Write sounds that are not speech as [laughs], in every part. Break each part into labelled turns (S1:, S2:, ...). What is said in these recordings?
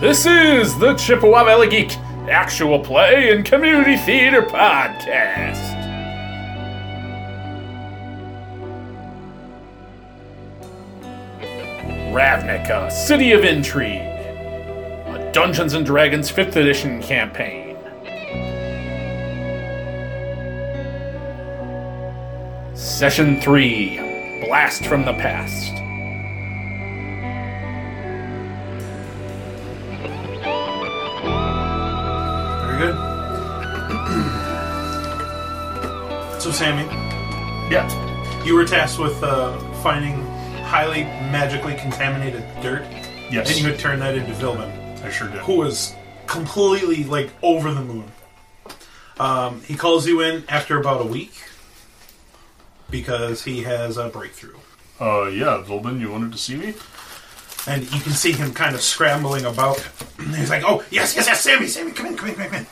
S1: This is the Chippewa Valley Geek Actual Play and Community Theater Podcast. Ravnica, City of Intrigue, a Dungeons and Dragons 5th Edition campaign. Session 3 Blast from the Past.
S2: Very good. so, Sammy,
S1: Yeah.
S2: you were tasked with uh, finding highly magically contaminated dirt,
S3: Yes,
S2: and you had turned that into Vilman,
S3: I sure did.
S2: who was completely like over the moon. Um, he calls you in after about a week because he has a breakthrough,
S3: Uh, yeah, Volbin, you wanted to see me?
S2: and you can see him kind of scrambling about. [clears throat] He's like, "Oh yes, yes, yes, Sammy, Sammy, come in, come in, come in, come in."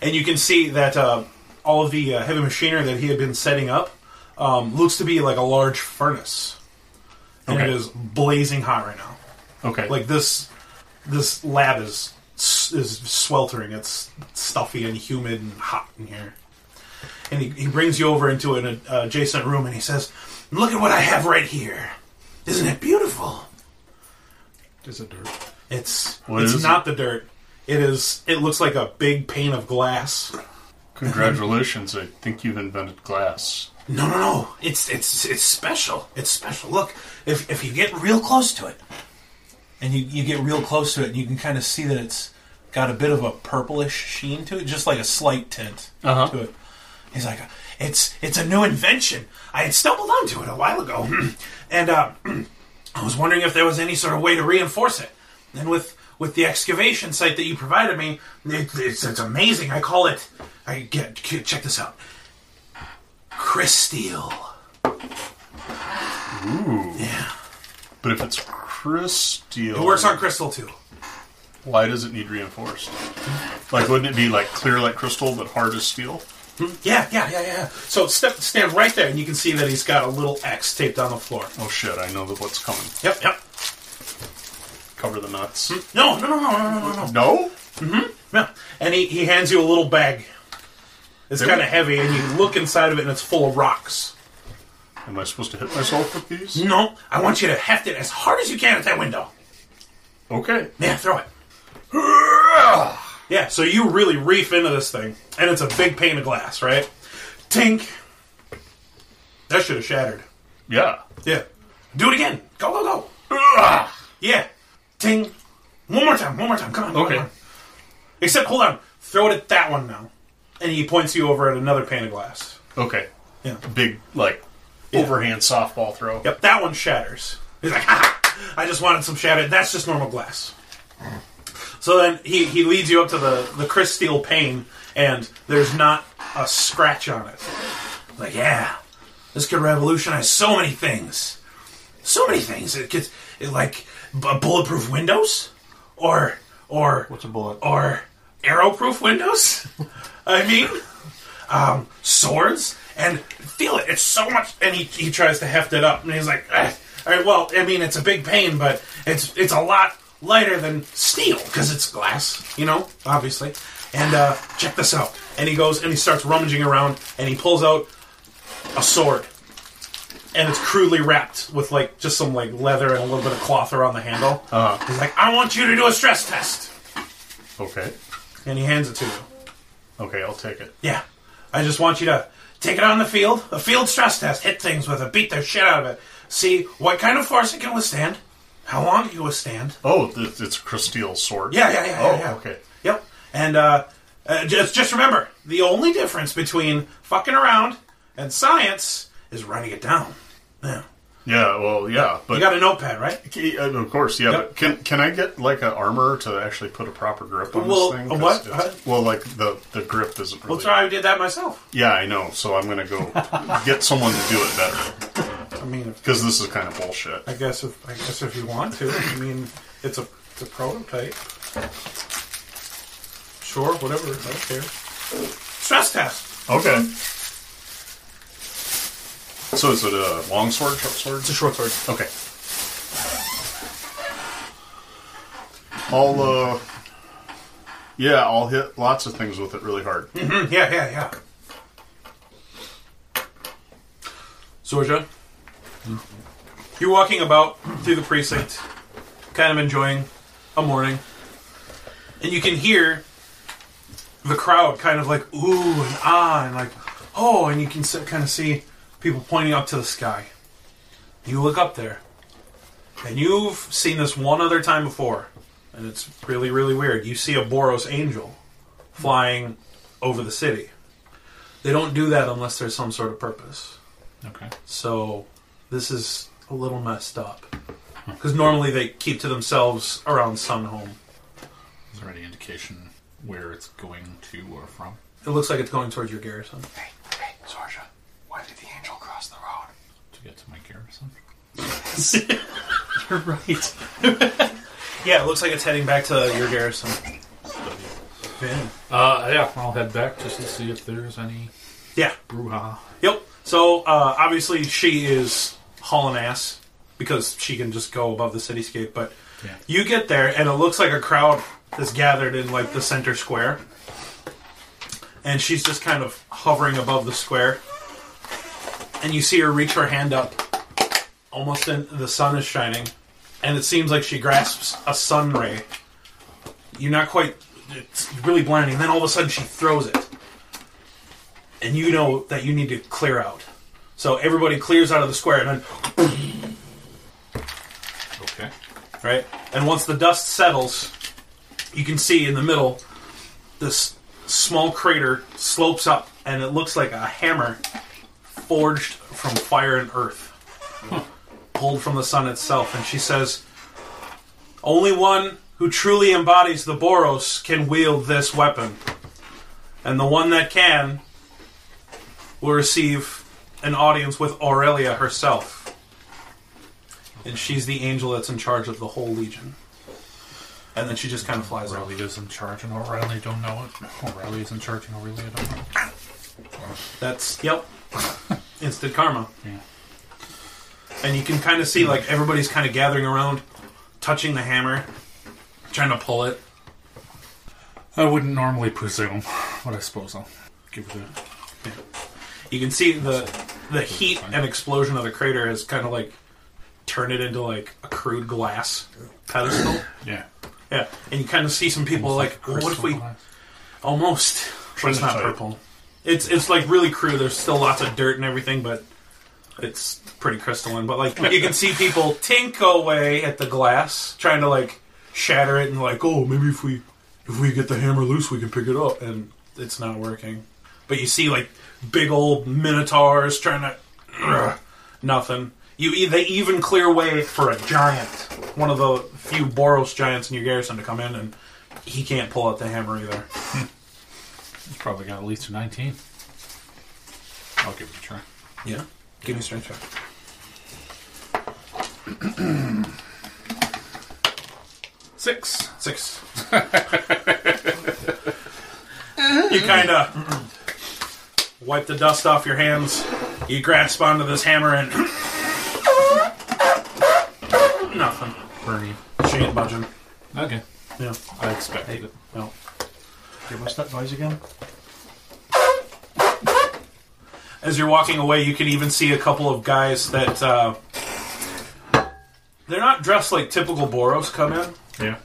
S2: And you can see that uh, all of the uh, heavy machinery that he had been setting up um, looks to be like a large furnace, and it
S3: Okay.
S2: is blazing hot right now.
S3: Okay.
S2: Like this, this lab is is sweltering. It's stuffy and humid and hot in here. And he, he brings you over into an uh, adjacent room, and he says, "Look at what I have right here. Isn't it beautiful?"
S3: is it dirt?
S2: It's
S3: What
S2: it's
S3: is
S2: not the dirt. It is. It looks like a big pane of glass.
S3: Congratulations! I think you've invented glass.
S2: No, no, no. It's it's it's special. It's special. Look, if if you get real close to it, and you you get real close to it, and you can kind of see that it's got a bit of a purplish sheen to it, just like a slight tint
S3: Uh-huh.
S2: to it. He's like, it's it's a new invention. I had stumbled onto it a while ago, [clears throat] and uh, [clears throat] I was wondering if there was any sort of way to reinforce it. And with with the excavation site that you provided me, it, it's, it's amazing. I call it. I get check this out. Crysteel.
S3: But if it's crystal,
S2: It works on crystal too.
S3: why does it need reinforced? Like, wouldn't it be like clear like crystal but hard as steel?
S2: Yeah, yeah, yeah, yeah. So step, stand right there, and you can see that he's got a little X taped on the floor.
S3: Oh shit! I know that what's coming.
S2: Yep, yep.
S3: Cover the nuts.
S2: No, no, no, no, no, no,
S1: Hmm.
S2: no, no.
S3: No.
S2: no. And he, he hands you a little bag. It's
S3: There
S2: kind
S3: we-
S2: of heavy, and you look inside of it, and it's full of rocks.
S3: Am I supposed to hit myself with these?
S2: No, I want you to heft it as hard as you can at that window.
S3: Okay.
S2: Yeah, throw it. Yeah, so you really reef into this thing, and it's a big pane of glass, right? Tink. That should have shattered.
S3: Yeah.
S2: Yeah. Do it again. Go, go, go. Yeah. Ting. One more time. One more time. Come on. one
S3: Okay.
S2: more. Except, hold on. Throw it at that one now. And he points you over at another pane of glass.
S3: Okay.
S2: Yeah.
S3: Big like overhand softball throw.
S2: Yep. That one shatters. He's like, ha! ha, I just wanted some shattered. That's just normal glass. So then he, he leads you up to the, the Chris Steele pane, and there's not a scratch on it. Like, yeah, this could revolutionize so many things. So many things. It gets it like b- bulletproof windows, or or what's a bullet? Or arrowproof windows. [laughs] I mean, um, swords. And feel it. It's so much. And he, he tries to heft it up, and he's like, "Ugh." all right, well, I mean, it's a big pain, but it's it's a lot lighter than steel because it's glass, you know, obviously. And uh, check this out. And he goes and he starts rummaging around, and he pulls out a sword and it's crudely wrapped with like just some like leather and a little bit of cloth around the handle.
S3: Uh,
S2: He's like, "I want you to do a stress test,"
S3: okay.
S2: and he hands it to you.
S3: Okay, I'll take it.
S2: Yeah, I just want you to take it on the field, a field stress test, hit things with it, beat the shit out of it, see what kind of force it can withstand, how long it can withstand.
S3: Oh, th- it's a crystal sword.
S2: Yeah, yeah, yeah, yeah.
S3: Oh,
S2: yeah.
S3: okay.
S2: Yep. And uh, uh, just just remember, the only difference between fucking around and science is running it down. Yeah.
S3: Yeah, well, yeah, but
S2: You got a notepad, right?
S3: Okay, uh, of course, yeah.
S2: Yep.
S3: But can can I get like an armor to actually put a proper grip on
S2: Well,
S3: this thing?
S2: a
S3: 'Cause
S2: what?
S3: it's- Well, like the the grip isn't really.
S2: Well, sorry, I did that myself.
S3: Yeah, I know. So
S2: [laughs]
S3: I'm gonna go get someone to do it better
S2: I mean, if
S3: because this is kind of bullshit.
S2: I guess if I guess if you want to, I mean, it's a it's a prototype. Sure, whatever. I don't care. Stress test.
S3: Okay. So is it a long sword, short
S2: It's a
S3: sword?
S2: short sword.
S3: Okay. I'll, uh, yeah, I'll hit lots of things with it really hard.
S2: Mm, Yeah, yeah, yeah. So we're done. You're walking about through the precinct, kind of enjoying a morning, and you can hear the crowd kind of like ooh and ah and like oh, and you can s- kind of see people pointing up to the sky. You look up there, and you've seen this one other time before, and it's really, really weird. You see a Boros angel flying over the city. They don't do that unless there's some sort of purpose.
S1: Okay.
S2: So this is a little messed up. Because normally they keep to themselves around Sunhome.
S1: Is there any indication where it's going to or from?
S2: It looks like it's going towards your garrison.
S4: Hey, hey, Sorja, why did the angel cross the road?
S1: To get to my garrison?
S4: You're right.
S2: Yeah, it looks like it's heading back to your garrison.
S1: Uh, yeah, I'll head back just to see if there's any
S2: Yeah.
S1: brouhaha.
S2: Yep. So uh, obviously she is hauling ass because she can just go above the cityscape. But
S1: Yeah.
S2: you get there and it looks like a crowd that's gathered in like the center square, and she's just kind of hovering above the square. And you see her reach her hand up, almost in the sun is shining, and it seems like she grasps a sun ray. You're not quite. It's really blinding. Then all of a sudden she throws it and you know that you need to clear out. So everybody clears out of the square, and then,
S1: Okay.
S2: right? And once the dust settles, you can see in the middle this small crater slopes up, and it looks like a hammer forged from fire and earth, pulled from the sun itself. And she says, Only one who truly embodies the Boros can wield this weapon. And the one that can will receive an audience with Aurelia herself. And she's the angel that's in charge of the whole legion. And then she just kind of flies off.
S1: Aurelia's in charge and Aurelia don't know it. Aurelia's in charge and Aurelia don't know it.
S2: That's yep. [laughs] Instant karma.
S1: Yeah.
S2: And you can kind of see like everybody's kind of gathering around, touching the hammer, trying to pull it.
S1: I wouldn't normally presume, but I suppose I'll give it a
S2: You can see the the heat and explosion of the crater has kind of like turned it into like a crude glass pedestal. [clears throat]
S1: yeah.
S2: yeah, and you kind of see some people like, well, what if we almost? But it's not
S3: Trinitite.
S2: purple. It's it's like really crude. There's still lots of dirt and everything, but it's pretty crystalline. But like you can see people tink away at the glass, trying to like shatter it and like, oh, maybe if we if we get the hammer loose, we can pick it up, and it's not working. But you see like big old minotaurs trying to nothing. You e- they even clear way for a giant, one of the few Boros giants in your garrison to come in, and he can't pull out the hammer either.
S1: It's probably got at least a 19. I'll give it a try.
S2: Yeah. Give me a strength check.
S1: Six.
S2: [clears throat] Six. [laughs] you kind of wipe the dust off your hands. You grasp onto this hammer and [clears throat] nothing.
S1: Bernie.
S2: She ain't budging.
S1: Okay.
S2: Yeah.
S1: I expected it.
S2: No.
S4: Okay, what's that noise again?
S2: As you're walking away, you can even see a couple of guys that uh, they're not dressed like typical Boros come in.
S1: Yeah.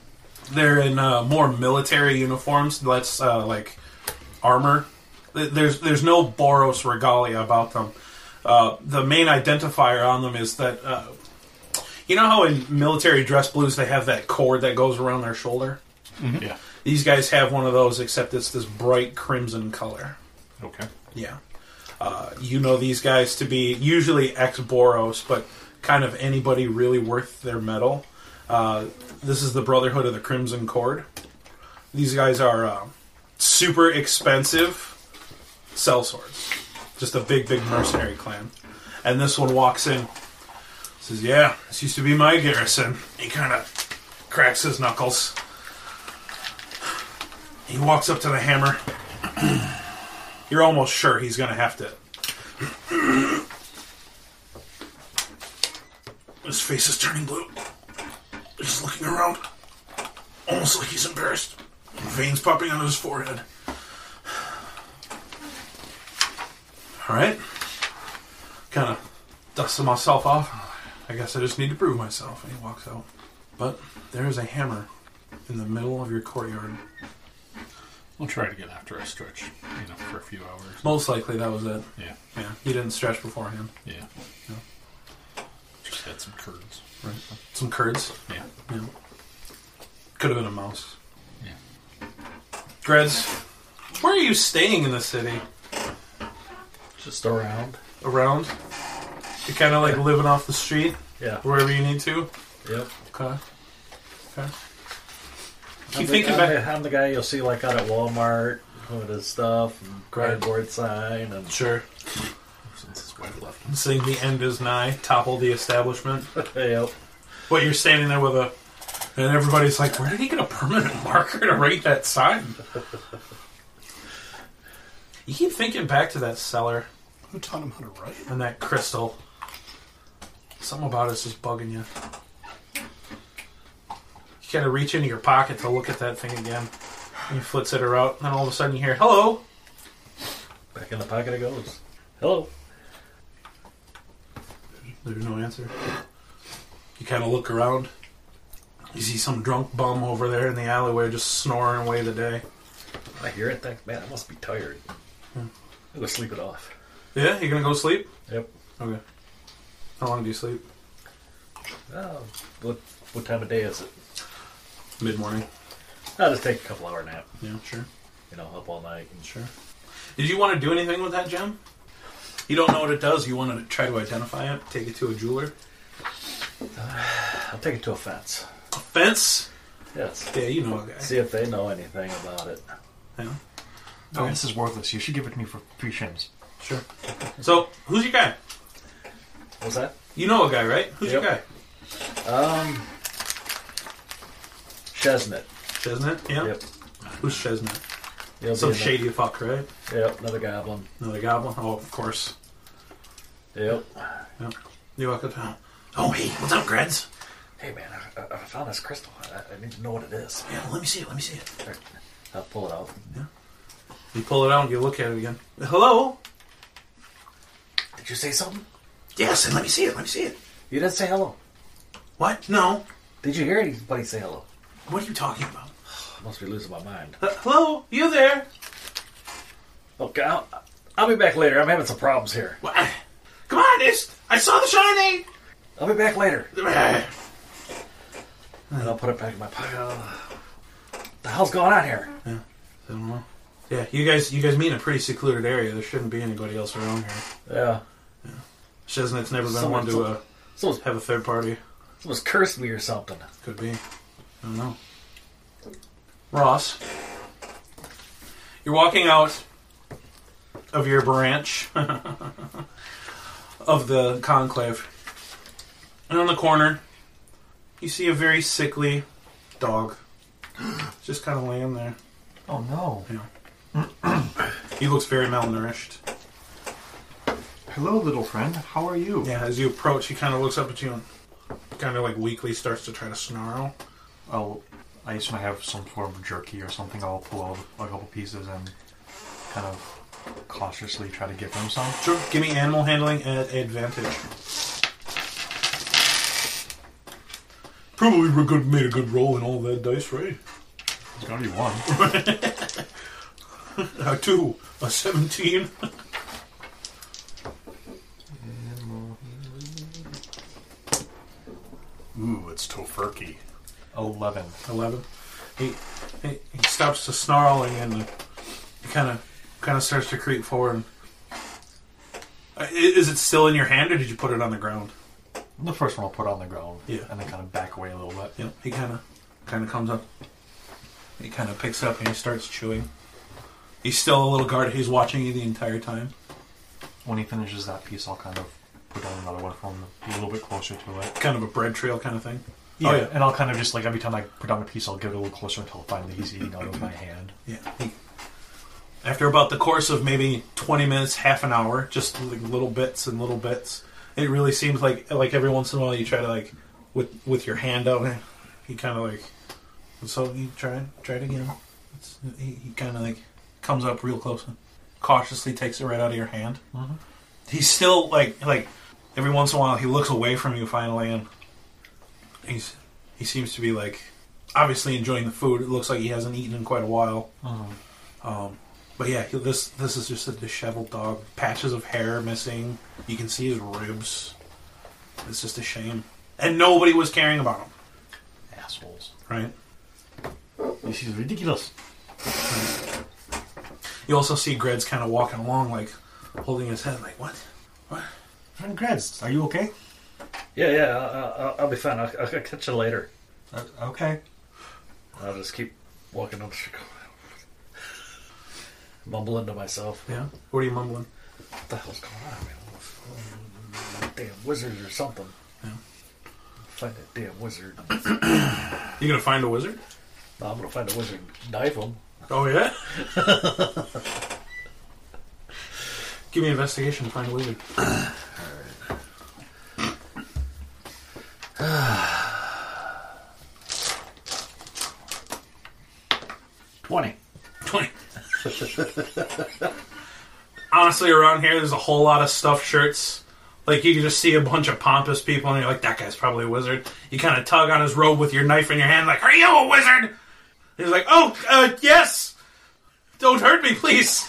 S2: they're in uh, more military uniforms. That's uh, like armor. Th- There's there's no Boros regalia about them. Uh, the main identifier on them is that uh, you know how in military dress blues they have that cord that goes around their shoulder.
S5: Mm-hmm.
S1: Yeah.
S2: These guys have one of those, except it's this bright crimson color.
S1: Okay.
S2: Yeah. Uh, you know these guys to be usually ex Boros, but kind of anybody really worth their metal. Uh, this is the Brotherhood of the Crimson Cord. These guys are uh, super expensive sellswords. Just a big, big mercenary clan. And this one walks in, says, Yeah, this used to be my garrison. He kind of cracks his knuckles. He walks up to the hammer you're almost sure he's going to have to. His face is turning blue. He's looking around. almost like he's embarrassed. Veins popping out of his forehead. All right. Kind of dusting myself off. I guess I just need to prove myself. And he walks out. But there is a hammer in the middle of your courtyard.
S5: I'll try to get after I stretch, you know, for a few hours.
S2: Most likely that was it.
S5: Yeah,
S2: Yeah, he didn't stretch beforehand.
S5: yeah. Just had some curds.
S2: Right. Some curds.
S5: Yeah.
S2: Yeah. Could have been a mouse.
S5: Yeah.
S2: Greds, where are you staying in the city?
S5: Just around.
S2: Around? You're kind of like living off the street,
S5: Yeah.
S2: wherever you need to.
S5: Yep.
S2: Okay. Okay.
S6: I'm
S2: Keep
S6: the-
S2: thinking
S6: I'm
S2: back.
S6: the- I'm the guy you'll see like out at Walmart with his stuff, and cardboard sign, and
S2: Sure.
S5: Since his wife left.
S2: Saying the end is nigh, topple the establishment.
S6: yep.
S2: But you're standing there with a, and everybody's like, "Where did he get a permanent [laughs] marker to write that sign?" you keep thinking back to that cellar.
S3: Who taught him how to write?
S2: and that crystal. Something about it's just bugging you. You kind of reach into your pocket to look at that thing again. And you flit it out, and then all of a sudden you hear, "Hello."
S6: Back in the pocket it goes. Hello.
S2: There's no answer. You kind of look around. You see some drunk bum over there in the alleyway just snoring away the day.
S6: I hear it. Think, man, I must be tired. Hmm. I'll go sleep it off.
S2: Yeah, you gonna go sleep?
S6: Yep.
S2: Okay. How long do you sleep?
S6: Oh, what what time of day is it?
S2: Mid morning.
S6: I'll just take a couple hour nap.
S2: Yeah, sure,
S6: You know, up all night. And
S2: sure. Did you want to do anything with that gem? You don't know what it does. You want to try to identify it, take it to a jeweler.
S6: I'll take it to a fence.
S2: Fence?
S6: Yes.
S2: Yeah, you know a guy.
S6: See if they know anything about it.
S2: Yeah,
S4: No, Oh, this is worthless. You should give it to me for three shims.
S2: sure. So, who's your guy?
S6: What's that?
S2: You know a guy, right? Who's your guy?
S6: Yep. Um, Chesnut.
S2: Chesnut? Yeah.
S6: Yep.
S2: Who's Chesnut?
S6: He'll be
S2: Some
S6: in the-
S2: shady fuck, right?
S6: Yep. Another goblin.
S2: Another goblin? Oh, of course.
S6: Yep.
S2: Yep. You walk up to him. Oh, hey, what's up, Greds?
S6: Hey man, I, I- I found this crystal. I, I need to know what it is.
S2: Yeah, let me see it, let me see it.
S6: I'll pull it out.
S2: You pull it out and you look at it again. Hello?
S6: Did you say something?
S2: Yes, and let me see it, let me see it.
S6: You didn't say hello.
S2: What? No.
S6: Did you hear anybody say hello?
S2: What are you talking about?
S6: I must be losing my mind.
S2: Uh, hello? You there?
S6: Okay, I'll, I'll be back later. I'm having some problems here.
S2: What? uh, Come on, it's, I saw the shining!
S6: I'll be back later. And I'll put it back in my pocket. The hell's going on here?
S2: I don't know. Yeah, you guys, you guys meet in a pretty secluded area. There shouldn't be anybody else around here.
S6: Yeah,
S2: Chesnut's never been
S6: Someone-
S2: one to uh,
S6: someone's,
S2: have a third party.
S6: someone's cursed me or something.
S2: Could be. I don't know. Ross, you're walking out of your branch [laughs] of the conclave, and on the corner, you see a very sickly dog [gasps] just kind of laying there.
S4: Oh no.
S2: [clears throat] He looks very malnourished.
S4: Hello, little friend. How are you?
S2: Yeah, as you approach, he kind of looks up at you and kind of like weakly starts to try to snarl.
S4: I'll, I assume I have some form of jerky or something. I'll pull out a couple pieces and kind of cautiously try to give him some.
S2: Sure. Give me animal handling at advantage. Probably we good, made a good roll in all that dice, right?
S4: There's gotta be one.
S2: [laughs] A two, a seventeen.
S3: Ooh, it's Tofurky.
S4: Eleven.
S2: 11. He, he, he stops to snarling and he kind of kind of starts to creep forward. And, Uh, i- is it still in your hand or did you put it on the ground?
S4: The first one I'll put on the ground.
S2: Yeah.
S4: And then kind of back away a little bit.
S2: Yep. He kind of kind of comes up. He kind of picks it up and he starts chewing. He's still a little guarded. He's watching you the entire time.
S4: When he finishes that piece, I'll kind of put down another one from be a little bit closer to it.
S2: Kind of a bread trail kind of thing.
S4: Yeah,
S2: Oh, yeah.
S4: and I'll kind of just like every time I put down a piece, I'll get a little closer until finally he's eating out of my hand.
S2: Yeah. He, after about the course of maybe 20 minutes, half an hour, just like little bits and little bits, it really seems eh, like like every once in a while you try to like with with your hand out, he kind of like So he tried, tried again. It's, he he kind of like comes up real close and cautiously takes it right out of your hand. He's still like like every once in a while he looks away from you finally and he's he seems to be like obviously enjoying the food. It looks like he hasn't eaten in quite a while. Um, but yeah, he, this this is just a disheveled dog. Patches of hair missing. You can see his ribs. It's just a shame. And nobody was caring about him,
S7: Assholes.
S2: right?
S7: This is ridiculous.
S2: You also see Gred's kind of walking along, like holding his head, like what?
S7: Friend Graz, are you okay?
S6: Yeah, yeah, I'll, I'll, I'll be fine. I'll, I'll catch you later.
S7: Uh, okay.
S6: I'll just keep walking up the street. [laughs] Mumbling to myself,
S2: Yeah. What are you mumbling?
S6: what the hell's going on? Man? What's- what's- Damn wizards or something. Find that damn wizard.
S2: You gonna find a wizard?
S6: I'm gonna find a wizard and knife him.
S2: Oh
S7: [laughs]
S2: yeah. Give me investigation to find a wizard.
S6: Twenty.
S2: Twenty. Honestly, around here, there's a whole lot of stuffed shirts. Like you can just see a bunch of pompous people, and you're like, "That guy's probably a wizard." You kind of tug on his robe with your knife in your hand, like, "Are you a wizard?" He's like, "Oh, uh, yes." Don't hurt me, please.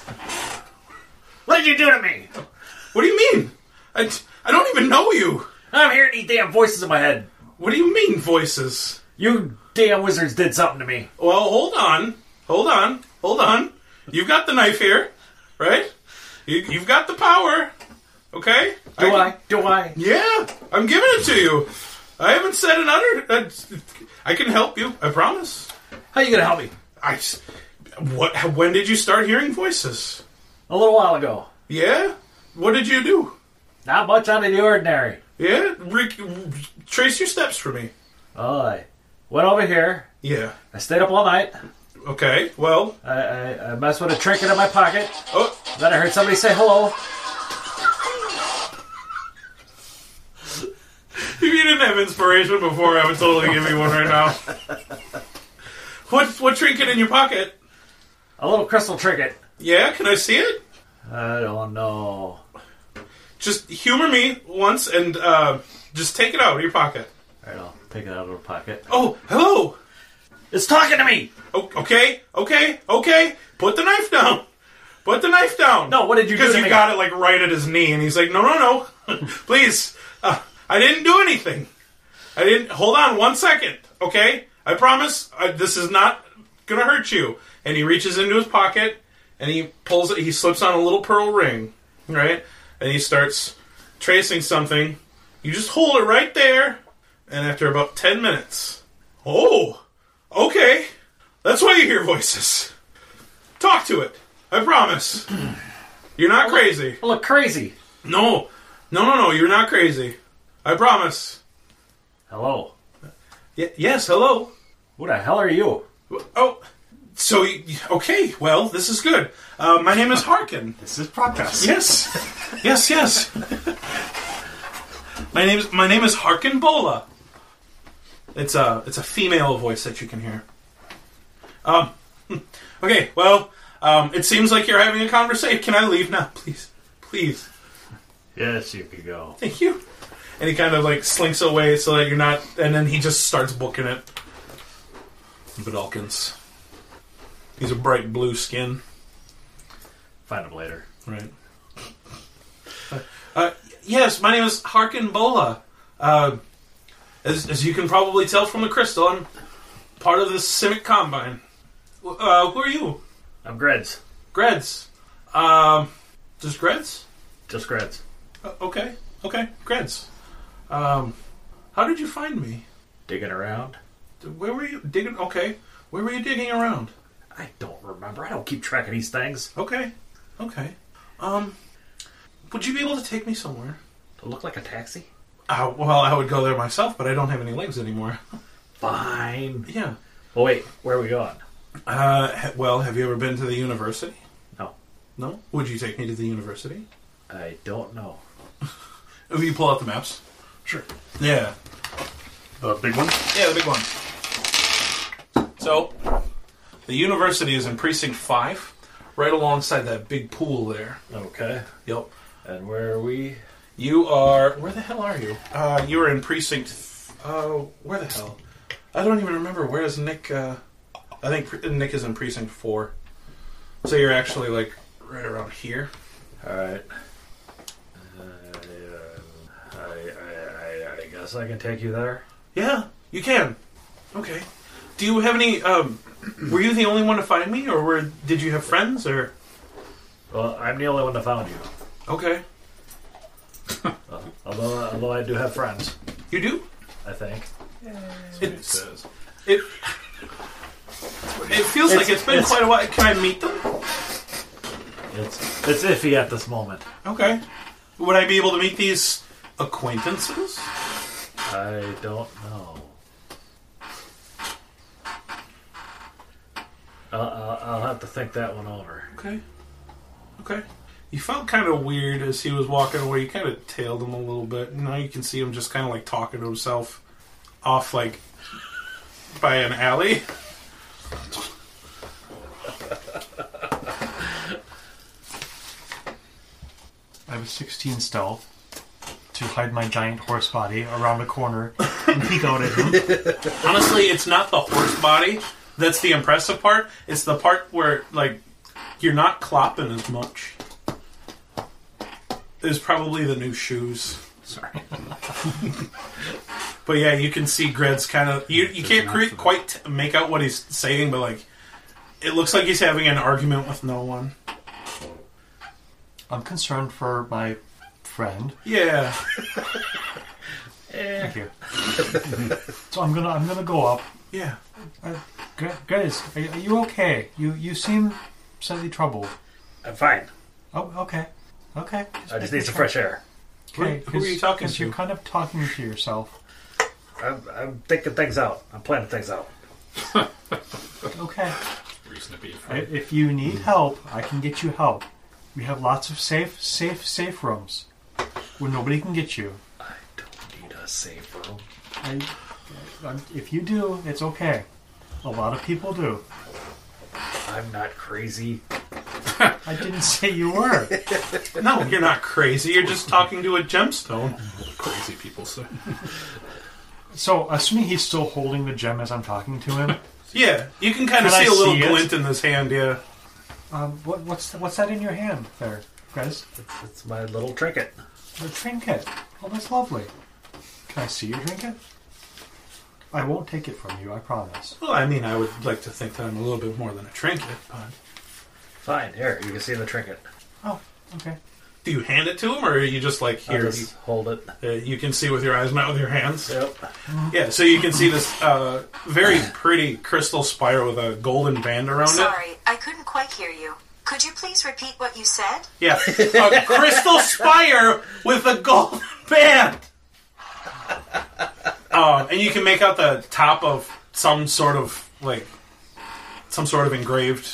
S6: What did you do to me?
S2: What do you mean? I, I don't even know you.
S6: I'm hearing these damn voices in my head.
S2: What do you mean, voices?
S6: You damn wizards did something to me.
S2: Well, hold on. Hold on. Hold on. You've got the knife here, right? You, you've got the power, okay?
S6: Do I? Do I?
S2: Yeah, I'm giving it to you. I haven't said another. I can help you, I promise.
S6: How you gonna help me?
S2: I. s- What? When did you start hearing voices?
S6: A little while ago.
S2: Yeah? What did you do?
S6: Not much out of the ordinary.
S2: Yeah? Rick, trace your steps for me.
S6: Oh, I went over here.
S2: Yeah.
S6: I stayed up all night.
S2: Okay, well.
S6: I, I, I messed with a trinket in my pocket.
S2: Oh, [laughs]
S6: Then I heard somebody say hello.
S2: If you didn't have inspiration before, I would totally give you one right now. [laughs] What what trinket in your pocket?
S6: A little crystal trinket.
S2: Yeah, can I see it?
S6: I don't know.
S2: Just humor me once and uh, just take it out of your pocket.
S6: Alright, I'll take it out of her pocket.
S2: Oh, hello.
S6: It's talking to me!
S2: O- okay, okay, okay. Put the knife down. Put the knife down.
S6: No, what did you do
S2: Because
S6: to
S2: you
S6: me?
S2: got it like right at his knee, and he's like, "No, no, no, [laughs] please, uh, I didn't do anything. I didn't. Hold on, one second, okay? I promise, I, this is not gonna hurt you." And he reaches into his pocket and he pulls it. He slips on a little pearl ring, right? And he starts tracing something. You just hold it right there, and after about ten minutes, oh, okay, that's why you hear voices. Talk to it. I promise. [clears throat] You're not crazy.
S6: I look crazy.
S2: No, no, no, no. You're not crazy. I promise.
S6: Hello.
S2: Y- yes. Hello.
S6: Who the hell are you?
S2: Oh, so y- okay. Well, this is good. Uh, my name is Harkin.
S3: [laughs] This is progress.
S2: Yes, yes, yes. my name is my name is Harkin Bola. It's a it's a female voice that you can hear. Um. [laughs] Okay. Well, um, it seems like you're having a conversation. Can I leave now, please? Please.
S6: Yes, you can go.
S2: Thank you. And he kind of like slinks away so that you're not, and then he just starts booking it. Badalkins. He's a bright blue skin.
S6: Find him later.
S2: Right. Uh, yes, my name is Harkin Bola. Uh, as, as you can probably tell from the crystal, I'm part of the Simic Combine. W- Uh, who are you?
S6: I'm Greds.
S2: Greds. Um, just Greds?
S6: Just Greds.
S2: Uh, okay, okay, Greds. Um, how did you find me?
S6: Digging around?
S2: Where were you digging? Okay. Where were you digging around?
S6: I don't remember. I don't keep track of these things.
S2: Okay. Okay. Um, would you be able to take me somewhere?
S6: Do I look like a taxi?
S2: Uh, well, I would go there myself, but I don't have any legs anymore. [laughs]
S6: Fine.
S2: yeah.
S6: Oh, wait. Where are we going?
S2: Uh, ha- well, have you ever been to the university?
S6: No.
S2: No? Would you take me to the university?
S6: Oh, I don't know.
S2: Oh, you pull out the maps?
S3: Sure.
S2: Yeah.
S3: The big one.
S2: Yeah, the big one. So, the university is in precinct five, right alongside that big pool there.
S6: Okay.
S2: Yep.
S6: And where are we?
S2: You are. Where the hell are you? Uh, you are in precinct. Uh, where the hell? I don't even remember. Where is Nick? Uh, I think pre- Nick is in precinct four. So you're actually like right around here.
S6: Alright. Uh, I, I, I, I guess I can take you there.
S2: Yeah, you can. Okay. Do you have any? Um, [clears throat] were you the only one to find me, or were did you have friends? Or
S6: Well, I'm the only one that found you.
S2: okay,
S6: Although, although I do have friends,
S2: you do.
S6: I think.
S2: It says it. It feels like it's been quite a while. Can I meet them?
S6: It's it's iffy at this moment.
S2: Okay. Would I be able to meet these acquaintances?
S6: I don't know. I'll, I'll, I'll have to think that one over.
S2: Okay. Okay. You felt kind of weird as he was walking away. You kind of tailed him a little bit. Now you can see him just kind of like talking to himself off like by an alley.
S4: I have a 16 stealth to hide my giant horse body around a corner and peek out
S6: [laughs]
S4: at him.
S2: Honestly, it's not the horse body that's the impressive part. It's the part where like you're not clopping as much. Is probably the new shoes. Sorry. [laughs] but yeah, you can see Gred's kind of you. You can't cre- quite make out what he's saying, but like it looks like he's having an argument with no one.
S4: I'm concerned for my friend.
S2: Yeah.
S4: Thank you. so I'm gonna I'm gonna go up.
S2: Yeah.
S4: Gu- Guys, are, are you okay? You you seem slightly troubled.
S6: I'm fine.
S4: Oh, okay, okay.
S6: I just need some fresh air.
S4: Okay,
S2: Who- who are you talking
S4: because You're
S2: to?
S4: kind of talking to yourself.
S6: I'm, I'm thinking things out. I'm planning things out.
S4: Okay.
S5: Reason to be
S4: I-
S5: afraid.
S4: If you need help, I can get you help. We have lots of safe, safe, safe rooms where nobody can get you.
S6: I don't need a safe room.
S4: I, I, if you do, it's okay. A lot of people do.
S6: I'm not crazy.
S4: I didn't [laughs] say you were.
S2: No, you're not crazy. You're just talking to a gemstone.
S5: Crazy people say.
S4: So, assuming he's still holding the gem as I'm talking to him,
S2: Yeah. You can kind of
S4: Can I
S2: see a little
S4: see it?
S2: glint in his hand. Yeah.
S4: um, what, what's what's that in your hand there, guys?
S6: It's, it's my little trinket.
S4: The trinket. Oh, that's lovely. Can I see your trinket? I won't take it from you. I promise.
S2: Well, I mean, I would like to think that I'm a little bit more than a trinket, but.
S6: Fine. Here, you can see the trinket.
S4: Oh, okay.
S2: Do you hand it to him, or are you just like
S6: I'll
S2: here?
S6: just hold it.
S2: You, uh, you can see with your eyes, not with your hands.
S6: Yep.
S2: Yeah, so you can see this uh, very pretty crystal spire with a golden band around it.
S8: Sorry, I couldn't quite hear you. Could you please repeat what you said?
S2: Yeah, a crystal spire with a golden band. Um, and you can make out the top of some sort of like some sort of engraved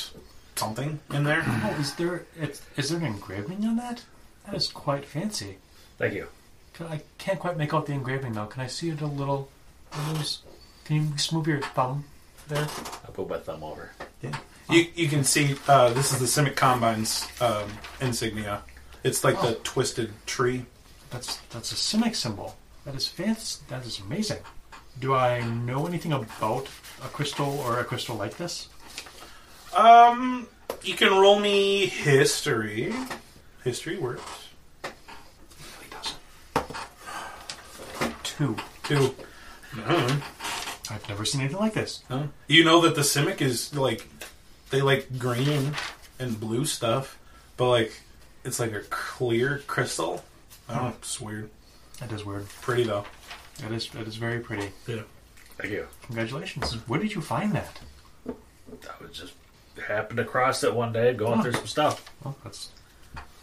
S2: something in there.
S4: Oh, is there it's, is there an engraving on that? That is quite fancy.
S6: Thank you.
S4: Can- I can't quite make out the engraving though. Can I see it a little? a little s- Can you just move your thumb there?
S6: I put my thumb over.
S2: You you can see uh, this is the Simic Combine's um, insignia. It's like
S4: Oh.
S2: the twisted tree.
S4: That's that's a Simic symbol. That is fancy. That is amazing. Do I know anything about a crystal or a crystal like this?
S2: You can roll me history. History works.
S4: It doesn't. Two.
S2: Two.
S4: I've never seen anything like this.
S2: No. You know that the Simic is like they like green and blue stuff, but like it's like a clear crystal. I don't know. It's weird.
S4: That is weird.
S2: Pretty though.
S4: That is that is very pretty.
S2: Yeah.
S6: Thank you.
S4: Congratulations. Where did you find that?
S6: I was just happened across it one day going through some stuff.
S4: Oh, that's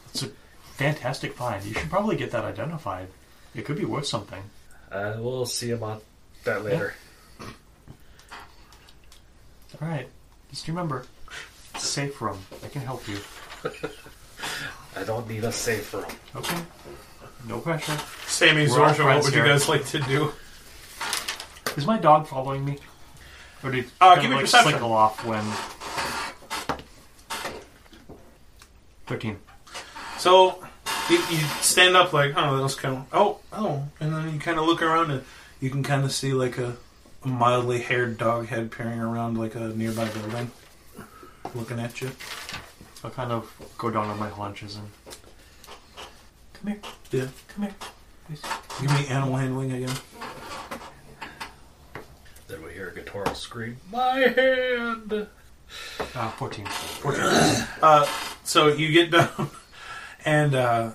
S4: that's a fantastic find. You should probably get that identified. It could be worth something.
S6: Uh, we'll see about that later.
S4: All right. Just remember, safe room. I can help you.
S6: I don't need a safe room.
S4: Okay. No pressure.
S2: Sammy
S4: We're
S2: Zorcha,
S4: all
S2: what
S4: friends
S2: would you
S4: here.
S2: guys like to do?
S4: Is my dog following me? Or do you
S2: Uh,
S4: kinda,
S2: give me
S4: like
S2: perception.
S4: cycle off when? Thirteen.
S2: So you, you stand up like, oh, that was kind of oh oh, and then you kind of look around and you can kind of see like a, a mildly haired dog head peering around like a nearby building, looking at you.
S4: I kind of go down on my haunches and come here,
S2: Yeah,
S4: come here.
S2: give me animal handling again.
S6: Then we hear a Gatoral scream, My hand!
S4: Ah, fourteen.
S2: So you get [laughs] down and uh,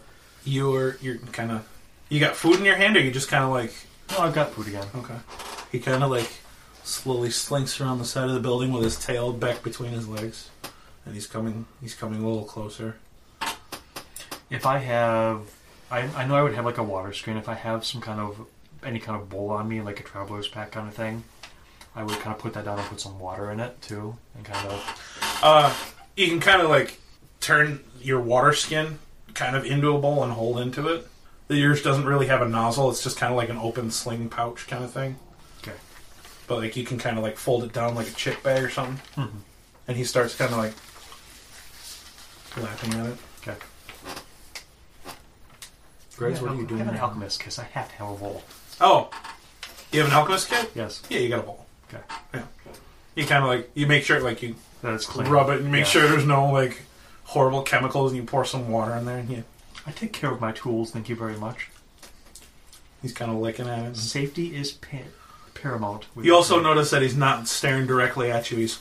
S2: you're you're kind of you got food in your hand, or you just kind of like
S4: Oh, I've got food again.
S2: Okay. He kind of like slowly slinks around the side of the building with his tail back between his legs, and he's coming. He's coming a little closer.
S4: If I have, I, I know I would have like a water screen. If I have some kind of any kind of bowl on me, like a traveler's pack kind of thing, I would kind of put that down and put some water in it too, and kind of
S2: Uh, you can kind of like turn your water skin kind of into a bowl and hold into it. The yours doesn't really have a nozzle. It's just kind of like an open sling pouch kind of thing.
S4: okay.
S2: But like you can kind of like fold it down like a chip bag or something. And he starts kind of like laughing at it.
S4: Okay.
S2: Grace, what are you
S4: I
S2: doing?
S4: have an
S2: right now?
S4: alchemist because I have to have a bowl.
S2: Oh, you have an alchemist kit?
S4: Yes.
S2: Yeah, you got a bowl.
S4: Okay.
S2: You kind of like you make sure like you
S4: That is clean.
S2: rub it and make
S4: Yeah.
S2: sure there's no like horrible chemicals and you pour some water in there and he,
S4: I take care of my tools. Thank you very much.
S2: Mm-hmm. he's kind of licking at it.
S4: Safety is pa- paramount. with
S2: You
S4: this
S2: also
S4: thing.
S2: notice that he's not staring directly at you. He's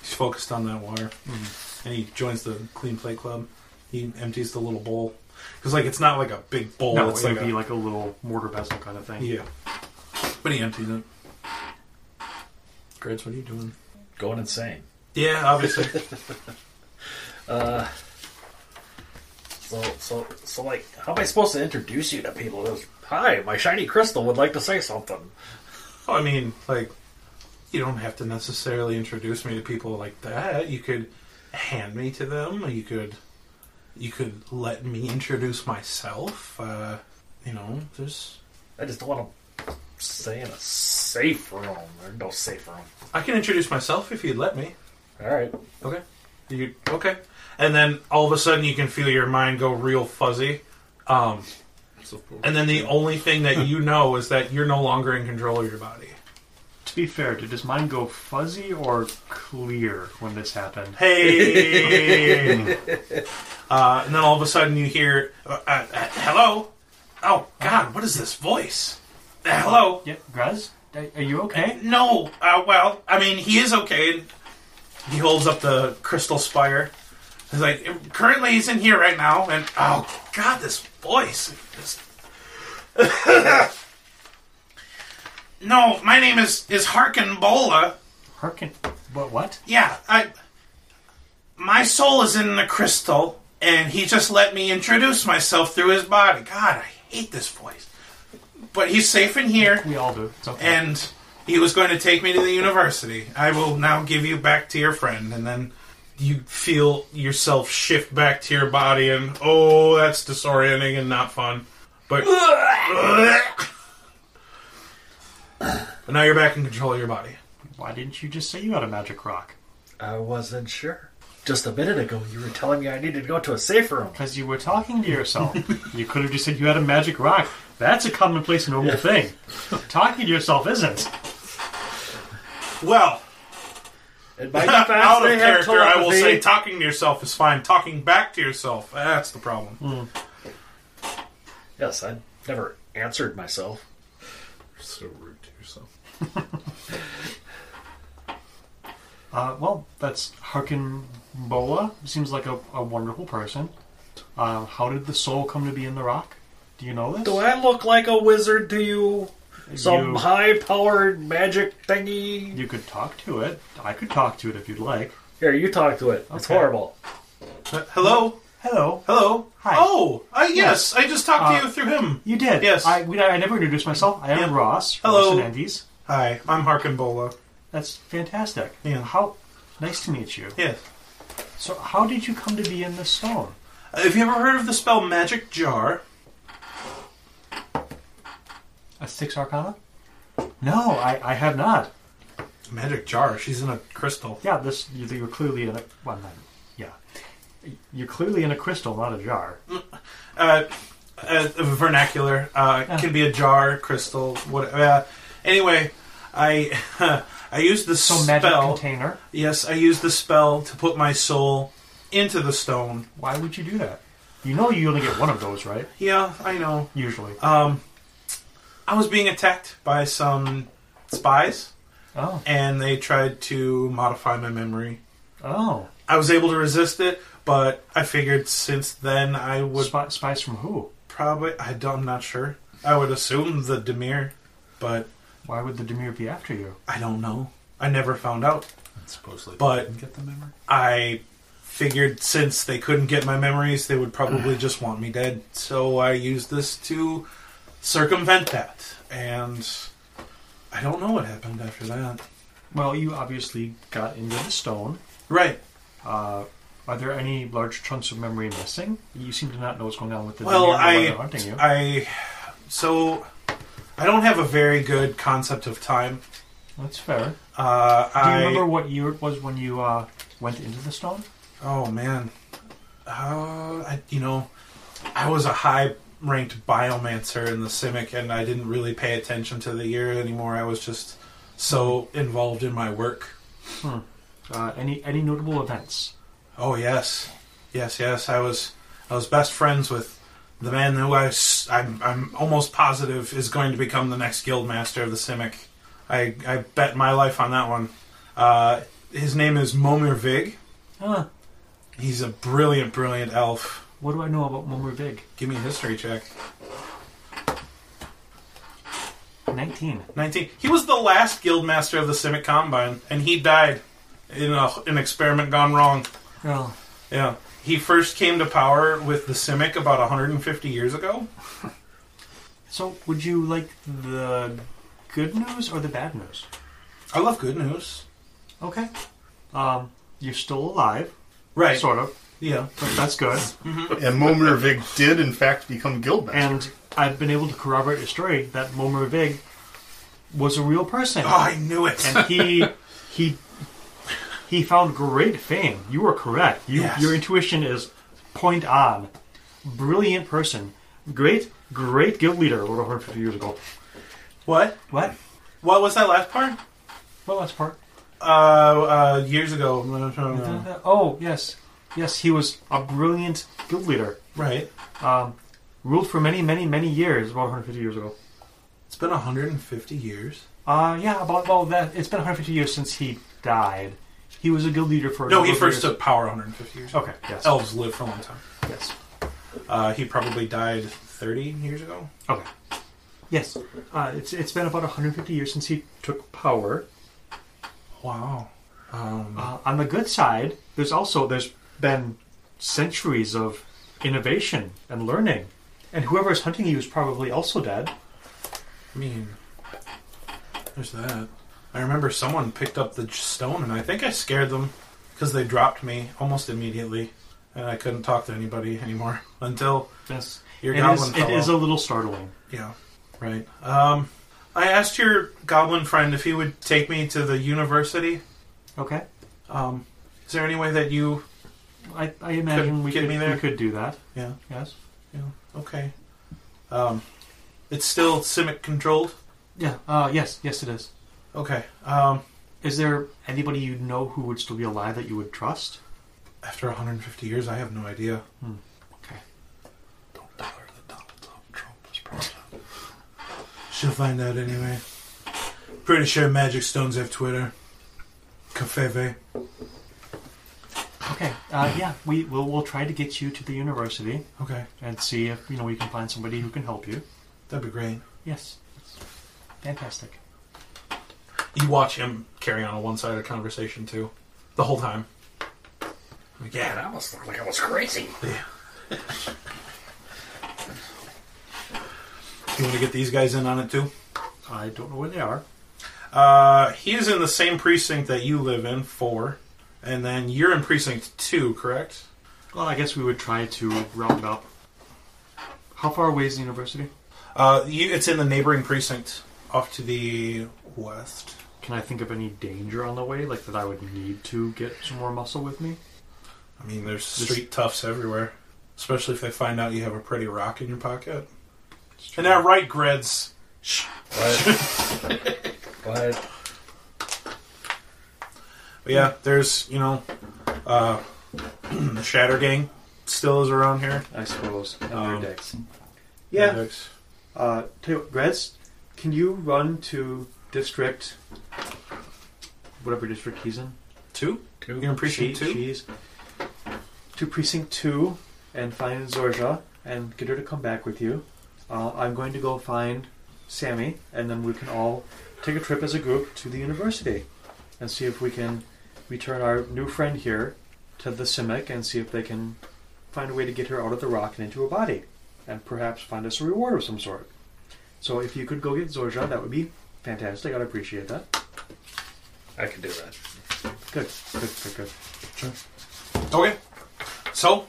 S2: he's focused on that water,
S4: Mm-hmm.
S2: and he joins the clean plate club. He empties the little bowl because like it's not like a big bowl.
S4: No,
S2: it's
S4: it would
S2: like a,
S4: be like a little mortar vessel kind of thing.
S2: yeah. But he empties it. Grace, what are you doing?
S6: Going insane.
S2: Yeah, obviously.
S6: So, so, so, like, how am I supposed to introduce you to people? It was, Hi, my shiny crystal would like to say something.
S2: Well, Oh, I mean, like, you don't have to necessarily introduce me to people like that. You could hand me to them. or You could, you could let me introduce myself. Uh, you know, there's.
S6: I just don't want to stay in a safe room. There's no safe room.
S2: I can introduce myself if you'd let me.
S6: All right.
S2: Okay. You okay? And then all of a sudden, you can feel your mind go real fuzzy. Um, and then the only thing that you know is that you're no longer in control of your body.
S4: To be fair, did his mind go fuzzy or clear when this happened?
S2: Hey! uh, and then all of a sudden you hear, uh, uh, uh, hello? Oh, God, what is this voice? Uh, hello?
S4: Yeah, Graz, are you okay?
S2: No, uh, well, I mean, he is okay. He holds up the crystal spire. He's like, currently he's in here right now, and oh, God, this voice. [laughs] This- no, my name is, is Harkin Bola.
S4: Harkin, what? What?
S2: Yeah, I. My soul is in the crystal, and he just let me introduce myself through his body. God, I hate this voice. But he's safe in here,
S4: We all do. It's okay.
S2: and he was going to take me to the university. I will now give you back to your friend, and then you feel yourself shift back to your body, and oh, that's disorienting and not fun. But. but now you're back in control of your body.
S4: why didn't you just say you had a magic rock?
S6: I wasn't sure. Just a minute ago, you were telling me I needed to go to a safe room.
S4: Because you were talking
S2: [laughs]
S4: to yourself. you could have just said you had a magic rock. That's a commonplace, normal thing. talking to yourself isn't.
S2: Well. [laughs]
S6: And by
S2: out of
S6: they have
S2: character, I will say
S6: telepathy.
S2: talking to yourself is fine. Talking back to yourself, eh, that's the problem.
S4: Hmm.
S6: yes, I never answered myself.
S5: So rude to yourself.
S4: Uh, well, that's Harkin Bola. Seems like a, a wonderful person. Uh, how did the soul come to be in the rock? Do you know this?
S6: Do I look like a wizard to you? Some
S4: You-
S6: high-powered magic thingy?
S4: You could talk to it. I could talk to it if you'd like.
S6: Here, you talk to it. It's
S4: Okay.
S6: horrible.
S2: Uh, hello,
S4: Hello.
S2: hello.
S4: Hi.
S2: Oh, I, yes, I just talked
S4: Uh,
S2: to you through him.
S4: You did.
S2: Yes.
S4: I, we, I never introduced myself. I am
S2: Yeah.
S4: Ross.
S2: Hello.
S4: Ross and Andes.
S2: Hi, I'm Harkin Bola.
S4: That's fantastic.
S2: Yeah.
S4: How nice to meet you.
S2: Yes.
S4: So, how did you come to be in this stone?
S2: Uh, have you ever heard of the spell Magic Jar?
S4: A six arcana? No, I, I have not.
S2: Magic jar. She's in a crystal.
S4: Yeah, this you- you're clearly in a well, not, yeah, you're clearly in a crystal, not a jar.
S2: Uh, uh, vernacular uh, can be a jar, crystal, what? Uh, anyway, I [laughs] I used the
S4: So magic
S2: spell.
S4: container.
S2: yes, I used the spell to put my soul into the stone.
S4: Why would you do that? You know you only get one of those, right?
S2: Yeah, I know.
S4: Usually.
S2: Um, I was being attacked by some spies,
S4: oh,
S2: and they tried to modify my memory.
S4: oh.
S2: I was able to resist it, but I figured since then I would
S4: Spy, spies from who?
S2: probably. I don't, I'm not sure. I would assume the Demir, but
S4: Why would the Demir be after you?
S2: I don't know. I never found out.
S5: [laughs] Supposedly,
S2: But-
S5: didn't get the memory.
S2: I figured since they couldn't get my memories, they would probably just want me dead. So I used this to circumvent that. And I don't know what happened after that.
S4: Well, you obviously got into the stone.
S2: Right.
S4: Uh, are there any large chunks of memory missing? You seem to not know what's going on with the
S2: Well,
S4: Demir and why
S2: I,
S4: they're hunting you.
S2: I, so I don't have a very good concept of time.
S4: That's fair.
S2: Uh,
S4: Do you
S2: I,
S4: remember what year it was when you uh, went into the stone?
S2: Oh man, uh, I, you know, I was a high-ranked biomancer in the Simic, and I didn't really pay attention to the year anymore. I was just so involved in my work.
S4: Uh, any any notable events?
S2: Oh yes, yes, yes. I was, I was best friends with the man who I, am I'm almost positive is going to become the next guild master of the Simic. I, I bet my life on that one. Uh, his name is Momir Vig.
S4: Huh.
S2: He's a brilliant, brilliant elf.
S4: What do I know about Momer Big?
S2: Give me a history check.
S4: 19.
S2: 19. He was the last guildmaster of the Simic Combine, and he died in a, an experiment gone wrong.
S4: Oh,
S2: Yeah. He first came to power with the Simic about 150 years ago.
S4: So, would you like the good news or the bad news?
S2: I love good news.
S4: Okay. Um, you're still alive,
S2: Right.
S4: sort of.
S2: Yeah.
S4: but That's good.
S3: And Momir Vig did, in fact, become guildmaster.
S4: And I've been able to corroborate your story that Momer Vig was a real person.
S2: [laughs] Oh, I knew it.
S4: And he, he, he found great fame. You were correct. You,
S2: Yes.
S4: Your intuition is point on. Brilliant person. Great, great guild leader over 150 years ago.
S2: [laughs] What?
S4: What?
S2: What was that last part?
S4: What last part?
S2: Uh, uh years [laughs] ago. No, no, no.
S4: Oh, yes. Yes, he was a brilliant guild leader.
S2: Right.
S4: Um, ruled for many, many, many years, about 150 years ago.
S2: It's been 150 years.
S4: Uh, yeah, about, well, that, it's been 150 years since he died. He was a guild leader for. a
S2: No,
S4: number
S2: he
S4: of
S2: first
S4: years.
S2: took power 150 years ago.
S4: Okay, yes.
S2: Elves live for a long time.
S4: yes.
S2: Uh, he probably died 30 years ago.
S4: Okay. Yes. Uh, it's, it's been about 150 years since he took power.
S2: Wow. Um,
S4: Uh, on the good side, there's also there's been centuries of innovation and learning, and whoever is hunting you is probably also dead.
S2: I mean, there's that. I remember someone picked up the j- stone, and I think I scared them because they dropped me almost immediately, and I couldn't talk to anybody anymore [laughs] until
S4: Yes.
S2: your
S4: It
S2: goblin
S4: is, it
S2: fellow.
S4: is a little startling.
S2: yeah, right. Um, I asked your goblin friend if he would take me to the university.
S4: Okay.
S2: Um, is there any way that you?
S4: I, I imagine we,
S2: get
S4: could,
S2: me there?
S4: we could do that.
S2: Yeah.
S4: Yes.
S2: Yeah. Okay. Um, it's still Simic controlled.
S4: Yeah. Uh, yes. Yes, it is.
S2: Okay. Um,
S4: Is there anybody you know who would still be alive that you would trust?
S2: after 150 years, I have no idea.
S4: Okay.
S2: She'll find out anyway. Pretty sure Magic Stones have Twitter. Cafeve.
S4: Okay. Uh, yeah. We will we'll try to get you to the university
S2: Okay,
S4: and see if you know we can find somebody who can help you.
S2: that'd be great.
S4: Yes. Fantastic.
S2: You watch him carry on a one-sided conversation too, the whole time. Like,
S6: Yeah, that almost looked like I was crazy.
S2: you want to get these guys in on it too?
S4: I don't know where they are.
S2: Uh, he is in the same precinct that you live in, four, and then you're in precinct two, correct?
S4: Well, I guess we would try to round up. How far away is the university?
S2: Uh, you, it's in the neighboring precinct, off to the west.
S4: Can I think of any danger on the way, like that I would need to get some more muscle with me?
S2: I mean, there's street toughs everywhere, especially if they find out you have a pretty rock in your pocket. And that right, Greds.
S9: But
S2: But yeah, there's you know, uh, [clears throat] the Shatter Gang still is around here.
S4: I suppose. And their
S2: Um,
S4: dicks.
S2: There's-
S4: Uh, tell you what, Gretz, can you run to district, whatever district he's in?
S2: Two. You can appreciate
S4: She-
S2: two.
S4: She's to precinct two and find Zorja and get her to come back with you. Uh, I'm going to go find Sammy, and then we can all take a trip as a group to the university and see if we can return our new friend here to the Simic and see if they can find a way to get her out of the rock and into a body, and perhaps find us a reward of some sort. So if you could go get Zorja, that would be fantastic. I'd appreciate that.
S6: I can do that.
S4: Good, good, good, good.
S2: Okay. So,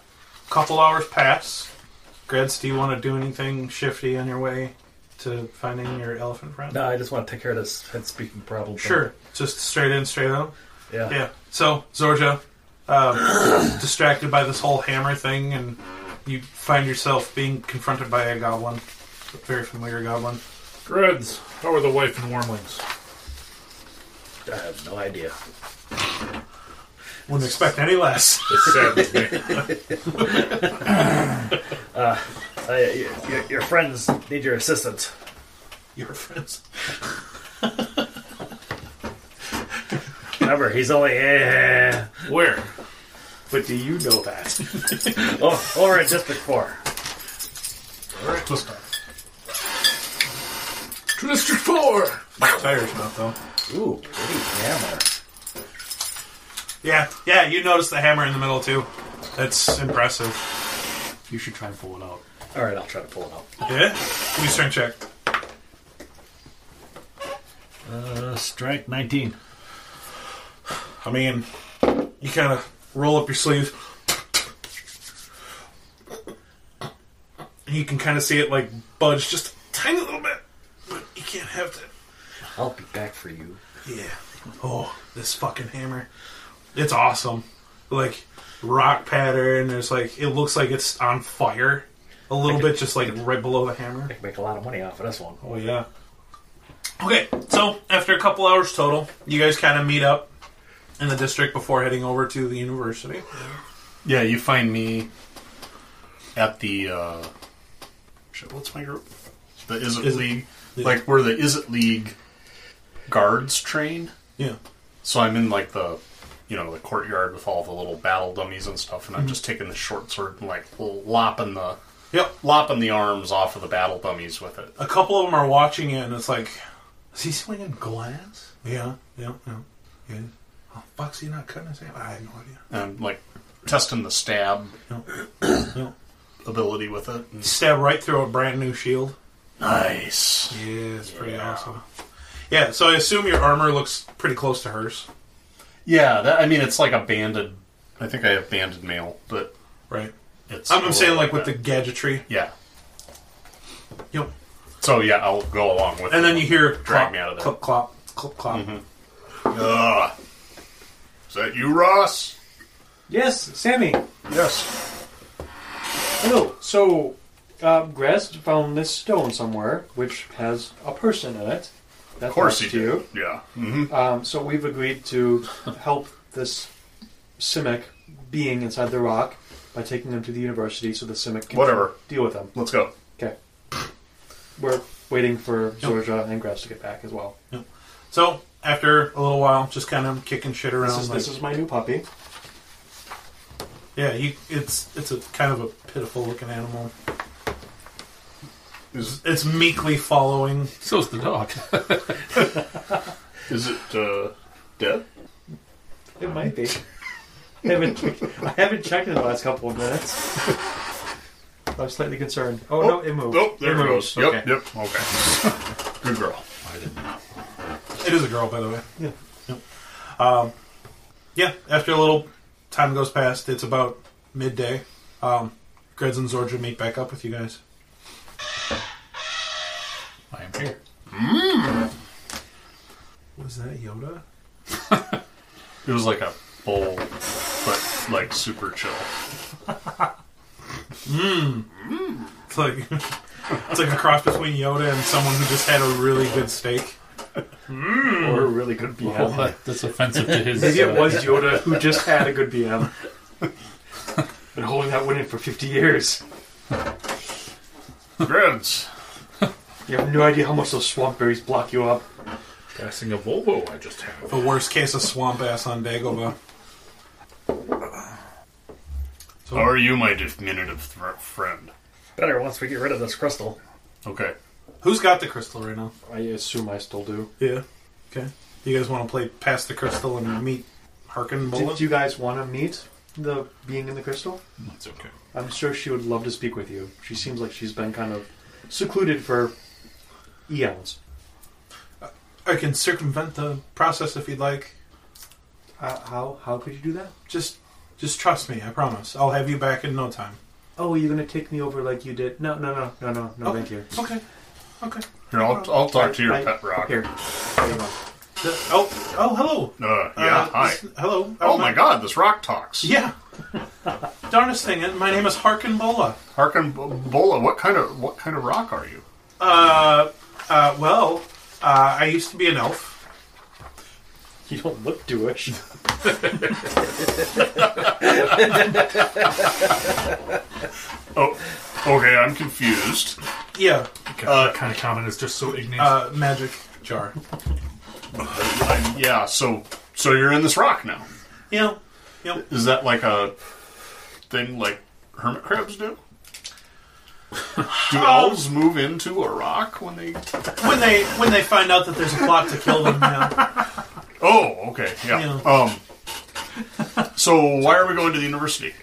S2: couple hours pass. Greds, do you want to do anything shifty on your way to finding your elephant friend?
S6: No, I just want to take care of this head speaking problem. thing.
S2: Sure. Just straight in, straight out.
S6: Yeah.
S2: Yeah. So Zorja, uh, [coughs] distracted by this whole hammer thing, and you find yourself being confronted by a goblin, a very familiar goblin.
S5: Greds, how are the wife and warmlings?
S6: I have no idea.
S2: Wouldn't expect any less. [laughs]
S5: It saddens me.
S6: Uh, your, your, your friends need your assistance.
S2: Your friends.
S6: Remember, he's only eh,
S5: Where?
S4: But do you know that?
S2: [laughs]
S6: oh, over at District Four.
S5: District 4!
S2: Tire's not though.
S6: Ooh, pretty hammer.
S2: Yeah, yeah. You notice the hammer in the middle too. That's impressive.
S4: You should try and pull it out.
S6: All right, I'll try to pull it out.
S2: Yeah. Give me a strength check.
S6: Uh, strength nineteen.
S2: I mean, you kind of roll up your sleeve. And you can kind of see it like budge just a tiny little bit. But you can't have that.
S6: I'll be back for you.
S2: Yeah. Oh, this fucking hammer. It's awesome. Like rock pattern. There's like it looks like it's on fire a little bit, just like right below the hammer.
S6: I can make a lot of money off of this one.
S2: Oh yeah. Okay, so after a couple hours total, you guys kind of meet up in the district before heading over to the university.
S3: Yeah, you find me at the. Uh, shit, what's my group? The Is It
S2: Is it-
S3: League.
S2: Yeah.
S3: Like, we're the Is It League guards train.
S2: Yeah.
S3: So I'm in, like, the. You know, the courtyard with all the little battle dummies and stuff, and I'm just taking the short sword and, like, lopping the.
S2: Yep.
S3: Lopping the arms off of the battle dummies with it.
S2: A couple of them are watching it, and it's like, is he swinging glass? Yeah. Yeah. Yeah. yeah. Oh, fuck's he not cutting his hand? I have no idea.
S3: and like testing the stab [coughs] ability with it.
S2: Stab right through a brand new shield.
S3: Nice.
S2: Yeah, it's pretty awesome. Yeah, so I assume your armor looks pretty close to hers,
S3: Yeah, that, I mean it's like a banded. I think I have banded mail, but
S2: right?
S3: it's.
S2: I'm, I'm saying like with the
S3: that.
S2: gadgetry.
S3: Yeah.
S2: Yep.
S3: So yeah, I'll go along with.
S2: And
S3: it.
S2: then you hear
S3: drag
S2: clop,
S3: me out of there.
S2: clip clop clip clop.
S3: Ugh. Is that you, Ross?
S4: Yes, Sammy.
S3: Yes.
S4: Hello. So, uh, Grez found this stone somewhere, which has a person in it. That
S3: Of course
S4: belongs
S3: you
S4: to
S3: do. Yeah. hmm
S4: you. Um, so we've
S3: [laughs]
S4: agreed to help this Simic being inside the rock by taking them to the university so the Simic can
S3: Whatever.
S4: deal with them.
S3: Let's go.
S4: Okay. We're waiting for Zorja and Grez to get back as well.
S2: So after a little while, just kind of kicking shit around.
S4: This is,
S3: Um,
S2: like-
S4: this is my new puppy.
S2: yeah, you, it's it's a kind of a pitiful looking animal.
S3: Is
S2: It's meekly following.
S5: So's the dog. [laughs]
S3: is it uh, dead?
S4: It
S3: [laughs]
S4: might be. I haven't, I haven't checked in the last couple
S3: [laughs]
S4: of minutes. I'm slightly concerned. Oh, no, it moved.
S3: Oh, there it
S4: moves.
S3: goes. Yep.
S4: Okay.
S3: Yep. Okay. [laughs] Good girl. I didn't.
S2: It is a girl, by the way.
S4: Yeah.
S2: Yep. Um, yeah. After a little time goes past, it's about midday. Um, Greds and Zorja meet back up with you guys.
S5: I am here.
S2: Is Mm. that Yoda?
S3: It was like a bowl, but like super chill. [laughs]
S2: It's like [laughs] it's like a cross between Yoda and someone who just had a really good steak.
S9: Or really good
S5: Well,
S9: BM.
S5: that, that's offensive to his.
S4: Maybe
S5: uh,
S4: it was Yoda who just had a good
S3: [laughs]
S4: BM. Been holding that one in for 50 years.
S3: Grids.
S4: You have no idea how much those swamp berries block you up.
S5: passing a Volvo I just have.
S2: The worst case of swamp ass on Dagobah.
S3: How are you, my diminutive thr friend?
S6: Better once we get rid of this crystal.
S3: Okay.
S2: Who's got the crystal right now?
S4: I assume I still do.
S2: Yeah. Okay. You guys want to play Pass the Crystal and meet Harkin
S4: Do,
S2: Bola?
S4: do you guys want to meet the being in the crystal?
S5: That's okay.
S4: I'm sure she would love to speak with you. She seems like she's been kind of secluded for eons.
S2: I can circumvent the process if you'd like.
S4: How, Uh, how, how could you do that?
S2: Just just trust me, I promise. I'll have you back in no time.
S4: Oh, you're gonna take me over like you did? No, no, no, no, no, no,
S2: Okay.
S4: thank you.
S2: Okay. Okay.
S3: Here, I'll, I'll talk to your
S4: I-
S3: pet rock.
S4: Here.
S2: The- oh, oh, hello.
S3: Uh, yeah,
S2: Uh,
S3: hi.
S2: this- hello.
S3: Oh my god, this rock talks.
S2: Yeah. [laughs] Darnest thing, uh, my name is Harkin Bola.
S3: Harkin B- Bola, what kind of what kind of rock are you?
S2: Uh, uh, well, uh, I used to be an elf.
S4: You don't look Jewish.
S3: Oh, okay, I'm confused. Uh,
S2: Yeah.
S5: God, that kind of comment is just so ignorant.
S2: Uh, magic jar.
S3: I, yeah, so so you're in this rock now.
S2: Yeah. Yep.
S3: Is that like a thing like hermit crabs do? Do elves move into a rock when they?
S2: When they when they find out that there's a plot to kill them, yeah.
S3: Oh, okay, yeah. Um, so why are we going to the university?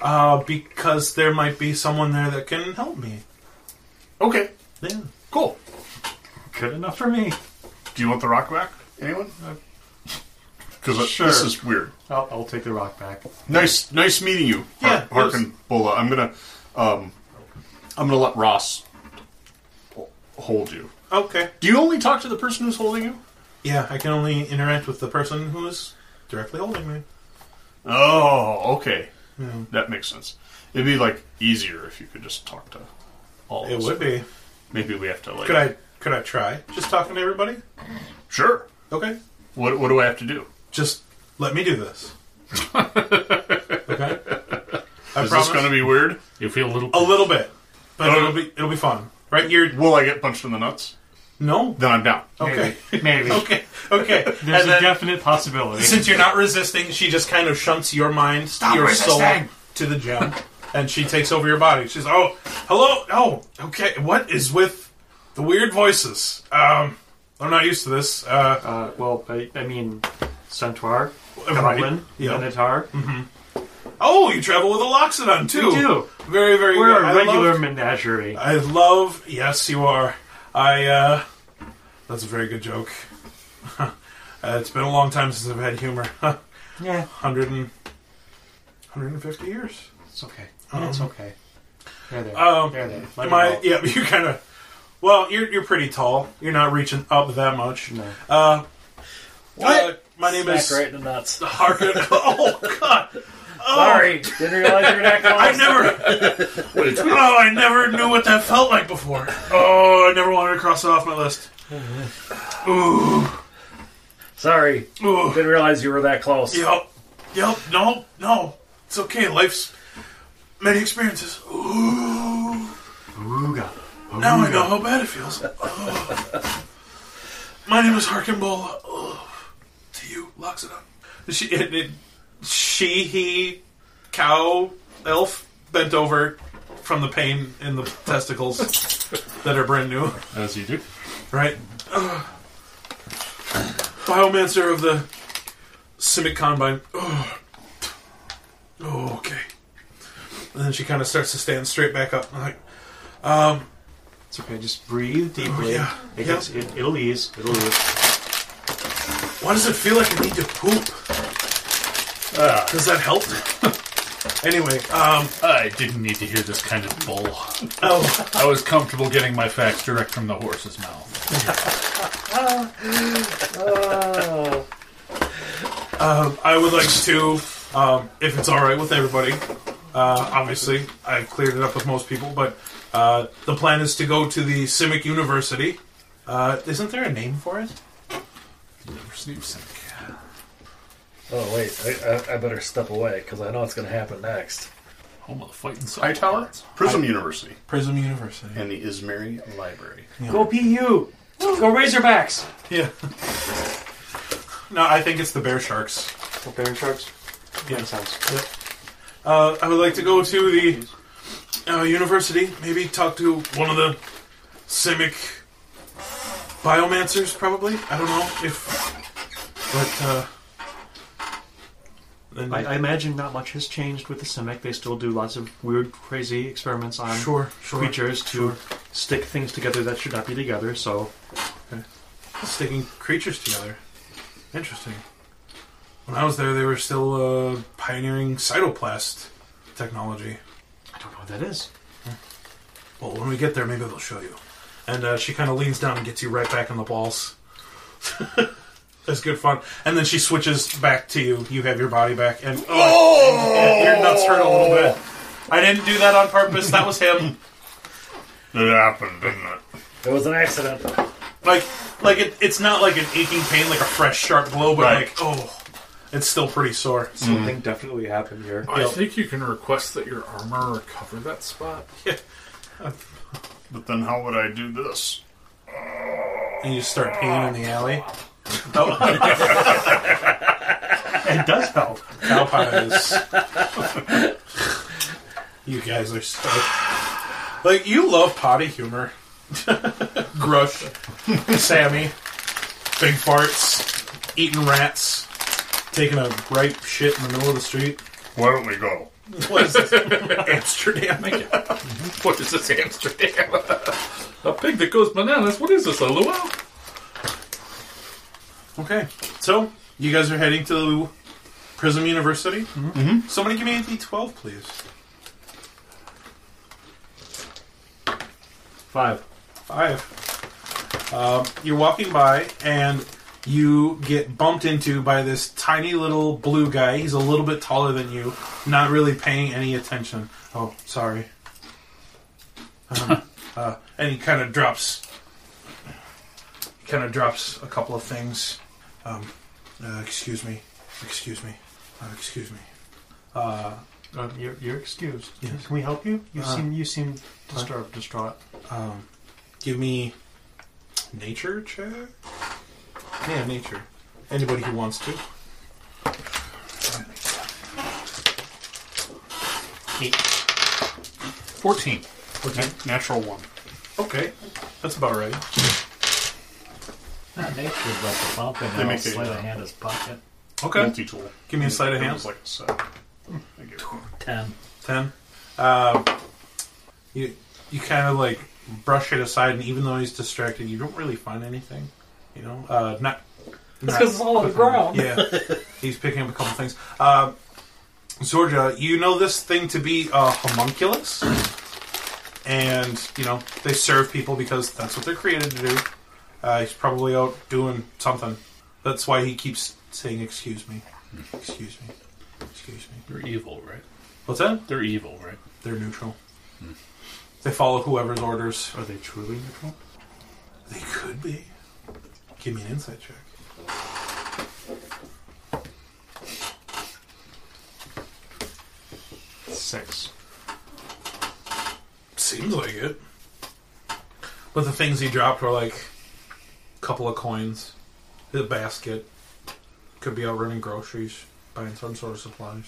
S2: uh, because there might be someone there that can help me.
S3: Okay,
S2: Yeah.
S3: cool.
S4: [laughs] Good enough for me.
S3: Do you want the rock back? Anyone? Because
S4: Sure.
S3: this is weird.
S4: I'll, I'll take the rock back.
S3: Nice, nice meeting you,
S2: Yeah,
S3: Har- Harkin Bola. I'm gonna, um, I'm gonna let Ross ho- hold you.
S2: Okay.
S3: Do you only talk to the person who's holding you?
S2: Yeah, I can only interact with the person who is directly holding me.
S3: Oh, okay, that makes sense. It'd be like easier if you could just talk to all. of
S2: It
S3: us.
S2: would be.
S3: Maybe we have to like.
S2: Could I could I try just talking to everybody?
S3: Sure.
S2: Okay.
S3: What What do I have to do?
S2: Just let me do this. okay. I promise.
S3: Is this gonna be weird?
S5: you feel a little.
S2: a little bit, but
S3: Oh.
S2: it'll be it'll be fun, right? You're
S3: Will I get punched in the nuts?
S2: no.
S3: Then I'm down.
S2: Okay. [laughs]
S4: Maybe.
S2: Okay. Okay.
S4: There's
S2: and
S4: a
S2: then,
S3: [laughs]
S4: definite possibility.
S2: since you're not resisting, she just kind of shunts your mind, your soul,
S3: resisting!
S2: to the gem, and she takes over your body. She's oh, hello, oh, okay. What is with the weird voices? Um, I'm not used to this. Uh,
S4: Uh, well, I, I mean, centaur,
S2: Right.
S4: goblin,
S2: Yeah. Mm-hmm.
S4: minotaur.
S2: Oh, you travel with a Loxodon too.
S4: We do.
S2: Very, very.
S4: We're
S2: good. I
S4: a regular
S2: love-
S4: menagerie.
S2: I love. Yes, you are. I. uh... That's a very good joke. [laughs] uh, it's been a long time since I've had humor. [laughs]
S4: yeah,
S2: 100 and 150 years.
S4: it's okay. it's okay. There, there.
S2: Um,
S4: there, there. Let
S2: Am
S4: it
S2: I?
S4: roll.
S2: Yeah, [laughs] you kind of. Well, you're you're pretty tall. You're not reaching up that much.
S4: No.
S2: Uh, uh, my name
S6: Smack
S2: is
S6: right in the nuts.
S2: Harkin. oh God!
S3: Oh.
S6: Sorry, didn't realize you
S3: [laughs]
S6: were that close.
S2: I never. oh, I never knew what that felt like before. Oh, I never wanted to cross it off my list. Ooh.
S6: Sorry,
S2: Ooh.
S6: didn't realize you were that close.
S2: Yep. Yep. No. No. It's okay. Life's many experiences. Ooh.
S4: Ooga.
S2: Now I know how bad it feels. Oh. My name is Harkin Bola. Oh. To you, Loxodon. She, it, it, she, he, cow, elf bent over from the pain in the testicles that are brand new.
S5: As you do.
S2: Right. Ugh. Biomancer of the Simic Combine. Ugh. Oh, okay. And then she kind of starts to stand straight back up. I'm like,
S4: It's okay. Just breathe deeply.
S2: yeah.
S4: It
S2: Yeah.
S4: gets. It, it'll ease. It'll ease.
S2: why does it feel like I need to poop? Does that help? [laughs] anyway, um,
S5: I didn't need to hear this kind of bull.
S2: oh,
S5: I was comfortable getting my facts direct from the horse's mouth.
S2: I would like to, um, if it's all right with everybody. Uh, obviously, I cleared it up with most people, but uh, the plan is to go to the Simic University. Uh, isn't there a name for it?
S5: University of Seneca.
S9: Oh wait, I, I, I better step away because I know what's going to happen next.
S5: Home of the fighting
S3: High Tower, Prism University,
S2: Prism University.
S3: and the Izmiri Library.
S4: Go PU. Go Razorbacks.
S2: Yeah. no, I think it's the Bear Sharks.
S4: Go Baron Sharks.
S2: Yeah.
S4: Makes sense.
S2: Uh, I would like to go to the uh, university, maybe talk to one of the Simic biomancers, probably. I don't know if. But, uh. Then,
S4: I, I imagine not much has changed with the Simic. They still do lots of weird, crazy experiments on
S2: sure, sure.
S4: creatures to stick things together that should not be together. So
S2: sticking creatures together. Interesting. When I was there, they were still uh, pioneering cytoplast technology.
S4: I don't know what that is.
S2: Well, when we get there, maybe they'll show you. And uh, she kind of leans down and gets you right back in the balls. [laughs] That's good fun. And then she switches back to you. You have your body back, and oh, and- and your nuts hurt a little bit. I didn't do that on purpose. That was him.
S3: It happened, didn't it?
S9: It was an accident.
S2: Like, like it, it's not like an aching pain, like a fresh sharp blow, but
S3: Right.
S2: like oh, it's still pretty sore.
S4: Something definitely happened here.
S5: I
S2: Yep.
S5: think you can request that your armor recover that spot.
S3: But then how would I do this?
S2: And you start peeing in the [laughs] alley.
S4: It does help.
S2: Cow pies. [laughs] you guys are stuck. Like you love potty [laughs] humor. Grush, Sammy, big farts, eating rats, taking a ripe shit in the middle of the street.
S3: Why don't we go?
S2: What
S5: [laughs]
S2: is this? Amsterdam.
S5: What is this, Amsterdam? [laughs] a pig that goes bananas? What is this, a luau?
S2: Okay, so you guys are heading to Prism University. Mm-hmm. Somebody give me a d12, please.
S9: Five.
S2: Five. Um, you're walking by and you get bumped into by this tiny little blue guy. He's a little bit taller than you, not really paying any attention. Oh, sorry. Um, uh, and he kind of drops, kind of drops a couple of things. Um, uh, excuse me, excuse me, uh, excuse me. Uh,
S4: Um, you're, you're excused.
S2: Yes.
S4: Can we help you? You
S2: Uh,
S4: seem you seem disturbed, distraught.
S2: um, give me nature check. Yeah, nature. Anybody who wants to.
S5: Fourteen.
S2: Okay.
S5: Natural one.
S2: Okay, that's about right.
S9: Not nature, but the bump
S3: They
S9: and
S3: make
S9: I'll
S3: it,
S9: slide
S3: yeah.
S9: a hand his pocket.
S2: Okay,
S3: Multi-tool.
S2: give me a sleight of
S3: It
S2: hand.
S3: was like a set. Thank you.
S9: Ten.
S2: Ten. Um, you you kind of like brush it aside, and even though he's distracted, you don't really find anything. You know, uh, not. That's because it's all on the ground. Yeah, he's picking up a couple things. Um Zorja, you know this thing to be a homunculus, and you know they serve people because that's what they're created to do. Uh, he's probably out doing something. That's why he keeps saying, "Excuse me, excuse me, excuse me."
S5: They're evil, right?
S2: What's that?
S5: They're evil, right?
S2: They're neutral. They follow whoever's orders.
S4: Are they truly neutral?
S2: They could be. Give me an insight check.
S4: Six.
S2: Seems like it. But the things he dropped were like a couple of coins, a basket. Could be out running groceries, buying some sort of supplies.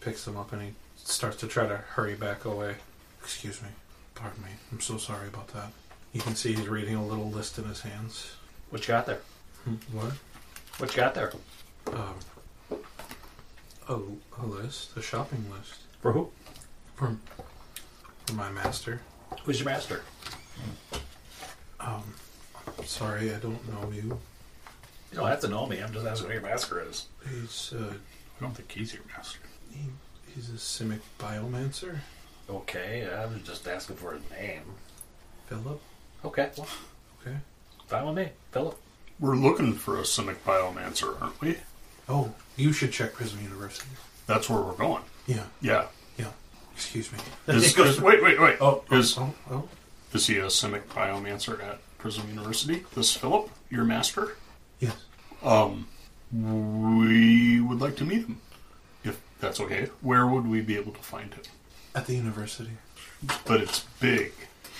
S2: Picks them up and he starts to try to hurry back away. Excuse me. Pardon me. I'm so sorry about that. You can see he's reading a little list in his hands.
S6: What you got there?
S2: Hmm, What?
S6: What you got there?
S2: um, a, a list, a shopping list
S6: For who?
S2: from from my master.
S6: Who's your master?
S2: Um, sorry, I don't know you.
S6: You don't have to know me. I'm just asking who your master is.
S2: He's uh,
S5: I don't think he's your master.
S2: he, he's a Simic biomancer,
S6: Okay, I was just asking for his name.
S2: Philip.
S6: Okay. Well,
S2: Okay.
S6: fine with me, Philip.
S3: We're looking for a Simic Biomancer, aren't we?
S2: Oh, you should check Prism University.
S3: That's where we're going.
S2: Yeah, [laughs]
S3: Yeah.
S2: yeah. Excuse me.
S3: Is, is- wait, wait, wait.
S2: oh,
S3: is,
S2: oh, oh.
S3: is he a Simic Biomancer at Prism University? This Philip, your master?
S2: Yes.
S3: Um, we would like to meet him, if that's okay. Where would we be able to find him?
S2: At the university.
S3: But it's big.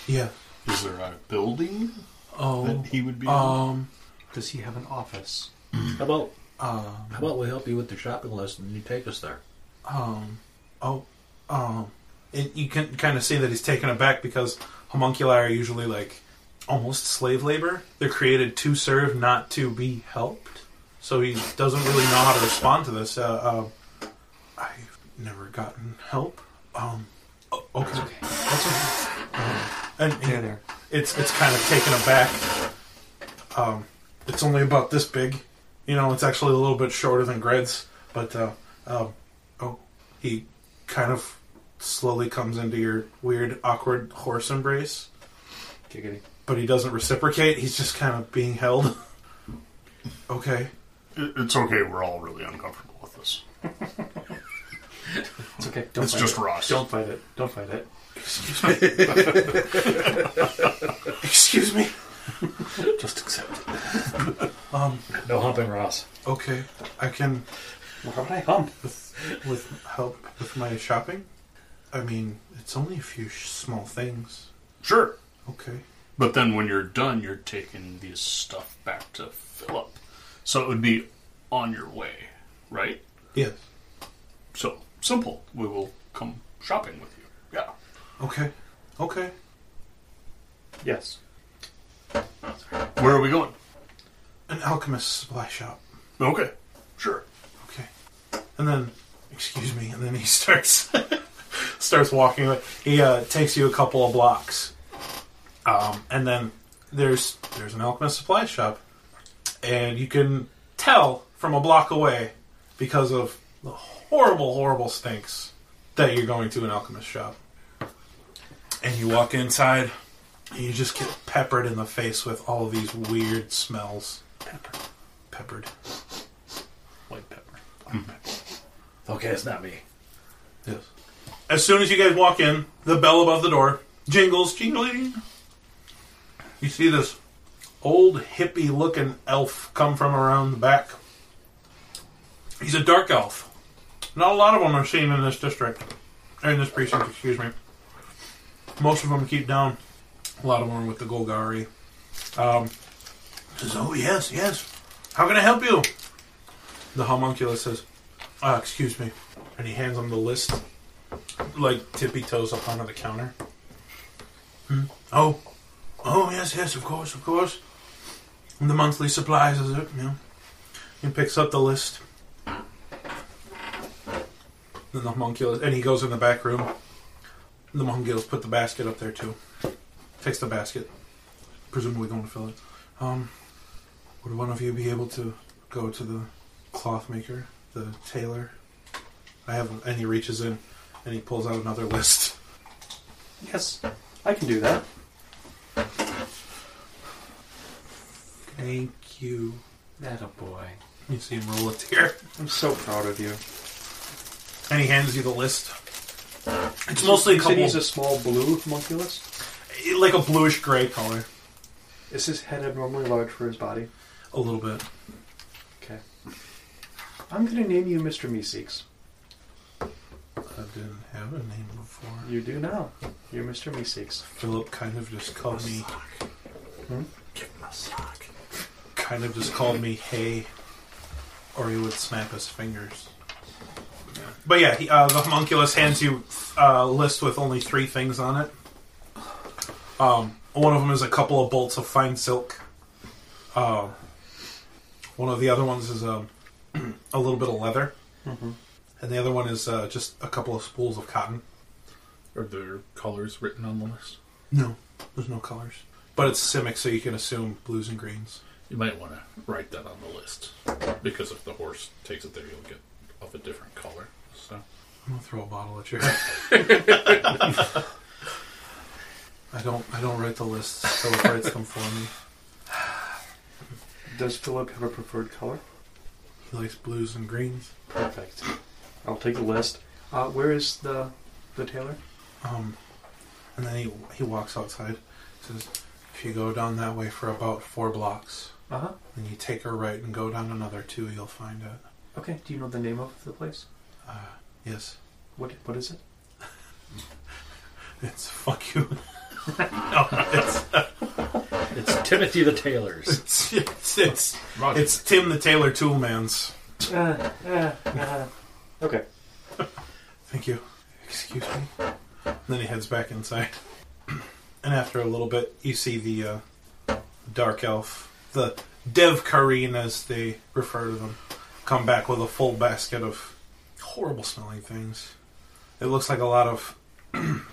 S2: Yeah.
S3: Is there a building
S2: Oh.
S3: that he would be?
S2: Um.
S4: Does he have an office?
S6: How about
S2: Um.
S6: how about we help you with the shopping list and you take us there?
S2: Um. Oh. Um. And you can kind of see that he's taken aback because homunculi are usually like almost slave labor. They're created to serve, not to be helped. So he doesn't really know how to respond to this. Uh, uh, I've never gotten help. Um. o- Okay. That's okay. Um, and
S4: There, there.
S2: it's it's kind of taken aback. Um, it's only about this big, you know. It's actually a little bit shorter than Gred's, but uh, um, oh, he kind of slowly comes into your weird, awkward horse embrace,
S4: Giggity.
S2: but he doesn't reciprocate. He's just kind of being held. [laughs] okay,
S3: It- it's okay. We're all really uncomfortable with this.
S4: It's okay. Don't
S3: It's
S4: fight
S3: just
S4: it.
S3: Ross.
S4: Don't fight it. Don't fight it.
S2: excuse me.
S6: Just accept it.
S2: Um,
S6: No humping, Ross.
S2: okay, I can
S6: Why would I hump?
S2: with help with my shopping. I mean, it's only a few sh- small things.
S3: Sure.
S2: Okay.
S3: But then when you're done, you're taking this stuff back to Philip. So it would be on your way, right?
S2: Yes.
S3: So simple. We will come shopping with you. Yeah.
S2: Okay. Okay.
S4: Yes.
S3: Where are we going?
S2: An alchemist supply shop.
S3: Okay. Sure.
S2: Okay. And then, excuse me, and then he [laughs] starts starts walking. away. He uh, takes you a couple of blocks, um, and then there's there's an alchemist supply shop, and you can tell from a block away because of the horrible, horrible stinks that you're going to an alchemist shop. And you walk inside, and you just get peppered in the face with all of these weird smells. Peppered. Peppered.
S3: White pepper.
S6: Okay, it's not me.
S2: Yes. As soon as you guys walk in, the bell above the door jingles, jingling. You see this old hippie looking elf come from around the back. He's a dark elf. Not a lot of them are seen in this district, or in this precinct, excuse me. Most of them keep down. A lot of them are with the Golgari. Um, says, "Oh yes, yes. How can I help you?" The homunculus says, uh, "Excuse me." and he hands him the list, like tippy toes up onto the counter. Hmm. Oh, oh yes, yes, of course, of course. And the monthly supplies is it? Yeah. He picks up the list. Then the homunculus, and he goes in the back room. The homunculus put the basket up there too. Takes the basket, presumably going to fill it. Um, would one of you be able to go to the cloth maker, the tailor, I have, and he reaches in and he pulls out another list.
S4: Yes. I can do that.
S2: Thank you.
S4: That a boy.
S2: You see him roll a tear,
S4: I'm so proud of you.
S2: and he hands you the list. It's mostly a
S4: You said
S2: couple,
S4: he's a small blue homunculus.
S2: like a bluish gray color,
S4: Is his head abnormally large for his body?
S2: a little bit.
S4: Okay. I'm gonna name you Mr. Meeseeks.
S2: I didn't have a name before.
S4: You do now. You're Mr. Meeseeks.
S2: Philip kind of just called me. Hmm? Kind of just called me hey, or he would snap his fingers. But yeah, he, uh, the homunculus hands you uh, a list with only three things on it. Um, one of them is a couple of bolts of fine silk. Uh, one of the other ones is um, [clears throat] a little bit of leather. And the other one is uh, just a couple of spools of cotton.
S5: Are there colors written on the list?
S2: No, there's no colors. But it's Simic, so you can assume blues and greens.
S5: You might want to write that on the list because if the horse takes it there, you'll get of a different color. So
S6: [laughs]
S2: I'm gonna throw a bottle at you. I don't. I don't write the lists. Philip writes them for me.
S4: Does Philip have a preferred color?
S2: He likes blues and greens.
S4: Perfect. I'll take the list. Uh, where is the the tailor?
S2: Um, and then he he walks outside. Says, "If you go down that way for about four blocks,
S4: Uh huh.
S2: then you take a right and go down another two, you'll find it."
S4: Okay. Do you know the name of the place?
S2: Yes,
S4: What What is it?
S2: it's fuck you. [laughs]
S6: It's Timothy the Tailor's.
S2: [laughs] It's it's it's, it's Tim the Taylor Toolman's.
S4: Uh, uh, uh. Okay.
S2: Thank you. Excuse me. And then he heads back inside. [clears throat] and after a little bit, you see the uh, dark elf, the Dev Kareen, as they refer to them, come back with a full basket of horrible smelling things. It looks like a lot of [clears throat]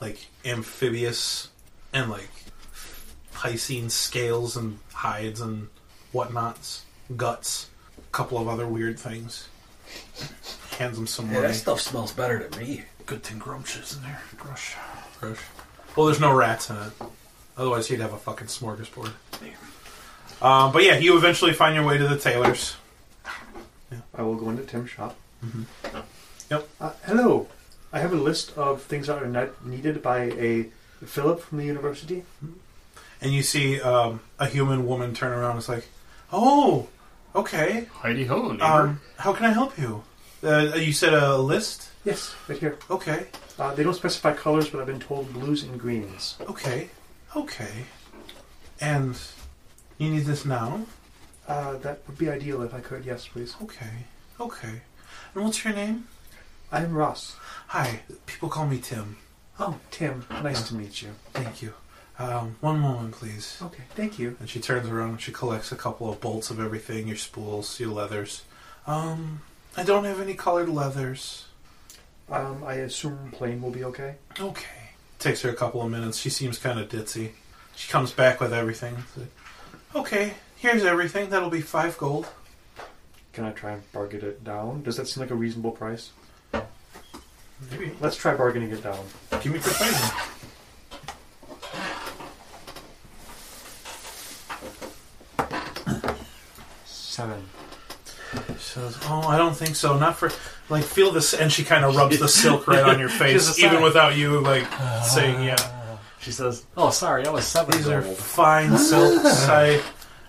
S2: like amphibious and like piscine scales and hides and whatnots, guts, a couple of other weird things. Hands him some
S9: Yeah,
S2: money.
S9: that stuff smells better to me.
S2: Good thing Grumsh isn't there. Grush. Grush. Well, there's no rats in it. Otherwise, he'd have a fucking smorgasbord. Um, but yeah, you eventually find your way to the tailor's.
S4: I will go into Tim's shop.
S2: Yep.
S4: Uh, hello. I have a list of things that are not needed by a Philip from the university.
S2: And you see um, a human woman turn around and it's like, Oh, okay.
S3: Heidi ho, neighbor.
S2: Um, how can I help you? Uh, you said a list?
S4: Yes, right here.
S2: Okay.
S4: Uh, they don't specify colors, but I've been told blues and greens.
S2: Okay. Okay. And you need this now?
S4: Uh, that would be ideal if I could. Yes, please.
S2: Okay. Okay. And what's your name?
S4: I'm Ross.
S2: Hi. People call me Tim.
S4: Oh, Tim. Nice to meet you.
S2: Thank you. Um, one moment, please.
S4: Okay, thank you.
S2: And she turns around and she collects a couple of bolts of everything your spools, your leathers. Um, I don't have any colored leathers.
S4: Um, I assume plain will be okay.
S2: Okay. Takes her a couple of minutes. She seems kind of ditzy. She comes back with everything. Okay, here's everything. That'll be five gold.
S4: Can I try and bargain it down? Does that seem like a reasonable price?
S2: Maybe.
S4: Let's try bargaining it down.
S2: Give me persuasion.
S10: Seven.
S2: She says, "Oh, I don't think so. Not for like feel this." And she kind of rubs the silk right on
S6: [laughs]
S2: your face,
S6: She's a
S2: even
S6: sigh. Uh-huh.
S2: without you like saying, "Yeah."
S6: She says, "Oh, sorry, that was seven
S2: These are
S6: gold."
S2: fine silks. I,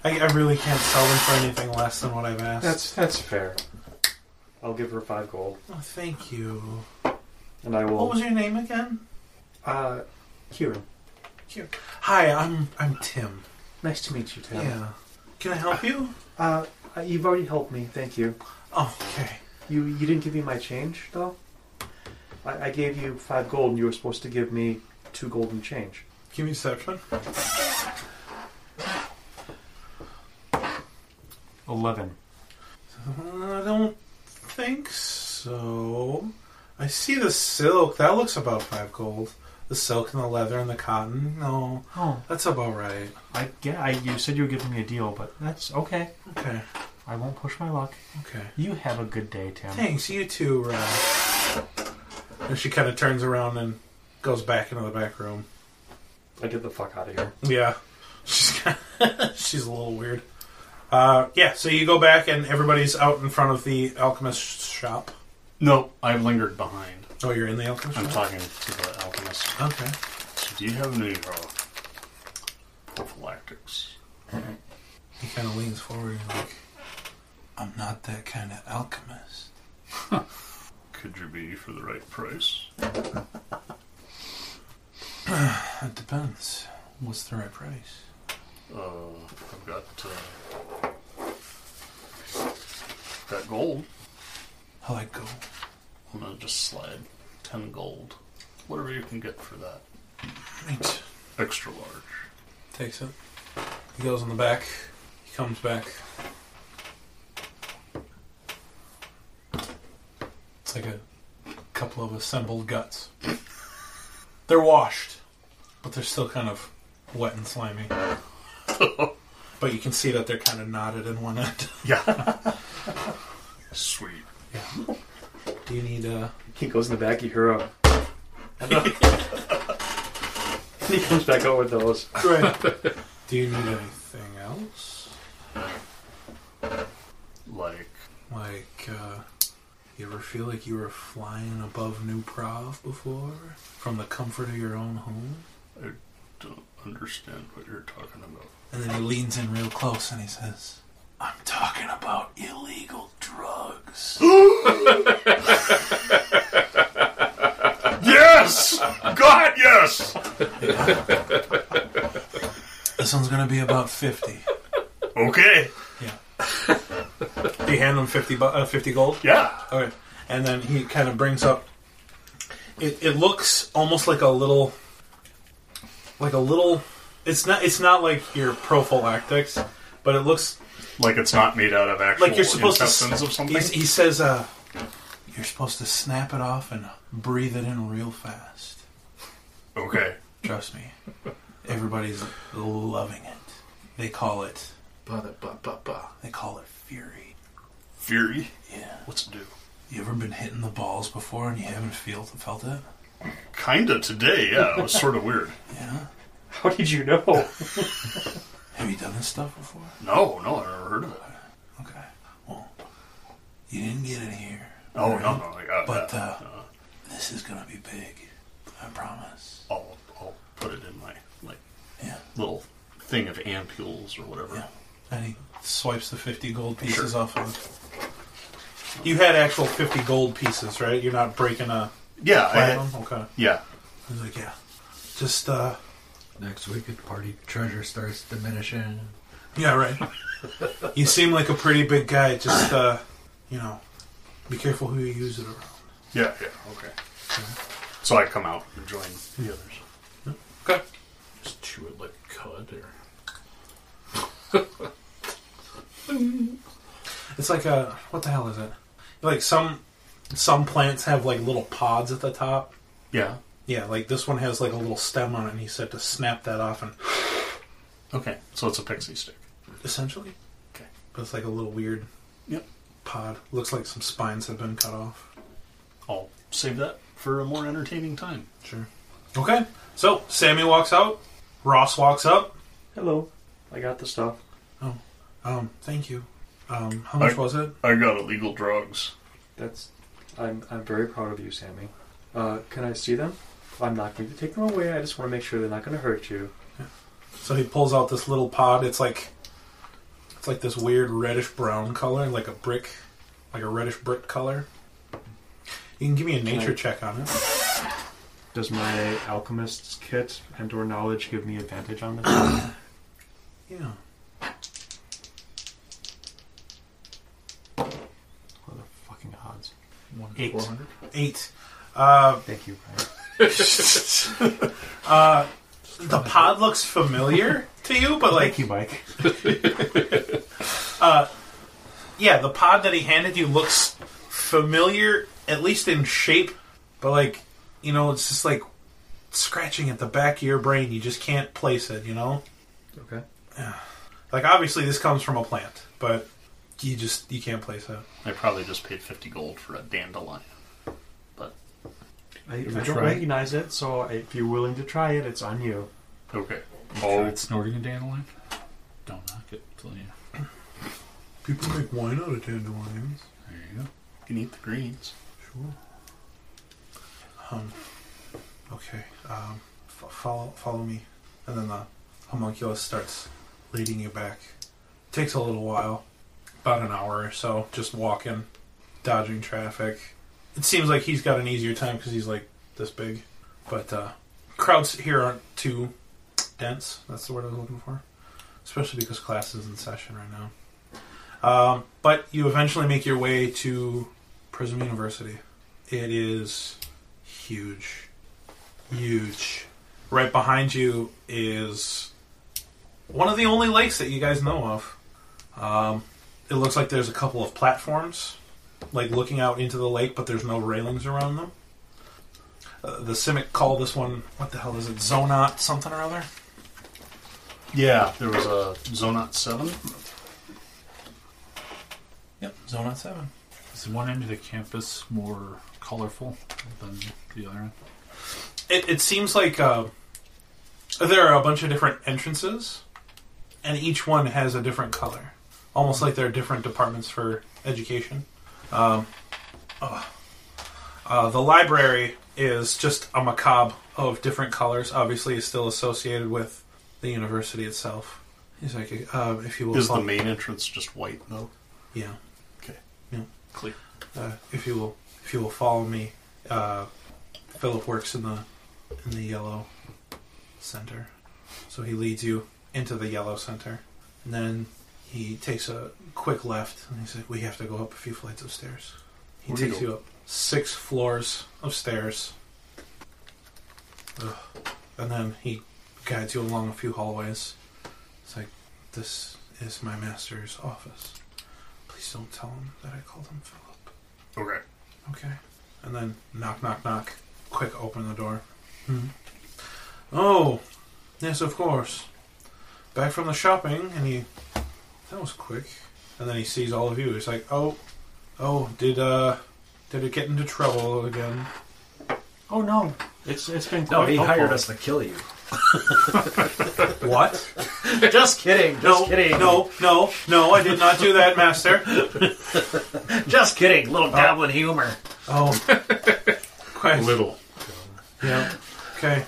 S2: I, I really can't sell them for anything less than what I've asked.
S4: That's that's fair. I'll give her five gold,
S2: Oh, thank you.
S4: and I
S2: What was
S4: will.
S2: your name again?
S4: Uh, Kieran.
S2: Hi, I'm I'm Tim.
S4: Nice to meet you, Tim.
S2: Yeah. Can I help you?
S4: Uh, uh, you've already helped me. Thank you.
S2: Oh, okay.
S4: You you didn't give me my change though. I, I gave you five gold, and you were supposed to give me two golden change.
S2: Give me Uh, deception.
S10: Eleven.
S2: I don't think so. I see the silk. That looks about five gold. The silk and the leather and the cotton. No,
S10: Oh,
S2: that's about right.
S10: I yeah. I, you said you were giving me a deal, but that's okay.
S2: Okay.
S10: I won't push my luck.
S2: Okay.
S10: You have a good day, Tim.
S2: Thanks, you too, Ralph. And she kind of turns around and goes back into the back room.
S4: I get the fuck out of here.
S2: Yeah, [laughs] she's kind of, she's a little weird. Uh, yeah, so you go back and everybody's out in front of the alchemist shop.
S3: no, I've lingered behind.
S2: Oh, you're in the alchemist
S3: I'm
S2: shop.
S3: talking to the alchemist.
S2: Okay.
S3: So do you have any uh, prophylactics?
S2: He kind of leans forward and like, I'm not that kind of alchemist.
S3: Could you be for the right price?
S2: It depends. What's the right price?
S3: Uh, I've got uh, got gold.
S2: I like gold.
S3: I'm gonna just slide ten gold, whatever you can get for that.
S2: Meat.
S3: Extra large.
S2: Takes it. He goes in the back. He comes back. It's like a couple of assembled guts. They're washed, but they're still kind of wet and [laughs] slimy. but you can see that they're kind of knotted in one end.
S3: Yeah. [laughs] Sweet.
S2: Do you need a.
S4: He goes in the back. You hear a.
S11: [laughs] he comes back out with those.
S2: Right. [laughs] Do you need anything else?
S3: Like,
S2: Like, uh, you ever feel like you were flying above New Prov before? From the comfort of your own home?
S3: I don't understand what you're talking about.
S2: And then he leans in real close and he says, I'm talking about illegal drugs. [gasps]
S3: Yes! God, yes!
S2: this one's gonna be about 50.
S3: Okay.
S2: Do you hand him 50, bu- uh, 50 gold?
S3: Yeah.
S2: Okay. And then he kind of brings up. It, it looks almost like a little, like a little. It's not. It's not like your prophylactics, but it looks
S3: Like it's not made out of actual
S2: like you're supposed
S3: intestines
S2: to.
S3: of something?
S2: He, he says, uh, "You're supposed to snap it off and breathe it in real fast."
S3: Okay.
S2: Trust me, everybody's loving it. They call it.
S5: Ba ba ba ba.
S2: They call it fury.
S3: Fury.
S2: Yeah.
S3: What's it do?
S2: You ever been hitting the balls before and you haven't feel, felt it?
S3: Kinda today, yeah. It was sort of weird.
S2: Yeah.
S11: How did you know?
S2: Have you done this stuff before?
S3: No, no, I've never heard of it.
S2: Okay. Well, you didn't get it here.
S3: Oh, no, no. I got
S2: But
S3: that.
S2: uh, this is gonna be big. I promise.
S3: I'll, I'll put it in my, like,
S2: Yeah.
S3: little thing of ampules or whatever.
S2: Yeah. And he swipes the fifty gold pieces off of. You had actual fifty gold pieces, right? You're not breaking a
S3: Yeah. I had-
S2: platinum. Okay.
S3: yeah.
S2: He's like, yeah. Just uh.
S9: Next week at the party, treasure starts diminishing.
S2: Yeah,
S3: [laughs]
S2: right. you seem like a pretty big guy. Just uh, you know, be careful who you use it around.
S3: Yeah, yeah, okay. So I come out and join the others.
S2: Okay.
S5: Just chew it like cud or
S2: It's like a what the hell is it? Like some some plants have like little pods at the top.
S3: Yeah.
S2: Yeah, like this one has like a little stem on it, and he said to snap that off, and
S3: Okay. So it's a pixie stick.
S2: essentially,
S3: Okay.
S2: but it's like a little weird
S3: Yep.
S2: pod. Looks like some spines have been cut off.
S3: I'll save that for a more entertaining time.
S2: Sure. Okay. So Sammy walks out. Ross walks up.
S11: Hello. I got the stuff.
S2: Um, thank you. Um, how much
S3: I-
S2: was it?
S3: I got illegal drugs.
S11: That's. I'm, I'm very proud of you, Sammy. Uh, can I see them? I'm not going to take them away. I just want to make sure they're not going to hurt you.
S2: So he pulls out this little pod. It's like it's like this weird reddish brown color, like a brick, like a reddish brick color. You can give me a nature
S11: I-
S2: check on it.
S11: Does my alchemist's kit and or knowledge give me advantage [coughs] on this?
S2: Yeah.
S11: what the fucking odds?
S2: Eight. [laughs] Eight. Uh,
S11: Thank you, Brian.
S2: Uh, the pod looks familiar to you, but like,
S11: Thank you, Mike.
S2: yeah, the pod that he handed you looks familiar, at least in shape, but like, you know, it's just like scratching at the back of your brain. You just can't place it, you know?
S11: Okay.
S2: Like, obviously, this comes from a plant, but you just you can't place it.
S3: I probably just paid 50 gold for a dandelion. But,
S11: I, I
S9: a
S11: don't
S9: try.
S11: recognize it, so if you're willing to try it, it's on you.
S3: okay. Oh.
S5: tried snorting a dandelion. Don't knock it till you.
S2: People make wine out of dandelions.
S3: There you go. You can eat the greens.
S2: Sure. Um. Okay. Um. F- follow. Follow me, and then the homunculus starts leading you back. Takes a little while, about an hour or so, just walking, dodging traffic. It seems like he's got an easier time because he's like this big, but uh, crowds here aren't too dense. That's the word I was looking for, especially because class is in session right now. Um, but you eventually make your way to Prism University. It is huge. Huge. Right behind you is one of the only lakes that you guys know of. Um, it looks like there's a couple of platforms, like looking out into the lake, but there's no railings around them. Uh, the Simic call this one, what the hell is it? Zonot something or other?
S3: Yeah, there was a Zonot 7.
S2: Yep, Zonot 7.
S5: Is one end of the campus more colorful than the other end?
S2: It, it seems like uh, There are a bunch of different entrances, and each one has a different color. Almost like there are different departments for education. Um, uh, uh, the library is just a macabre of different colors. Obviously, is still associated with the university itself. He's like, uh, if you will,
S3: Is the
S2: follow-
S3: main entrance just white though?
S2: yeah.
S3: Okay.
S2: Yeah.
S3: Clear.
S2: Uh, if you will, if you will follow me, uh, Philip works in the in the yellow center, so he leads you into the yellow center, and then he takes a quick left, and he's like, "We have to go up a few flights of stairs." He
S3: Where do you
S2: takes
S3: go?
S2: you up six floors of stairs, Ugh. and then he guides you along a few hallways. It's like, "This is my master's office. Please don't tell him that I called him Philip."
S3: Okay.
S2: Okay. And then knock, knock, knock. Quick, open the door. Hmm. Oh, yes, of course. Back from the shopping, and he. That was quick. And then he sees all of you. He's like, "Oh, oh, did uh, did it get into trouble again?"
S4: Oh no, it's it's been quite
S6: No, he
S4: helpful.
S6: hired us to kill you.
S2: What?
S6: Just kidding. Just
S2: no,
S6: kidding.
S2: no, no, no! I did not do that, Master.
S6: Just kidding. Little goblin humor.
S2: Oh, Christ.
S3: Little.
S2: Yeah. Okay.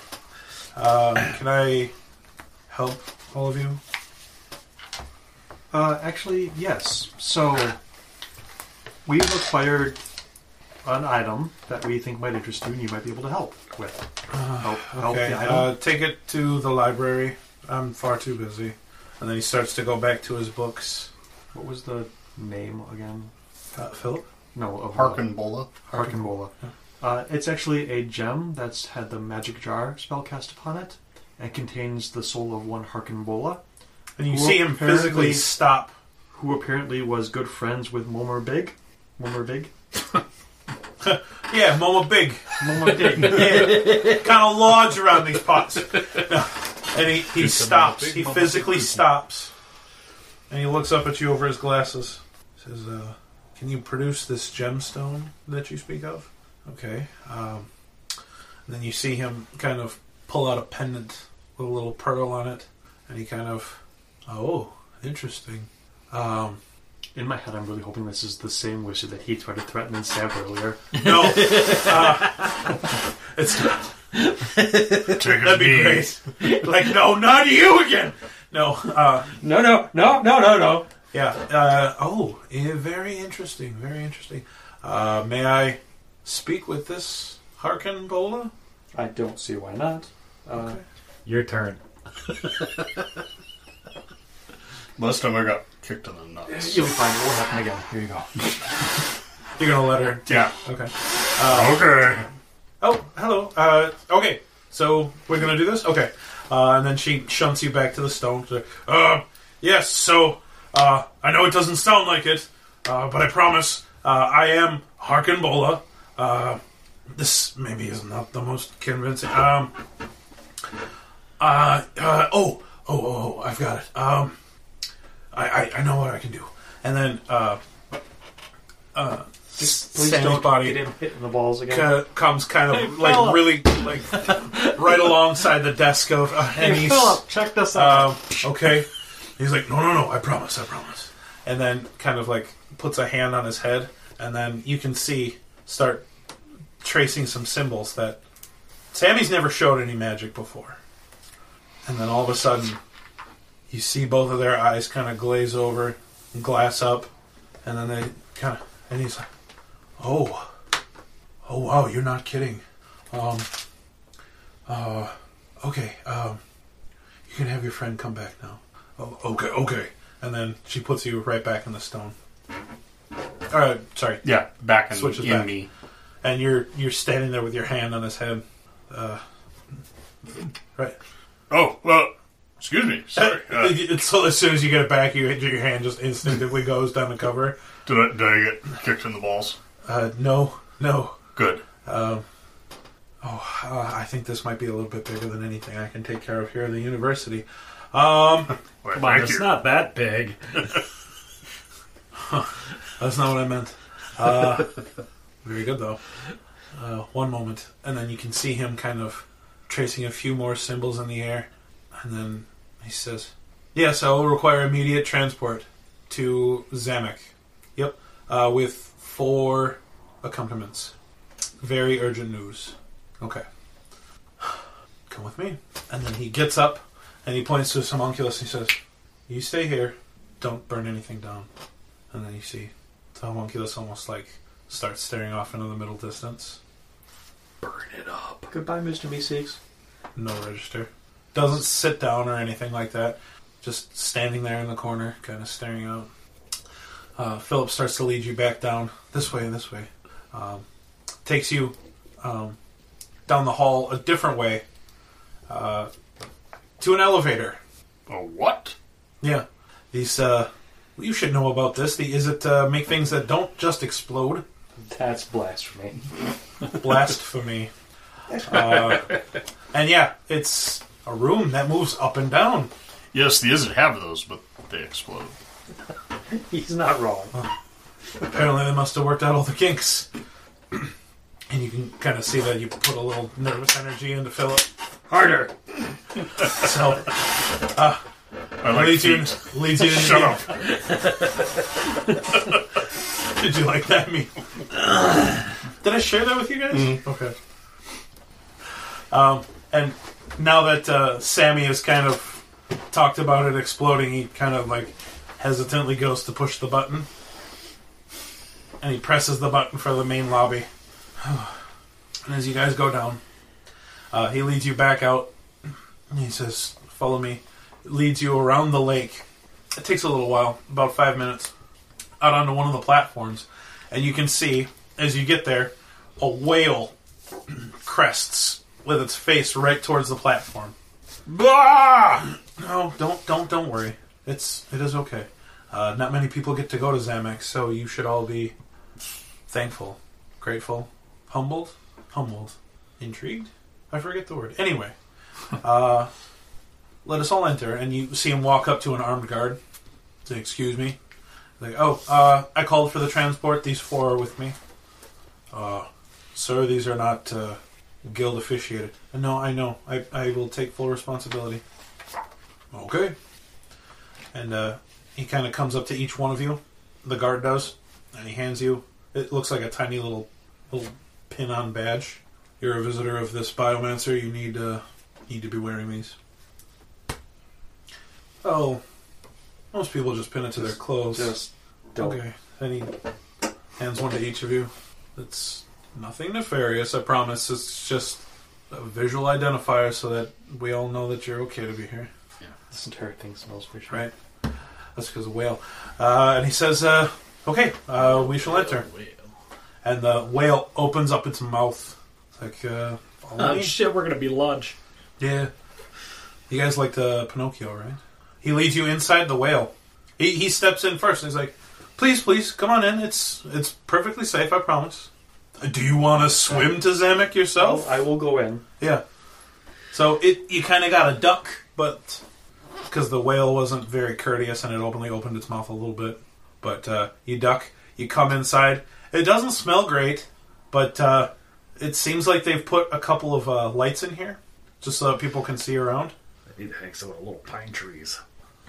S2: Um, can I help all of you?
S4: Uh, actually, yes. So we've acquired an item that we think might interest you, and you might be able to help with. help, help
S2: Uh, Okay,
S4: the item.
S2: uh, take it to the library. I'm far too busy. And then he starts to go back to his books.
S4: what was the name again?
S2: Uh, Philip?
S4: No, of uh,
S3: Harkin Bola.
S4: Harkenbola. Uh, it's actually a gem that's had the magic jar spell cast upon it, and contains the soul of one Harkenbola,
S2: And you
S4: Well,
S2: see him physically
S4: apparently-
S2: stop.
S4: who apparently was good friends with Momer Big. Momer Big.
S2: Yeah, Moma Big.
S4: Momer Big.
S2: kind of large around these parts. No. And he, he stops. He physically stops. And he looks up at you over his glasses. Says, uh, Can you produce this gemstone that you speak of? Okay. Um, and then you see him kind of pull out a pendant with a little pearl on it. And he kind of, Oh, interesting. Um,
S4: [laughs] In my head, I'm really hoping this is the same wizard that he tried to threaten and stab earlier.
S2: no. uh, [laughs] it's That'd be great. like, no, not you again. No, uh,
S4: No, no, no, no, no, no.
S2: yeah. Uh, oh, eh, very interesting. Very interesting. Uh, may I speak with this Harkin Bola?
S4: I don't see why not. Uh,
S9: Your turn.
S3: Last time I got kicked in the nuts.
S4: You'll find it will happen again. Here you go.
S2: You're gonna let her?
S3: Yeah.
S2: Okay.
S3: okay.
S2: Oh, hello. Uh, okay. So we're gonna do this. Okay. Uh, and then she shunts you back to the stone. She's like, Uh, yes. So uh, I know it doesn't sound like it, uh, but I promise uh, I am Harkin Bola. Uh, this maybe is not the most convincing. Um. Uh, uh, oh, oh, oh, oh, I've got it. Um, I, I, I know what I can do. And then, uh, uh,
S4: Please
S2: Sam's
S4: don't
S2: body
S4: get him hit in the balls again.
S2: uh, comes kind of like
S4: Philip.
S2: really like right alongside the desk of uh, and
S4: Hey,
S2: he's
S4: Philip, check this out.
S2: um, okay. He's like, no, no, no, I promise, I promise. And then kind of like puts a hand on his head, and then you can see start tracing some symbols that Sammy's never showed any magic before. And then all of a sudden, you see both of their eyes kind of glaze over, and glass up, and then they kind of, and he's like, oh, oh wow, you're not kidding. Um, uh, okay, um, you can have your friend come back now. Oh, okay, okay. And then she puts you right back in the stone. Uh, sorry.
S3: Yeah, back in,
S2: Switches
S3: in
S2: back.
S3: me.
S2: And you're you're standing there with your hand on his head. Uh, right. [laughs]
S3: Oh, well, excuse me. Sorry. Uh, did,
S2: It's so as soon as you get it back, you your hand just instinctively goes down the cover.
S3: I, did I get kicked in the balls?
S2: Uh, no, no.
S3: Good.
S2: Oh, uh, I think this might be a little bit bigger than anything I can take care of here at the university. Um,
S3: Well,
S6: Come on,
S3: thank
S6: it's
S3: you.
S6: not that big.
S2: that's not what I meant. Uh, very good though. Uh, one moment, and then you can see him kind of tracing a few more symbols in the air, And then he says, Yes, I will require immediate transport to Zamek. Yep. Uh, with four accompaniments. Very urgent news. Okay. Come with me. And then he gets up and he points to his homunculus and he says, You stay here. Don't burn anything down. And then you see the homunculus almost like starts staring off into the middle distance.
S11: Goodbye, Mr. Meeseeks.
S2: No register. Doesn't sit down or anything like that. Just standing there in the corner, kind of staring out. Uh, Philip starts to lead you back down this way, this way. Um, takes you um, down the hall a different way uh, to an elevator.
S3: A what?
S2: Yeah. These, uh, you should know about this. The, is it uh, make things that don't just explode?
S11: That's blasphemy. [laughs]
S2: blasphemy. Uh, and yeah, it's a room that moves up and down.
S3: Yes, the isn't have those, but they explode.
S11: He's not wrong.
S2: Apparently, they must have worked out all the kinks. [clears throat] and you can kind of see that you put a little nervous energy into Philip.
S6: Harder.
S2: [laughs] So
S3: I
S2: leads you,
S3: feet.
S2: leads you.
S3: Shut
S2: up. Did you like that meme? Mm. Did I share that with you guys? Okay. Um, and now that uh, Sammy has kind of talked about it exploding, he kind of like hesitantly goes to push the button, and he presses the button for the main lobby. [sighs] and as you guys go down, uh, he leads you back out. And he says, "Follow me." Leads you around the lake. It takes a little while, about five minutes out onto one of the platforms, and you can see as you get there a whale [clears throat] crests with its face right towards the platform. Blah! No, don't don't don't worry. It's it is okay. Uh, not many people get to go to Zamex, so you should all be thankful, grateful, humbled, humbled, intrigued. I forget the word. Anyway, uh, let us all enter, and you see him walk up to an armed guard. Say, "Excuse me, like, oh, uh, I called for the transport. These four are with me. Uh, sir, these are not uh, guild officiated. No, I know. I, I will take full responsibility. Okay. And uh, he kind of comes up to each one of you. The guard does, and he hands you. It looks like a tiny little little pin-on badge. You're a visitor of this biomancer. You need uh, need to be wearing these. Oh, most people just pin it to their clothes.
S11: Just don't.
S2: Okay. Then he hands one to each of you. It's nothing nefarious, I promise. It's just a visual identifier so that we all know that you're okay to be here.
S11: This entire thing smells fishy.
S2: Right. That's because of whale. Uh, and he says, uh, "Okay, uh, we shall enter." And the whale opens up its mouth, It's like, uh, follow
S6: Oh
S2: me.
S6: shit, we're gonna be lunch.
S2: Yeah. You guys like the Pinocchio, right? He leads you inside the whale. He, he steps in first and he's like, "Please, please, come on in. It's it's perfectly safe, I promise." Uh, Do you want to swim to Zamek yourself?
S11: Oh, I will go in.
S2: yeah. So it you kind of got a duck, but because the whale wasn't very courteous and it openly opened its mouth a little bit, but uh, you duck. You come inside. It doesn't smell great, but uh, it seems like they've put a couple of uh, lights in here just so that people can see around.
S6: I need to hang some of the little pine trees.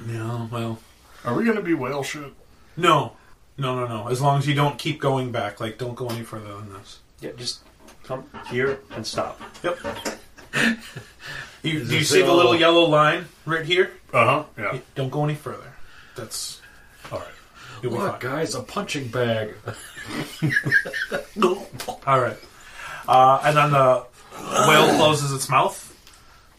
S2: Yeah, well.
S3: Are we gonna be whale shit?
S2: No. No, no, no. As long as you don't keep going back, like, don't go any further than this.
S11: Yeah, just come here and stop.
S2: Yep. [laughs] you, do you
S6: this
S2: see the
S6: all-
S2: little yellow line right here?
S3: Uh huh. Yeah.
S2: Don't go any further. That's. Alright. You'll be
S6: Look,
S2: fine.
S6: guys, a punching bag.
S2: Alright. Uh, and then the whale closes its mouth.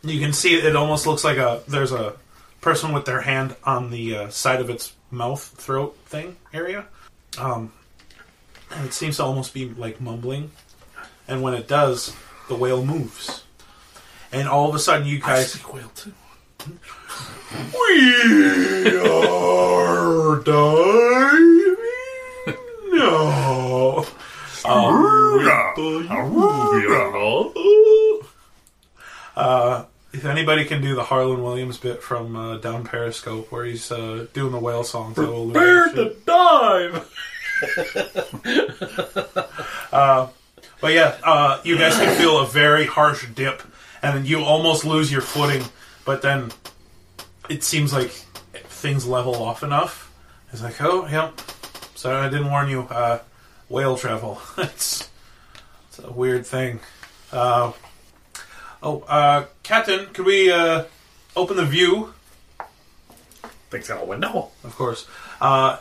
S2: You can see it almost looks like a. There's a person with their hand on the uh, side of its mouth, throat thing area. Um, and it seems to almost be like mumbling. And when it does, the whale moves. And all of a sudden, you guys. whale too. We are diving. No. If anybody can do the Harlan Williams bit from uh, Down Periscope where he's uh, doing the whale song, so we'll learn that shit.
S6: dive.
S2: [laughs] but uh, yeah, uh, you guys can feel a very harsh dip, and you almost lose your footing But then it seems like things level off enough. It's like, oh, yep. Sorry, I didn't warn you. Uh, whale travel. [laughs] it's, it's a weird thing. Uh, oh, uh, Captain, could we uh, open the view?
S6: Things got a window.
S2: Of course. Uh,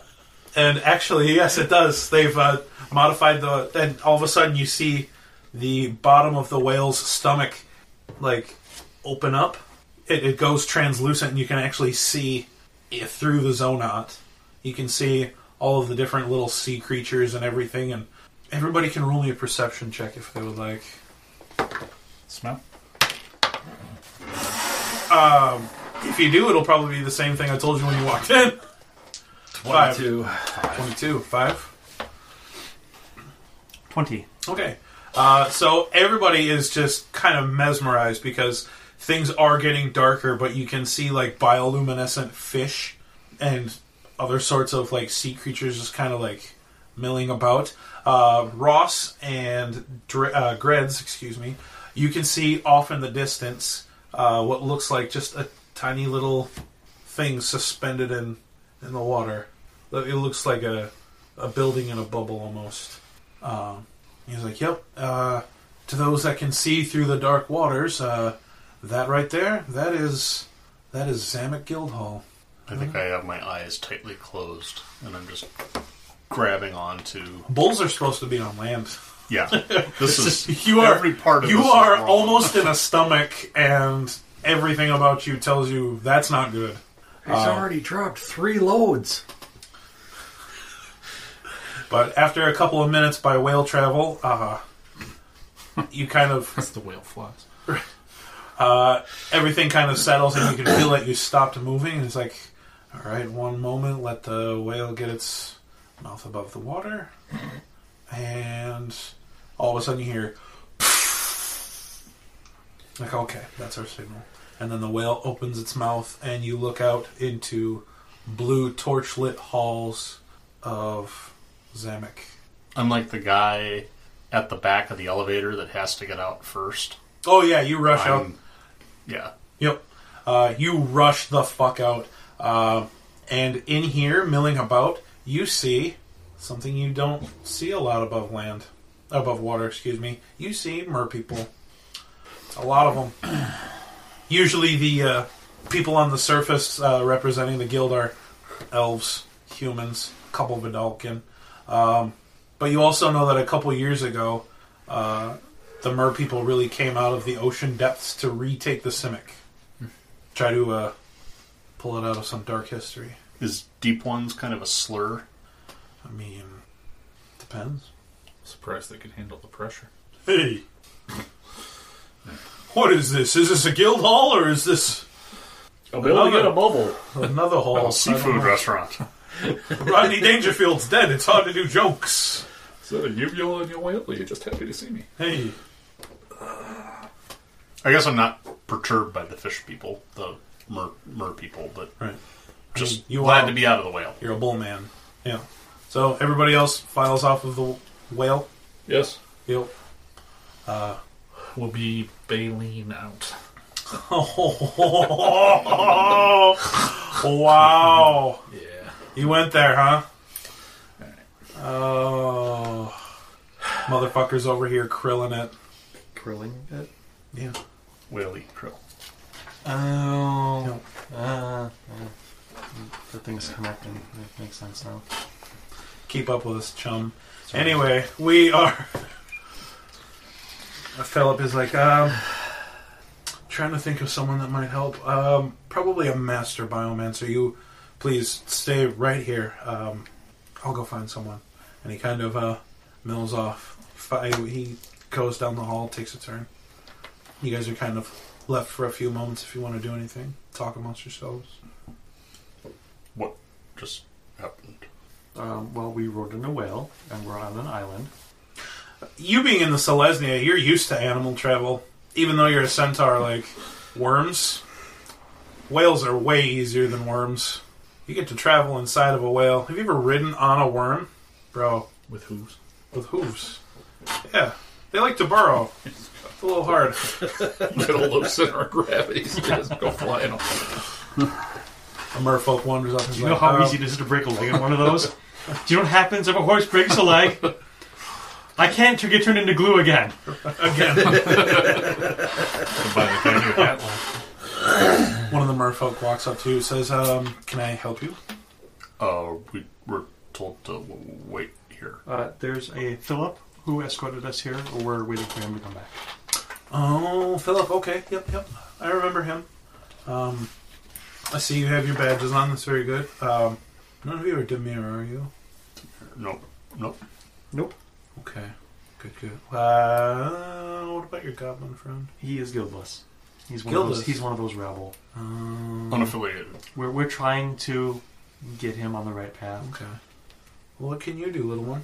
S2: and actually, yes, it does. They've uh, modified the. And all of a sudden, you see the bottom of the whale's stomach, like, open up. It, it goes translucent, and you can actually see it through the zonaut. You can see all of the different little sea creatures and everything, and everybody can roll me a perception check if they would like.
S6: Smell.
S2: If you do, it'll probably be the same thing I told you when you walked in. Five. 22. 5.
S4: 20.
S2: Okay. Uh, so everybody is just kind of mesmerized because things are getting darker, but you can see like bioluminescent fish and other sorts of like sea creatures just kind of like milling about. Uh, Ross and Dre- uh, Greds, excuse me, you can see off in the distance uh, what looks like just a tiny little thing suspended in in the water. It looks like a a building in a bubble almost. He's like, "Yep. Uh, to those that can see through the dark waters, uh, that right there, that is that is Zamek Guildhall."
S3: I think I have my eyes tightly closed, and I'm just grabbing onto.
S2: Bulls are supposed to be on land.
S3: [laughs] Yeah, this
S2: [laughs]
S3: is
S2: You are
S3: every part of
S2: you
S3: this is
S2: are
S3: wrong.
S2: almost in a stomach, and everything about you tells you that's not good.
S9: He's
S4: Uh,
S9: already dropped three loads.
S2: But after a couple of minutes by whale travel, uh, you kind of Uh,
S5: That's the whale flies.
S2: everything kind of settles and you can feel that you stopped moving. And it's like, all right, one moment, let the whale get its mouth above the water. And all of a sudden you hear, like, okay, that's our signal. And then the whale opens its mouth and you look out into blue torch lit halls of Zamek.
S3: I'm like the guy at the back of the elevator that has to get out first.
S2: Oh, yeah, you rush out.
S3: I'm- yeah,
S2: Yep. Uh, you rush the fuck out. Uh, and in here, milling about, you see something you don't see a lot above land, above water, excuse me. You see merpeople. A lot of them. [clears throat] Usually the uh, people on the surface uh, representing the guild are elves, humans, a couple of Vidalkin. Um, but you also know that a couple years ago, uh, the mer people really came out of the ocean depths to retake the Simic. Try to uh, pull it out of some dark history.
S3: is deep ones kind of a slur?
S2: I mean, depends.
S5: Surprised they could handle the pressure.
S2: Hey! What is this? Is this a guild hall or is this
S6: I'll be able to get
S2: Another-
S6: a bubble.
S2: another hall?
S3: Oh, seafood restaurant.
S2: Rodney Dangerfield's dead. It's hard to do jokes.
S5: Is that a uvula on your whale, or you're just happy to see me?
S2: Hey.
S3: I guess I'm not perturbed by the fish people, the mer, mer people, but
S2: Right.
S3: just
S2: you
S3: glad
S2: are-
S3: to be out of the whale.
S2: You're a bull man. Yeah. So everybody else files off of the whale.
S5: Yes.
S2: Yep. [laughs]
S5: We'll be bailing out.
S2: wow.
S5: Yeah.
S2: You went there, huh? Oh, motherfuckers over here krilling it.
S11: Grilling it.
S2: Yeah.
S3: Whale eat krill.
S4: Oh. Uh, the thing's connecting. That makes sense now.
S2: Keep up with us, chum. Anyway, we are. Uh, Philip is like, um, trying to think of someone that might help. Um, probably a master biomancer. You, please stay right here. Um, I'll go find someone. And he kind of uh, mills off. Fi- He goes down the hall, takes a turn. You guys are kind of left for a few moments if you want to do anything. Talk amongst yourselves.
S3: What just happened?
S4: Um, well, we rode in a whale, and we're on an island.
S2: you being in the Selesnya, you're used to animal travel. Even though you're a centaur, like worms, whales are way easier than worms. You get to travel inside of a whale. Have you ever ridden on a worm, bro?
S5: With hooves.
S2: With hooves? Yeah, they like to burrow. a
S5: [laughs]
S2: little hard.
S5: Middle of center of gravity, so he doesn't go flying off.
S2: A merfolk wanders up. and is
S4: You know
S2: like,
S4: how
S2: "Oh,
S4: easy it is to break a leg in one of [laughs] those? Do you know what happens if a horse breaks a leg? I can't to get turned into glue again.
S3: By [laughs] the time you had one.
S2: One of the merfolk walks up to you and says, um, Can I help you?
S3: Uh, we were told to w- wait here.
S4: Uh, there's a Philip who escorted us here. We're waiting for him to come back.
S2: Oh, Philip, okay. Yep, yep. I remember him. Um, I see you have your badges on. That's very good. Um, none of you are Demir, are you?
S3: No, no.
S2: Okay. Good, good. Uh, what about your goblin friend?
S4: He is guildless. He's one of
S2: Guildless?
S4: those. He's one of those rabble.
S2: Um,
S3: Unaffiliated.
S4: We're we're trying to get him on the right path.
S2: okay. Well, what can you do, little one?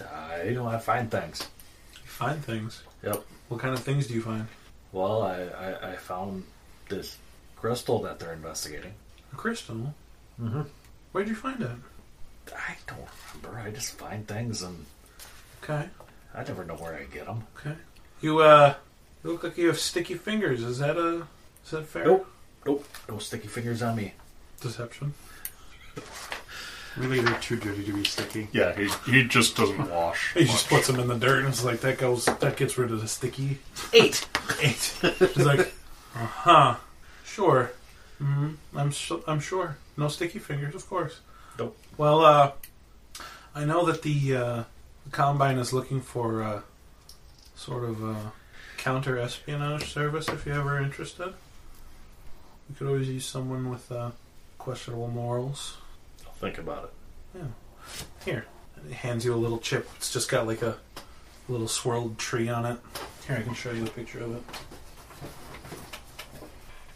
S6: I don't have fine things.
S2: You find things.
S6: Yep.
S2: What kind of things do you find?
S6: Well, I, I, I found this crystal that they're investigating.
S2: A crystal.
S6: Mhm.
S2: Where'd you find it?
S6: I don't remember. I just find things and
S2: Okay,
S6: I never know where I get them.
S2: okay. You, uh, you look like you have sticky fingers. Is that a. Is that fair?
S6: Nope. Nope. No sticky fingers on me.
S2: Deception.
S4: Really, they're too dirty to be sticky.
S3: Yeah, he, he just doesn't wash.
S2: He just puts them in the dirt and it's like that goes that gets rid of the sticky.
S6: Eight.
S2: Eight. He's like, uh huh, sure. hmm I'm su- I'm sure. No sticky fingers, of course.
S6: Nope.
S2: Well, uh, I know that the, uh, the Combine is looking for uh, sort of uh counter espionage service. If you're ever interested, we could always use someone with uh, questionable morals.
S6: I'll [laughs] think about it.
S2: Here. And he hands you a little chip. It's just got like a little swirled tree on it. Here, I can show you a picture of it.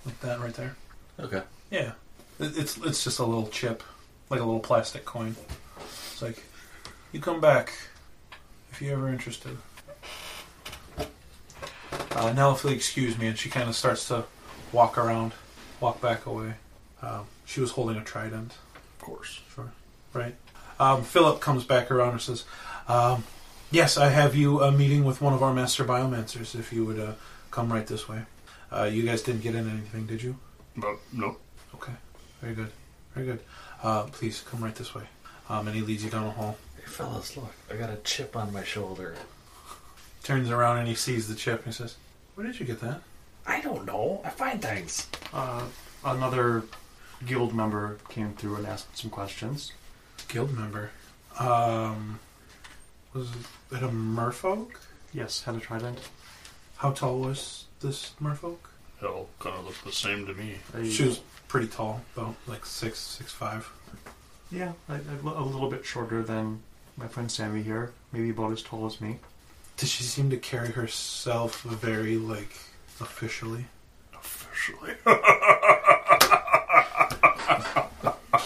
S2: Like that right there.
S6: Okay.
S2: Yeah. It- It's it's just a little chip, like a little plastic coin. It's like, you come back if you're ever interested. Uh, now, if you'll excuse me, and she kind of starts to walk around, walk back away. Um, she was holding a trident.
S3: Of course.
S2: Sure. Right. Um, Philip comes back around and says, um, Yes, I have you a meeting with one of our master biomancers if you would uh, come right this way. Uh, you guys didn't get in anything, did you?
S3: But no.
S2: Okay. Very good. Very good. Uh, please come right this way. Um, and he leads you down the hall.
S6: Hey, fellas, look. I got a chip on my shoulder.
S2: Turns around and he sees the chip and he says, Where did you get that?
S6: I don't know. I find things.
S4: Uh, another guild member came through and asked some questions.
S2: Guild member. Um, was it a merfolk?
S4: Yes, had a trident.
S2: How tall was this merfolk?
S3: It all kind of look the same to me.
S4: A-
S2: She was pretty tall, about like six, six five.
S4: Yeah, I, I'm a little bit shorter than my friend Sammy here. Maybe about as tall as me.
S2: Does she seem to carry herself very like officially?
S3: Officially.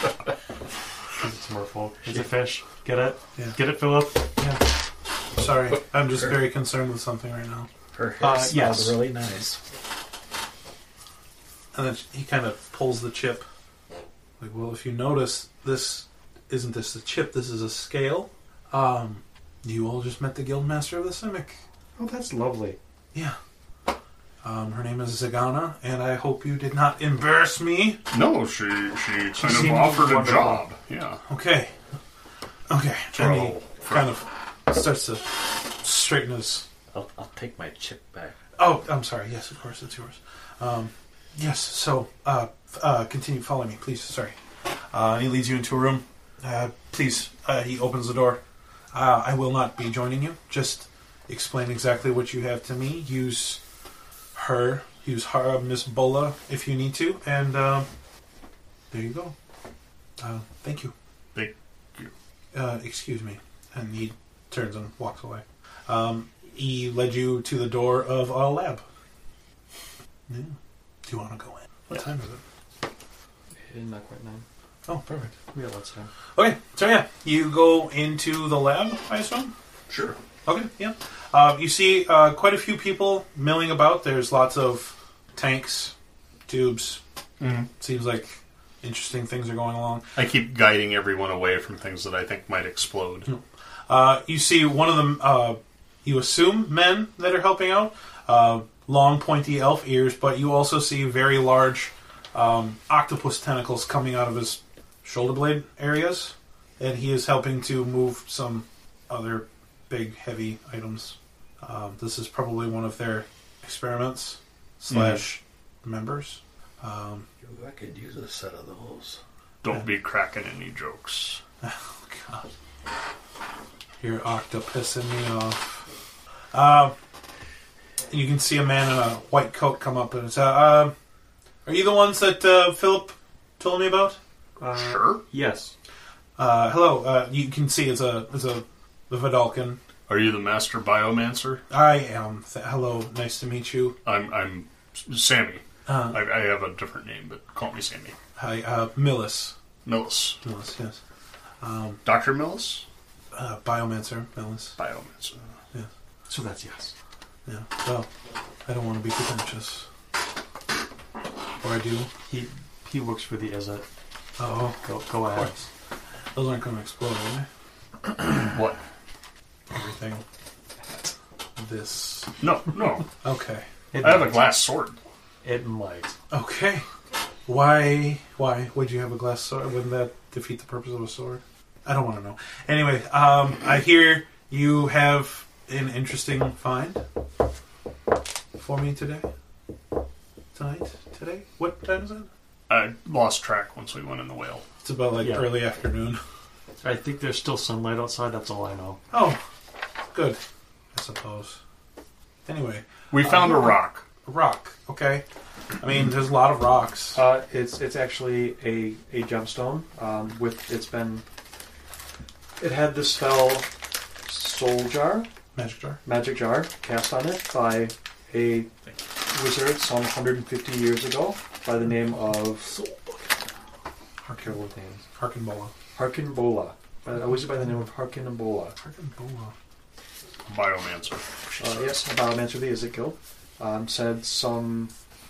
S4: Because it's merfolk. It's a fish. Get it?
S2: Yeah.
S4: Get it, Philip?
S2: Sorry, I'm just very concerned with something right now.
S6: Her hair
S4: Uh,
S6: smells
S4: yes.
S6: really nice.
S2: And then he kind of pulls the chip. Like, well, if you notice, this isn't this a chip. This is a scale. Um, you all just met the guild master of the Simic.
S4: Oh, that's lovely.
S2: Yeah. Um, her name is Zagana, and I hope you did not embarrass me.
S3: [laughs] No, she she kind of
S4: seemed
S3: offered a
S4: wonderful.
S3: job. Yeah.
S2: Okay. Okay. And he
S3: Well,
S2: kind of starts to straighten his
S6: I'll, I'll take my chip back.
S2: Oh, I'm sorry. Yes, of course, it's yours. Um, yes. So, uh, f- uh, continue. Follow me, please. Sorry. Uh, he leads you into a room. Uh, please. Uh, he opens the door. Uh, I will not be joining you. Just explain exactly what you have to me. Use her. Use her, uh, Miss Bola, if you need to. And um, there you go. Uh, thank you.
S3: Thank you.
S2: Uh, excuse me. And he turns and walks away. Um, he led you to the door of a lab. Yeah. Do you want to go in? What time is it?
S4: Not quite nine.
S2: Oh, perfect.
S4: Yeah, that's time.
S2: Okay, so yeah, you go into the lab, I assume?
S3: Sure.
S2: Okay, yeah. Uh, you see uh, quite a few people milling about. There's lots of tanks, tubes.
S3: Mhm.
S2: Seems like interesting things are going along.
S3: I keep guiding everyone away from things that I think might explode.
S2: Uh, you see one of the uh, You assume men that are helping out, uh, long pointy elf ears, but you also see very large um, octopus tentacles coming out of his shoulder blade areas, and he is helping to move some other big heavy items. Um, this is probably one of their experiments slash members. Um,
S6: I could use a set of those.
S3: Don't be cracking any jokes.
S2: God. You're octopissing me off. Uh, you can see a man in a white coat come up and say, uh, Are you the ones that uh, Philip told me about?
S3: sure.
S12: Yes.
S2: Uh, hello. Uh, you can see it's a, it's a the Vidalkin.
S3: Are you the master biomancer?
S2: I am. Th- hello. Nice to meet you.
S3: I'm I'm Sammy.
S2: Uh.
S3: I, I have a different name, but call me Sammy.
S2: Hi, uh, Millis.
S3: Millis.
S2: Millis, yes.
S3: Dr. Millis?
S2: Uh, Biomancer, Millis.
S3: Biomancer.
S12: So that's yes.
S2: Yeah. Well, I don't want to be pretentious. Or I do.
S12: He he works for the Izzet.
S2: Oh,
S12: Go go ahead.
S2: those aren't going to explode, are they?
S3: What?
S2: everything. This.
S3: No, no.
S2: Okay.
S12: It,
S3: I have a glass sword.
S12: it might.
S2: Okay. Why? Why would you have a glass sword? Wouldn't that defeat the purpose of a sword? I don't want to know. Anyway, um, I hear you have an interesting find for me today. Tonight? Today? What time is it?
S3: I lost track once we went in the whale.
S2: It's about like
S12: Yeah.
S2: early afternoon.
S12: I think there's still sunlight outside. That's all I know.
S2: Oh, good. I suppose. Anyway,
S3: We found a rock.
S2: rock. Okay. I mean, there's a lot of rocks.
S4: Uh, it's it's actually a a gemstone. Um, with it's been it had the spell Soul Jar,
S2: Magic jar.
S4: Magic Jar, cast on it by a wizard some 150 years ago by the name of
S2: Harkin,
S4: terrible names
S2: Harkin Bola.
S4: Harkin Bola. Uh, a wizard by the name of Harkin Bola.
S2: Harkin Bola.
S3: Biomancer.
S4: Uh, yes, a biomancer of the Ezekiel. Um, said some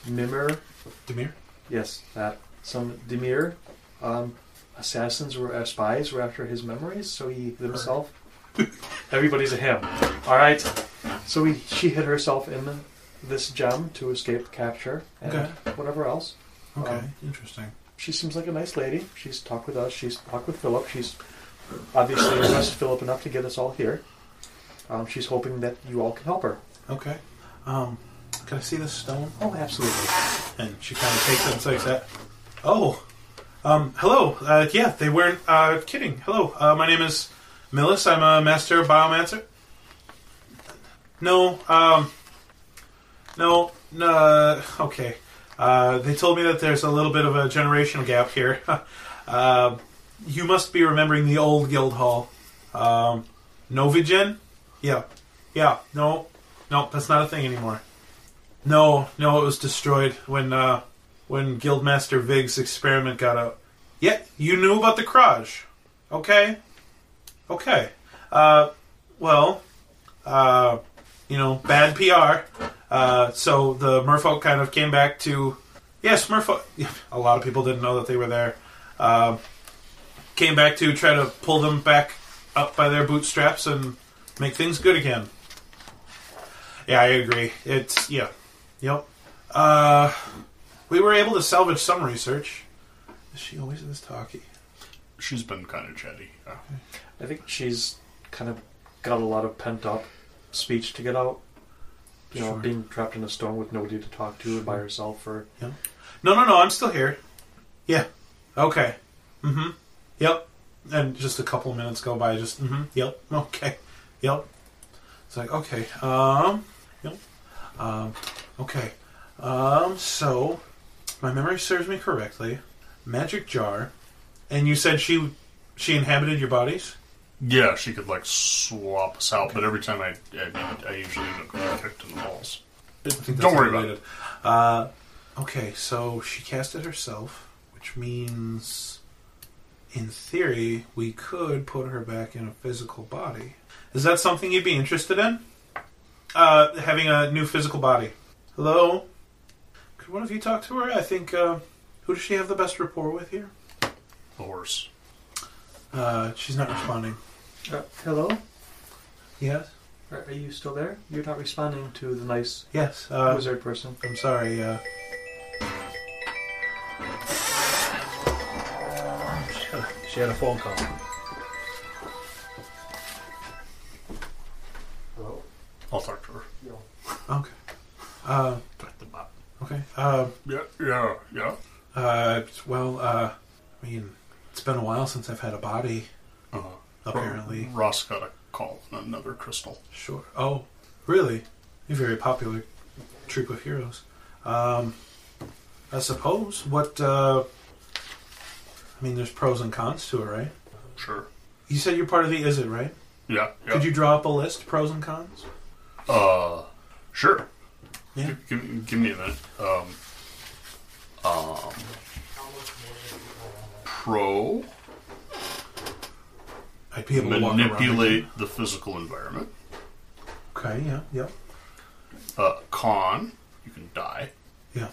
S4: Mimir
S2: Demir?
S4: Yes, that. Some Demir um, assassins were uh, spies were after his memories, so he hid himself. Everybody's a him. All right. So he, she hid herself in this gem to escape capture and
S2: Okay.
S4: whatever else.
S2: Okay,
S4: Um,
S2: interesting.
S4: She seems like a nice lady. She's talked with us. She's talked with Philip. She's obviously impressed Philip enough to get us all here. Um, she's hoping that you all can help her.
S2: Okay. Um, can I see this stone?
S4: Oh, absolutely.
S2: And she kind of takes it and says that. Oh, um, hello. Uh, yeah, they weren't uh, kidding. Hello, uh, my name is Millis. I'm a master biomancer. No, um, no, no. Okay. Uh, they told me that there's a little bit of a generational gap here. [laughs] uh, you must be remembering the old guild hall. Um, Novigen? Yeah. Yeah. No. No, that's not a thing anymore. No, no, it was destroyed when uh, when Guildmaster Vig's experiment got out. Yeah, you knew about the Kraj. Okay. Okay. Uh, well, uh, you know, bad PR. Uh, so the merfolk kind of came back to. Yes, merfolk. [laughs] A lot of people didn't know that they were there. Um came back to try to pull them back up by their bootstraps and make things good again. Yeah, I agree. It's yeah, yep. Uh, we were able to salvage some research. Is she always this talky?
S3: She's been kind of chatty. Uh,
S4: I think she's kind of got a lot of pent up speech to get out. You know,
S2: Sure.
S4: being trapped in a stone with nobody to talk to and by herself for
S2: No, no, no. I'm still here. Yeah. Okay. Mm-hmm. Yep. And just a couple minutes go by. Just mm-hmm. Yep. Okay. Yep. It's like okay. Um. Yep. Um. Okay. Um. So, my memory serves me correctly. Magic jar, and you said she she inhabited your bodies.
S3: yeah, she could like swap us out, but every time I, I, I usually end up getting kicked in the balls. Don't worry about it.
S2: Uh, okay, so she cast it herself, which means, in theory, we could put her back in a physical body. Is that something you'd be interested in? Uh, having a new physical body. Hello. Could one of you talk to her? I think. Uh, who does she have the best rapport with here?
S3: The horse.
S2: Uh, she's not responding.
S4: uh, hello.
S2: Yes.
S11: Are, are you still there? You're not responding to the nice
S2: Yes. Uh,
S11: wizard person.
S2: I'm sorry. Uh,
S6: She had a phone call.
S3: I'll talk to her.
S2: okay. Uh,
S3: Talk to Bob.
S2: okay. Uh,
S3: Yeah, yeah, yeah.
S2: uh, well, uh, I mean, it's been a while since I've had a body.
S3: Uh,
S2: Apparently.
S3: Ross got a call on another crystal.
S2: Sure. Oh, really? You're a very popular troupe of heroes. Um, I suppose. What? Uh, I mean, there's pros and cons to it, right?
S3: Sure.
S2: You said you're part of the Is It, right?
S3: Yeah, yeah.
S2: Could you draw up a list, pros and cons?
S3: Uh, sure.
S2: Yeah.
S3: Give, give, give me a minute. Um, um, pro
S2: I'd be able to walk
S3: manipulate the physical environment.
S2: around. Okay. Yeah. Yep.
S3: Uh, con you can die.
S2: Yeah.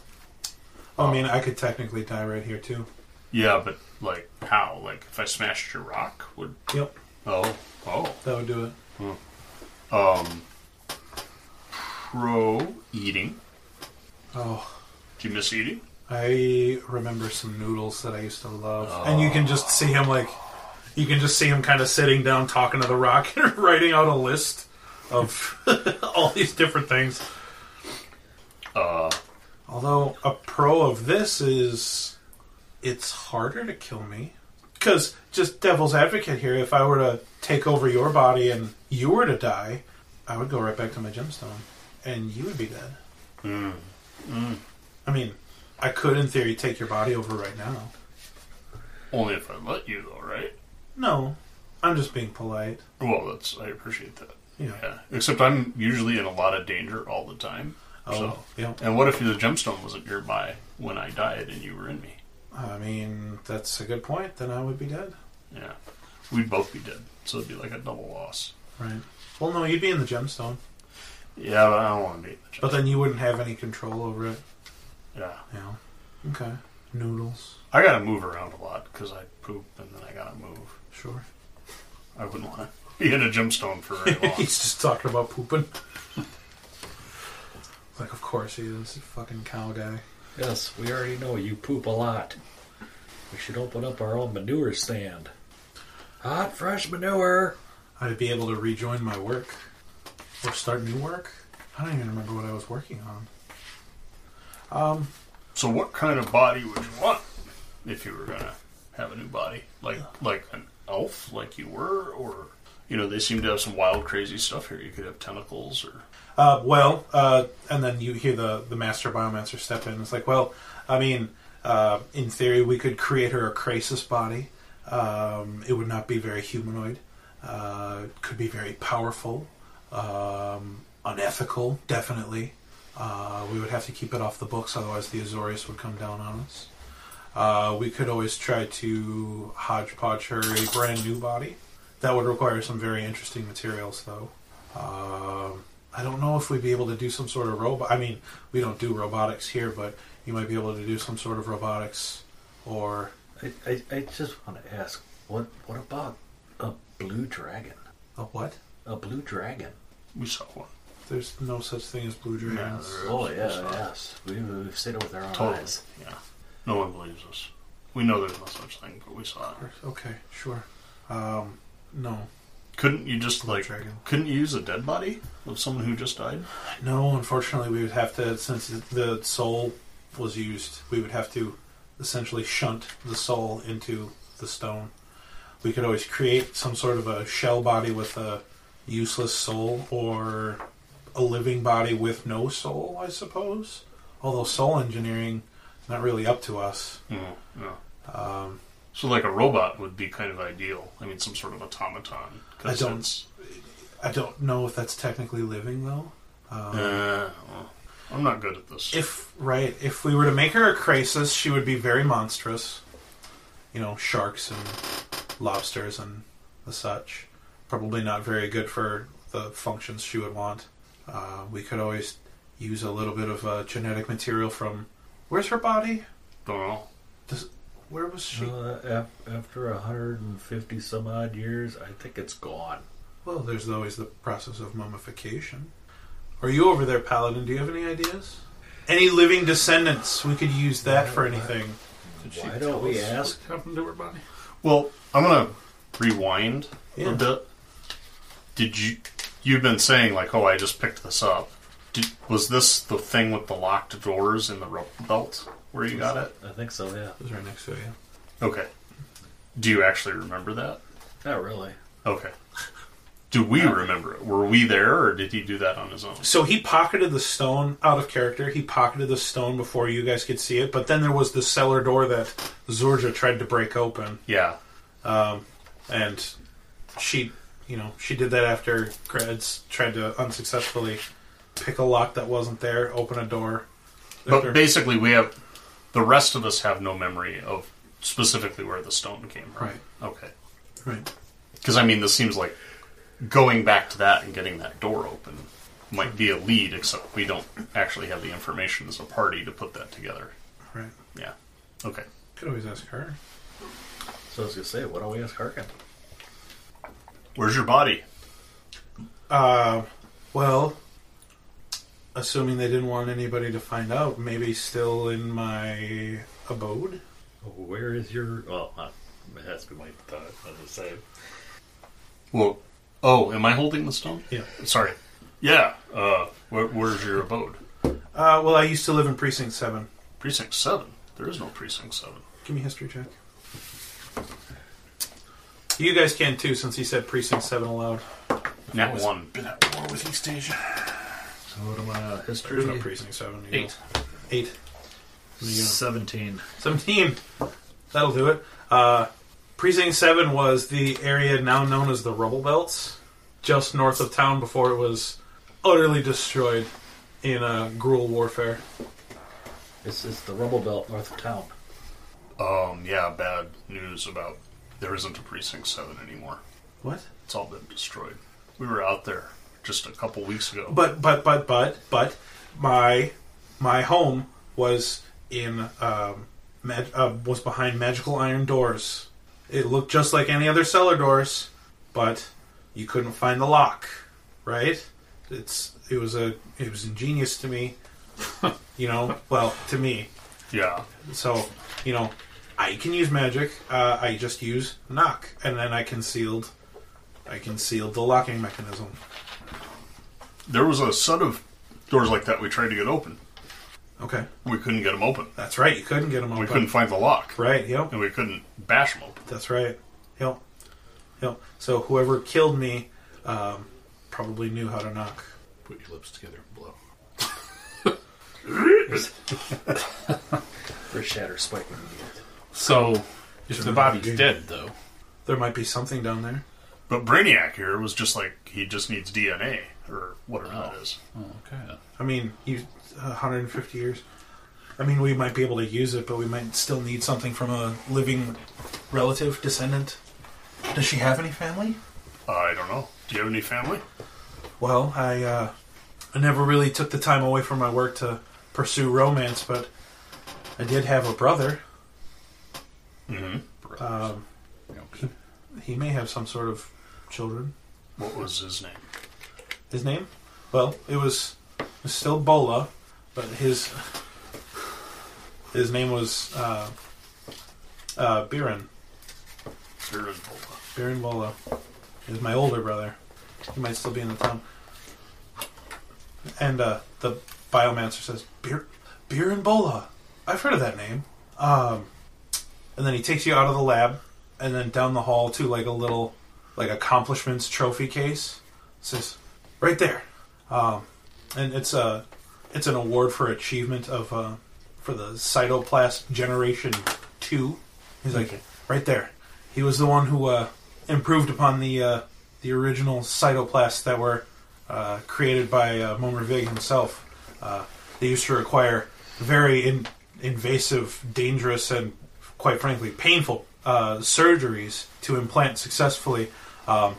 S2: Oh, I mean, I could technically die right here too.
S3: Yeah, but like how? Like if I smashed your rock, would
S2: Yep.
S3: oh oh
S2: That would do it.
S3: pro eating?
S2: Oh,
S3: Do you miss eating?
S2: I remember some noodles that I used to love, and you can just see him like, you can just see him kind of sitting down, talking to the rock, [laughs] and writing out a list of [laughs] all these different things.
S3: Uh,
S2: Although a pro of this is, it's harder to kill me. Because, just devil's advocate here, if I were to take over your body and you were to die, I would go right back to my gemstone and you would be dead. I mean, I could, in theory, take your body over right now.
S3: only if I let you though, right?
S2: No, I'm just being polite.
S3: Well, that's I appreciate that.
S2: Yeah.
S3: Yeah. Except I'm usually in a lot of danger all the time.
S2: Oh,
S3: So.
S2: yeah.
S3: And what if the gemstone wasn't nearby when I died and you were in me?
S2: I mean, that's a good point. Then I would be dead.
S3: Yeah. We'd both be dead, so it'd be like a double loss.
S2: Right. Well, no, you'd be in the gemstone,
S3: Yeah, but I don't want to be in the
S2: but
S3: gemstone.
S2: then you wouldn't have any control over it.
S3: Yeah.
S2: Yeah. Okay. Noodles.
S3: I gotta move around a lot because I poop and then I gotta move.
S2: Sure. [laughs]
S3: I wouldn't want to [laughs] be in a gemstone for very long.
S2: He's just talking about pooping. [laughs] like, of course he is. Fucking cow guy.
S6: Yes, we already know you poop a lot. We should open up our own manure stand. Hot, fresh manure.
S2: I'd be able to rejoin my work. Or start new work? I don't even remember what I was working on.
S3: so, what kind of body would you want if you were gonna have a new body? Like, like an elf, like you were, or you know, they seem to have some wild, crazy stuff here. You could have tentacles, or
S2: Uh, well, uh, and then you hear the, the master biomancer step in. It's like, well, I mean, uh, in theory, we could create her a Krasis body. Um, it would not be very humanoid. Uh, it could be very powerful. Um, unethical, definitely. Uh, we would have to keep it off the books, otherwise the Azorius would come down on us. Uh, we could always try to hodgepodge her a brand new body. That would require some very interesting materials, though. Um, I don't know if we'd be able to do some sort of robot. I mean, we don't do robotics here, but you might be able to do some sort of robotics or.
S6: I, I, I just want to ask, what what about a blue dragon?
S2: A what?
S6: A blue dragon?
S3: we saw one.
S2: There's no such thing as blue
S3: Yeah,
S2: dragons.
S3: there is.
S6: Oh yeah, yes. We, we've seen it with our own
S3: Totally.
S6: eyes.
S3: Yeah. No one believes us. We know there's no such thing, but we saw it.
S2: okay, sure. Um, no.
S3: Couldn't you just like
S2: dragon.
S3: couldn't you use a dead body of someone who just died?
S2: No, unfortunately, we would have to, since the soul was used, we would have to essentially shunt the soul into the stone. We could always create some sort of a shell body with a useless soul, or a living body with no soul, I suppose. Although soul engineering, not really up to us.
S3: Mm, yeah.
S2: Um,
S3: so like a robot would be kind of ideal. I mean, some sort of automaton. 'cause
S2: I don't-
S3: it's-
S2: I don't know if that's technically living, though. Um,
S3: Uh, well, I'm not good at this.
S2: If right, if we were to make her a Krasis, she would be very monstrous. You know, sharks and lobsters and the such. Probably not very good for the functions she would want. Uh, we could always use a little bit of uh, genetic material from. Where's her body?
S3: don't know.
S2: Does, where was she?
S6: Uh, af- after 150 some odd years, I think it's gone.
S2: Well, there's always the process of mummification. Are you over there, Paladin? Do you have any ideas? Any living descendants? We could use that for anything.
S9: Why don't we ask?
S5: What happened to her body?
S3: Well, I'm gonna rewind
S2: Yeah.
S3: a bit. Did you? You've been saying like, "Oh, I just picked this up." Did, was this the thing with the locked doors in the rope belt where you got it?
S6: I think so, yeah.
S2: It was right next to you.
S3: Okay. Do you actually remember that?
S6: Not really.
S3: Okay. Do we remember it? Were we there, or did he do that on his own?
S2: So he pocketed the stone out of character. He pocketed the stone before you guys could see it. But then there was the cellar door that Zorja tried to break open,
S3: Yeah.
S2: and she, you know, she did that after Creds tried to unsuccessfully pick a lock that wasn't there, open a door.
S3: But
S2: After-
S3: basically, we have the rest of us have no memory of specifically where the stone came from.
S2: Right.
S3: Okay.
S2: right.
S3: Because I mean, this seems like going back to that and getting that door open might be a lead, except we don't actually have the information as a party to put that together.
S2: Right.
S3: Yeah. Okay.
S2: Could always ask her.
S6: So I was gonna say, why don't we ask Harkin?
S3: Where's your body?
S2: Uh, well, assuming they didn't want anybody to find out, maybe still in my abode.
S6: Where is your? Well, uh, it has to be my uh, thought. I was gonna say.
S3: Well, oh, am I holding the stone?
S2: Yeah.
S3: Sorry. Yeah. Uh, where, where's your abode?
S2: Uh, well, I used to live in Precinct 7.
S3: Precinct seven. There is no precinct seven.
S2: Give me a history check. You guys can too, since he said Precinct 7 aloud.
S3: Nat one.
S5: Been at war with East Asia.
S6: So what am I? Uh, history
S2: There's no Precinct 7. you
S5: Eight.
S2: know. 8.
S6: seventeen.
S2: 17. That'll do it. Uh, Precinct 7 was the area now known as the Rubble Belts, just north of town before it was utterly destroyed in uh, gruel warfare.
S6: It's it's the rumble belt north of town.
S3: Um. Yeah. Bad news about there isn't a precinct seven anymore.
S2: What?
S3: It's all been destroyed. We were out there just a couple weeks ago.
S2: But, but, but, but, but, my my home was in um, mag- uh, was behind magical iron doors. It looked just like any other cellar doors, but you couldn't find the lock. Right? It's it was a it was ingenious to me. you know, well, to me.
S3: yeah.
S2: So, you know, I can use magic. Uh, I just use knock, and then I can sealed. I can seal the locking mechanism.
S3: There was a set of doors like that we tried to get open.
S2: Okay,
S3: We couldn't get them open.
S2: that's right. You couldn't get them open.
S3: We couldn't find the lock.
S2: Right. Yep.
S3: And we couldn't bash them open.
S2: That's right. Yep. Yep. So whoever killed me um, probably knew how to knock.
S5: Put your lips together and blow.
S6: Or shatter spike. when you get it.
S5: So, if the body's dead, though,
S2: There might be something down there.
S3: But Brainiac here was just like, he just needs DNA or whatever that is.
S5: okay.
S2: I mean, you, 150 years. I mean, we might be able to use it, but we might still need something from a living relative, descendant. Does she have any family?
S3: I don't know. Do you have any family?
S2: Well, I, uh, I never really took the time away from my work to pursue romance, but I did have a brother.
S3: Mm-hmm.
S2: Um,
S5: Okay.
S2: he may have some sort of children.
S3: What was his name?
S2: his name? Well, it was, it was still Bola, but his his name was uh, uh, Biren.
S3: Sir and Bola.
S2: Biren Bola. He was my older brother. He might still be in the town. And uh, the biomancer says, "Beer, Biren Bola. I've heard of that name." Um, and then he takes you out of the lab, and then down the hall to like a little like accomplishments trophy case. says, "Right there." Um, and it's a it's an award for achievement of uh, for the cytoplast generation two. He's like right there. He was the one who uh, improved upon the uh, the original cytoplasts that were uh, created by uh, Momervig himself. Uh, they used to require very in- invasive, dangerous, and quite frankly painful uh, surgeries to implant successfully. Um,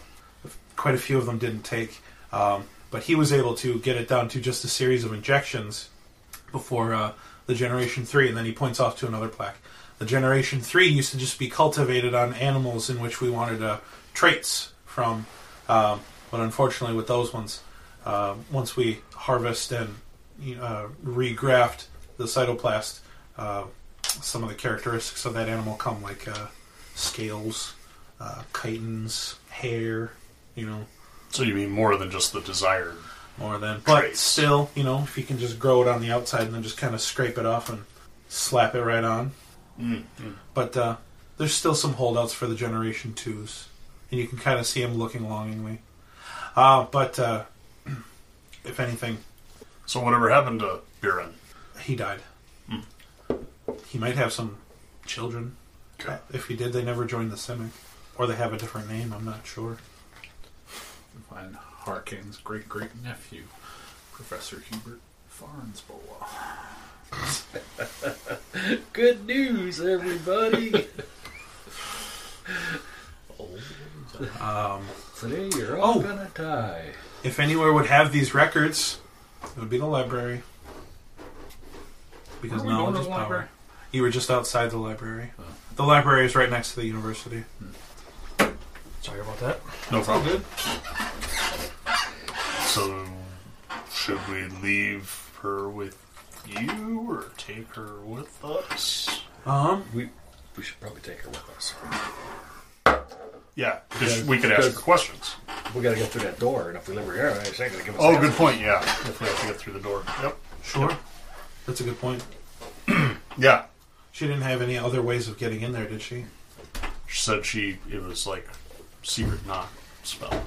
S2: quite a few of them didn't take. Um, but he was able to get it down to just a series of injections before uh, the Generation 3, and then he points off to another plaque. The Generation 3 used to just be cultivated on animals in which we wanted uh, traits from. Um, But unfortunately, with those ones, uh, once we harvest and you know, uh, regraft the cytoplast, uh, some of the characteristics of that animal come like uh, scales, uh, chitons, hair, you know,
S3: So you mean more than just the desired?
S2: more than. But
S3: Traits.
S2: still, you know, if you can just grow it on the outside and then just kind of scrape it off and slap it right on. But uh, there's still some holdouts for the Generation 2s, and you can kind of see them looking longingly. Uh, but uh, [clears throat] if anything,
S3: So whatever happened to Buren?
S2: he died. He might have some children. Uh,
S3: Okay.
S2: If he did, they never joined the Simic. Or they have a different name, I'm not sure.
S5: Find Harkin's great great nephew, Professor Hubert Farnsboa.
S6: Good news, everybody. Today you're all
S2: Oh.
S6: gonna die.
S2: If anywhere would have these records, it would be the library. Because
S5: Where are we going
S2: knowledge
S5: to
S2: is
S5: the
S2: power.
S5: library? Oh.
S2: You were just outside the library. The library is right next to the university.
S4: Sorry about that.
S3: No problem.
S5: Good.
S3: So should we leave her with you or take her with us?
S2: Um,
S6: [laughs] We we should probably take her with us.
S3: Yeah, because
S6: Yeah,
S3: we could ask her
S6: because-
S3: questions.
S6: We gotta get through that door, and if we leave her here, they ain't gonna give us.
S3: Oh,
S6: access.
S3: good point. Yeah, if we have to get through the door. Yep.
S2: sure. That's a good point.
S3: Yeah.
S2: She didn't have any other ways of getting in there, did she?
S3: She said she it was like secret knock spell.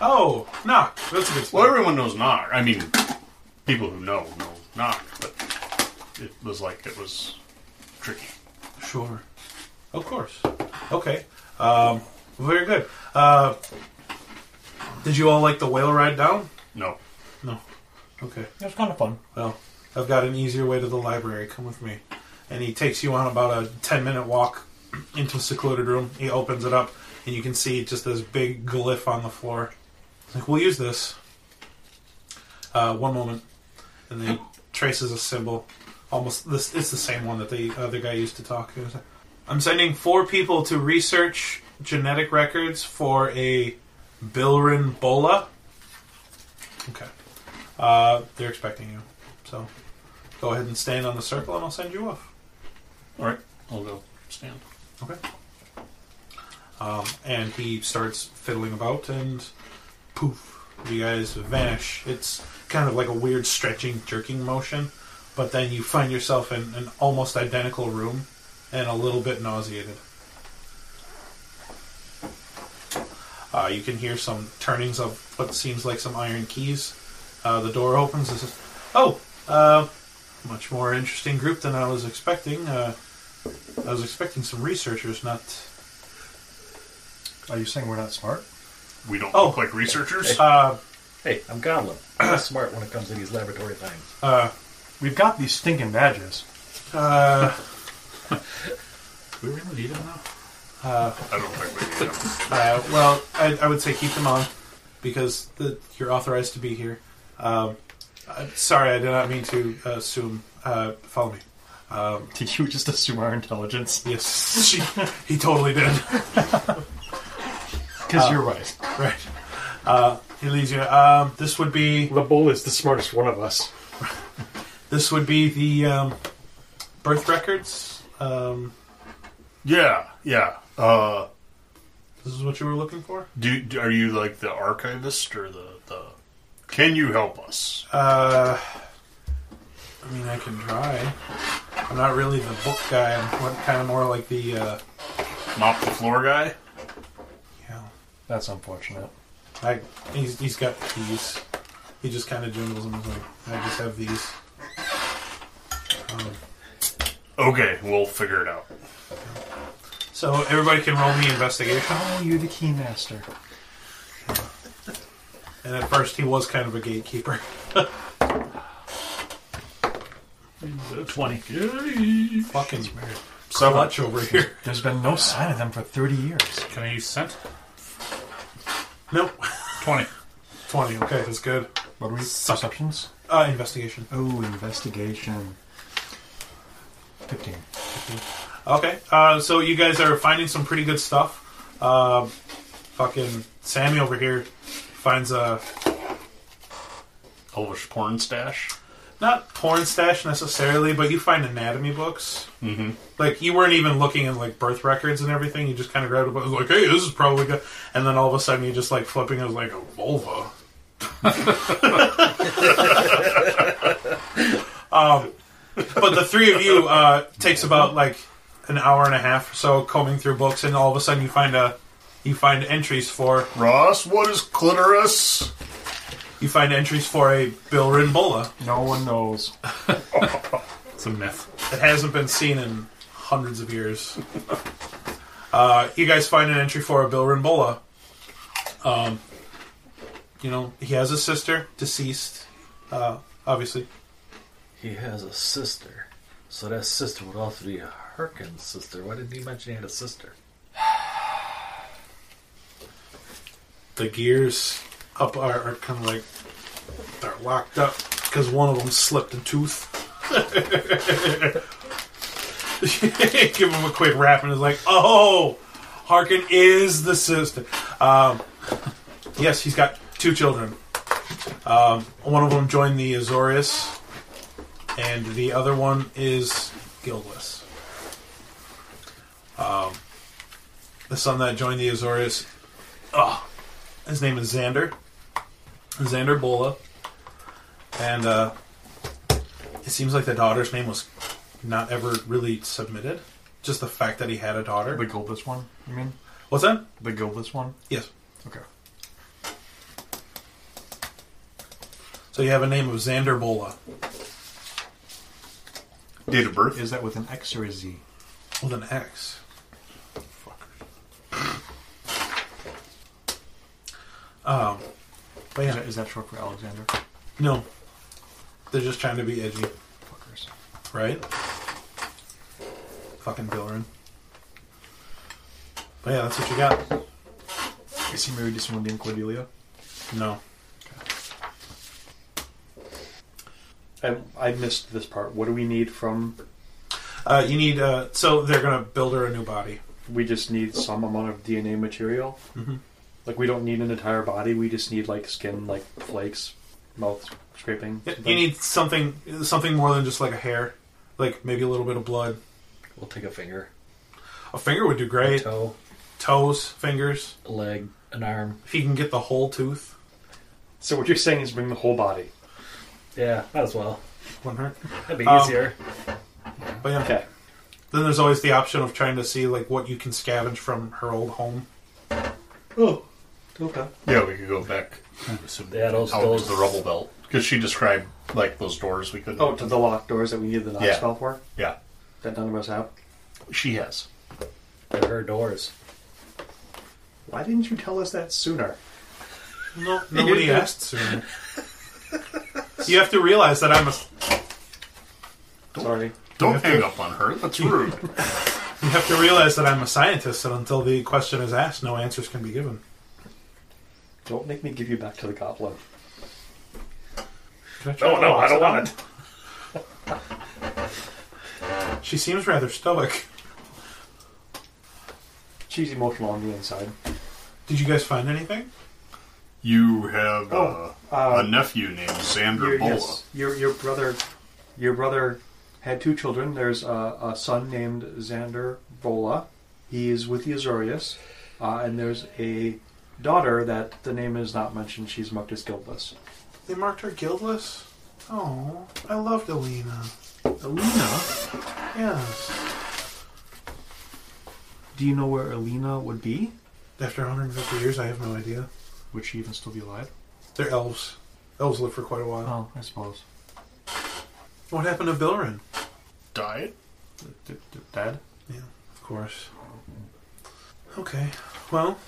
S2: Oh, knock. That's a good
S3: Well,
S2: spot.
S3: everyone knows knock. I mean, people who know know knock, but it was like it was tricky.
S2: Sure. Of course. Okay. Um, very good. Uh, did you all like the whale ride down?
S3: No.
S2: No. Okay.
S4: It was kind of fun.
S2: Well, I've got an easier way to the library. Come with me. And he takes you on about a 10 minute walk into a secluded room. He opens it up, and you can see just this big glyph on the floor. He's like, we'll use this. Uh, one moment. And then he traces a symbol. Almost this. It's the same one that the other guy used to talk. He was like, I'm sending four people to research genetic records for a Bilrin Bola. Okay. Uh, they're expecting you. So go ahead and stand on the circle and I'll send you off.
S3: All right, I'll go stand.
S2: Okay. Um, and he starts fiddling about and poof, you guys vanish. It's kind of like a weird stretching, jerking motion, but then you find yourself in an almost identical room and a little bit nauseated. Uh, you can hear some turnings of what seems like some iron keys. Uh, the door opens and says, Oh, uh, much more interesting group than I was expecting. Uh, I was expecting some researchers, not.
S4: Are you saying we're not smart?
S3: We don't
S2: Oh.
S3: look like researchers.
S2: Uh,
S6: Hey, I'm Goblin. I'm smart when it comes to these laboratory things. [laughs]
S2: uh,
S4: We've got these stinking badges.
S2: uh,
S5: Do we really need him now?
S3: I don't think we need them.
S2: uh, well, I, I would say keep them on because the, you're authorized to be here. Um, uh, sorry, I did not mean to assume. Uh, follow me.
S4: Did you just assume our intelligence?
S2: Yes, [laughs] she, he totally did. [laughs]
S6: Uh,
S4: Because you're right.
S2: Right. Uh, he leads you. Um, this would be
S11: Lebol is the smartest one of us.
S2: [laughs] this would be the um, birth records. Um,
S3: Yeah, yeah. Uh,
S2: this is what you were looking for.
S3: do, do are you like the archivist or the the? Can you help us?
S2: Uh, I mean, I can try. I'm not really the book guy. I'm what, kind of more like the, uh,
S3: Mop the floor guy.
S2: you know,
S4: That's unfortunate.
S2: I, he's, he's got keys. He just kind of jingles them. He's like, I just have these.
S3: Okay, we'll figure it out.
S2: So everybody can roll me investigation.
S4: Oh, you're the key master.
S2: And at first, he was kind of a gatekeeper.
S3: 20.
S2: Fucking
S3: Seven.
S2: clutch over here.
S4: There's been no sign of them for 30 years.
S5: Can I use scent?
S2: Nope.
S5: 20.
S2: 20. Okay, that's good.
S4: What are we? Perceptions?
S2: Uh, investigation.
S4: Oh, investigation. 15.
S2: Okay, uh, so you guys are finding some pretty good stuff. Uh, fucking Sammy over here finds a
S3: Elvish porn stash.
S2: not porn stash necessarily, but you find anatomy books. Mm-hmm. Like you weren't even looking at like birth records and everything. You just kind of grabbed a book, and was like, "Hey, this is probably good." And then all of a sudden, you just like flipping. It was like a vulva. [laughs] um, but the three of you uh, takes about like an hour and a half or so combing through books, and all of a sudden you find a you find entries for
S3: Ross, what is clitoris?
S2: you find entries for a Bilrin Bola.
S4: No one knows.
S5: It's a myth.
S2: It hasn't been seen in hundreds of years. uh, you guys find an entry for a Bill Rimbola. Um, you know, he has a sister, deceased, uh, obviously.
S6: He has a sister. So that sister would also be a Harkin sister. Why didn't he mention he had a sister?
S2: The gears up are, are kind of like they're locked up because one of them slipped a tooth. [laughs] Give him a quick rap and it's like, oh, Harkin is the sister. Um, yes, he's got two children. Um, one of them joined the Azorius, and the other one is guildless. Um, the son that joined the Azorius, oh, his name is Xander, Xander Bola, and uh, it seems like the daughter's name was not ever really submitted. Just the fact that he had a daughter.
S4: The guildless one, you mean?
S2: What's that?
S4: The guildless one?
S2: Yes.
S4: Okay.
S2: So you have a name of Xander Bola
S3: Date of birth?
S4: Is that with an X or a Z?
S2: with an X. Fuckers. Um, but
S4: Is
S2: yeah,
S4: that, is that short for Alexander?
S2: no. They're just trying to be edgy,
S4: Fuckers.
S2: right? Fucking Bilrin. But yeah, that's what you got.
S4: Is he married to someone named Cordelia?
S2: No.
S11: I, I missed this part. What do we need from?
S2: Uh, you need, uh, so they're going to build her a new body.
S11: We just need some amount of DNA material.
S3: Mm-hmm.
S11: Like we don't need an entire body. We just need like skin, like flakes, mouth scraping.
S2: Yeah,
S11: something.
S2: You need something, something more than just like a hair, like maybe a little bit of blood.
S6: We'll take a finger,
S2: A finger would do
S6: a
S2: great.
S6: toe,
S2: Toes, fingers.
S6: a leg, an arm.
S2: If you can get the whole tooth,
S11: So what you're saying is bring the whole body.
S6: Yeah, might as well.
S2: wouldn't hurt.
S6: That'd be
S2: Um,
S6: easier.
S2: But yeah.
S11: Okay.
S2: Then there's always the option of trying to see like what you can scavenge from her old home.
S11: Oh. Okay.
S3: Yeah, we could go back.
S6: Yeah, those-
S3: out
S6: those-
S3: to the rubble belt. Because she described, like, those doors we couldn't.
S11: Oh, to the locked doors that we need the knock
S3: Yeah.
S11: spell for
S3: Yeah.
S11: that none of us have.
S3: She has.
S6: They're her doors.
S11: Why didn't you tell us that sooner?
S2: No, nobody asked sooner. you have to realize that I'm a.
S11: Sorry.
S3: Don't hang up on her. That's [laughs] rude.
S2: You have to realize that I'm a scientist, and until the question is asked, no answers can be given.
S11: Don't make me give you back to the goblin.
S2: Can I try
S5: No,
S2: to
S5: no, I
S2: relax
S5: don't
S2: it
S5: want it.
S2: out? She seems rather stoic.
S11: She's emotional on the inside.
S2: Did you guys find anything?
S3: You have
S11: Oh,
S3: uh, a nephew named Xander
S11: Your,
S3: Bola.
S11: yes, your your brother, your brother had two children. There's a, a son named Xander Bola. He is with the Azorius, uh, and there's a daughter that the name is not mentioned. She's marked as guiltless.
S2: They marked her guildless. Oh, I loved Alina.
S11: Alina.
S2: Yes.
S4: Do you know where Alina would be?
S2: After 150 years, I have no idea.
S4: Would she even still be alive?
S2: They're elves. Elves live for quite a while.
S4: Oh, I suppose.
S2: What happened to Bilrin?
S3: Died?
S4: D- d- Dead?
S2: Of course. Okay. Well,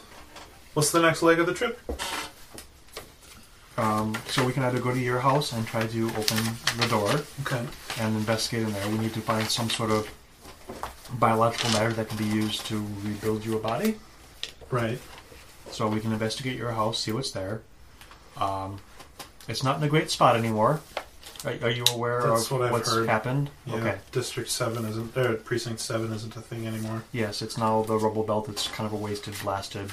S2: what's the next leg of the trip?
S4: Um, so we can either go to your house and try to open the door
S2: Okay.
S4: and investigate in there. We need to find some sort of biological matter that can be used to rebuild you a body.
S2: Right.
S4: So we can investigate your house, see what's there. Um, it's not in a great spot anymore. Are, are you aware
S2: That's
S4: of
S2: what I've
S4: what's
S2: heard.
S4: happened?
S2: Yeah.
S4: Okay.
S2: District seven isn't er, or precinct seven isn't a thing anymore.
S4: Yes, it's now the rubble belt. It's kind of a wasted, blasted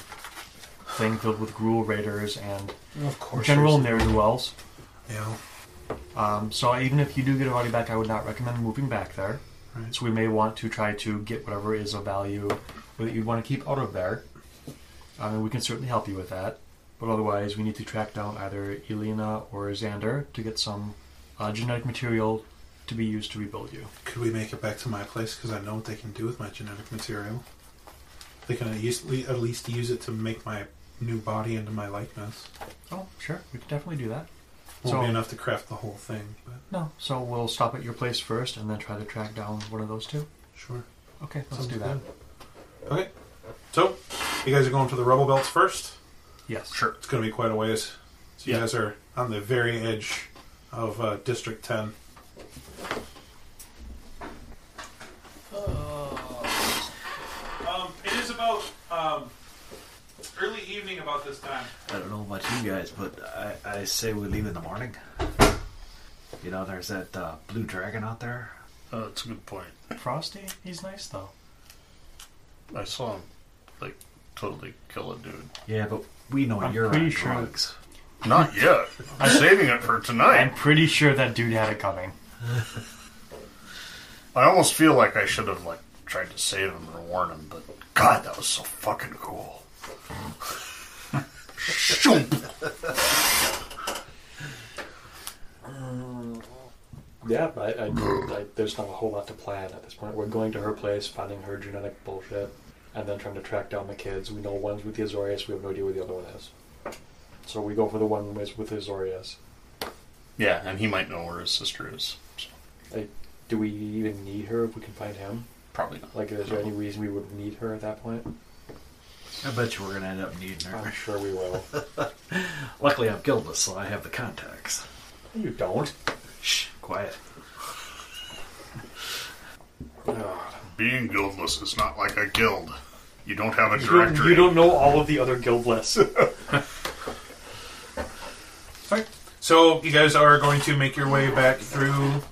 S4: thing filled with gruel raiders and
S2: Of course.
S4: general ne'er do wells.
S2: Yeah.
S4: Um, so even if you do get a body back, I would not recommend moving back there.
S2: Right.
S4: So we may want to try to get whatever is of value that you want to keep out of there. I mean, we can certainly help you with that. But otherwise, we need to track down either Elena or Xander to get some uh, genetic material to be used to rebuild you.
S2: Could we make it back to my place? Because I know what they can do with my genetic material. They can at least, at least use it to make my new body into my likeness.
S4: Oh, sure, we can definitely do that.
S2: Won't
S4: So-
S2: be enough to craft the whole thing, but
S4: No, so we'll stop at your place first and then try to track down one of those two.
S2: sure.
S4: Okay, let's
S2: Sounds
S4: do that.
S2: good. Okay. So, you guys are going for the rubble belts first.
S4: Yes.
S3: Sure.
S2: It's going to be quite a ways. So you
S3: Yeah.
S2: guys are on the very edge of uh, District 10. Uh, Um, it is about um, early evening about this time.
S6: I don't know about you guys, but I, I say we leave in the morning. You know, there's that uh, blue dragon out there.
S3: Uh, that's a good point.
S4: Frosty, he's nice though.
S3: I saw him like totally kill a dude.
S6: Yeah, but we know
S4: I'm
S6: you're
S4: pretty
S6: on
S4: sure-
S6: drugs.
S3: Not yet. I'm saving it for
S4: I'm
S3: tonight.
S4: pretty sure that dude had it coming.
S3: I almost feel like I should have like tried to save him or warn him, but God, that was so fucking cool. Shoomp.
S11: Yeah, I, I, I, there's not a whole lot to plan at this point. We're going to her place, finding her genetic bullshit, and then trying to track down the kids. We know one's with the Azorius, we have no idea where the other one is. So we go for the one with, with Azorius.
S3: Yeah, and he might know where his sister is. So
S11: Like, do we even need her if we can find him?
S3: probably not.
S11: Like, is there any reason we would need her at that point?
S6: I bet you we're gonna end up needing her.
S11: I'm sure we will.
S6: [laughs] Luckily, I'm guiltless, so I have the contacts.
S11: you don't.
S6: Shh, quiet.
S3: Being guildless is not like a guild. You don't have a
S11: You don't,
S3: directory.
S11: know all of the other
S5: [laughs]
S11: guild lists.
S2: So, you guys are going to make your way back through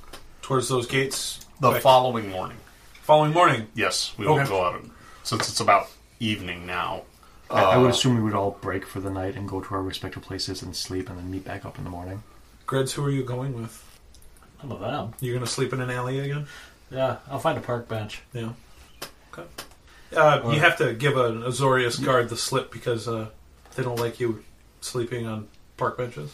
S2: towards those gates
S3: the
S2: Right.
S3: following morning.
S2: following morning.
S3: Yes, we
S2: Okay.
S3: will go out and, since it's about evening now.
S4: I
S6: Uh,
S4: would assume we would all break for the night and go to our respective places and sleep and then meet back up in the morning.
S2: Greds, who are you going with?
S6: I'm about.
S2: You going to sleep in an alley again?
S6: Yeah, I'll find a park bench.
S2: Yeah. Okay. Uh, you have to give an Azorius guard the slip because uh, they don't like you sleeping on park benches.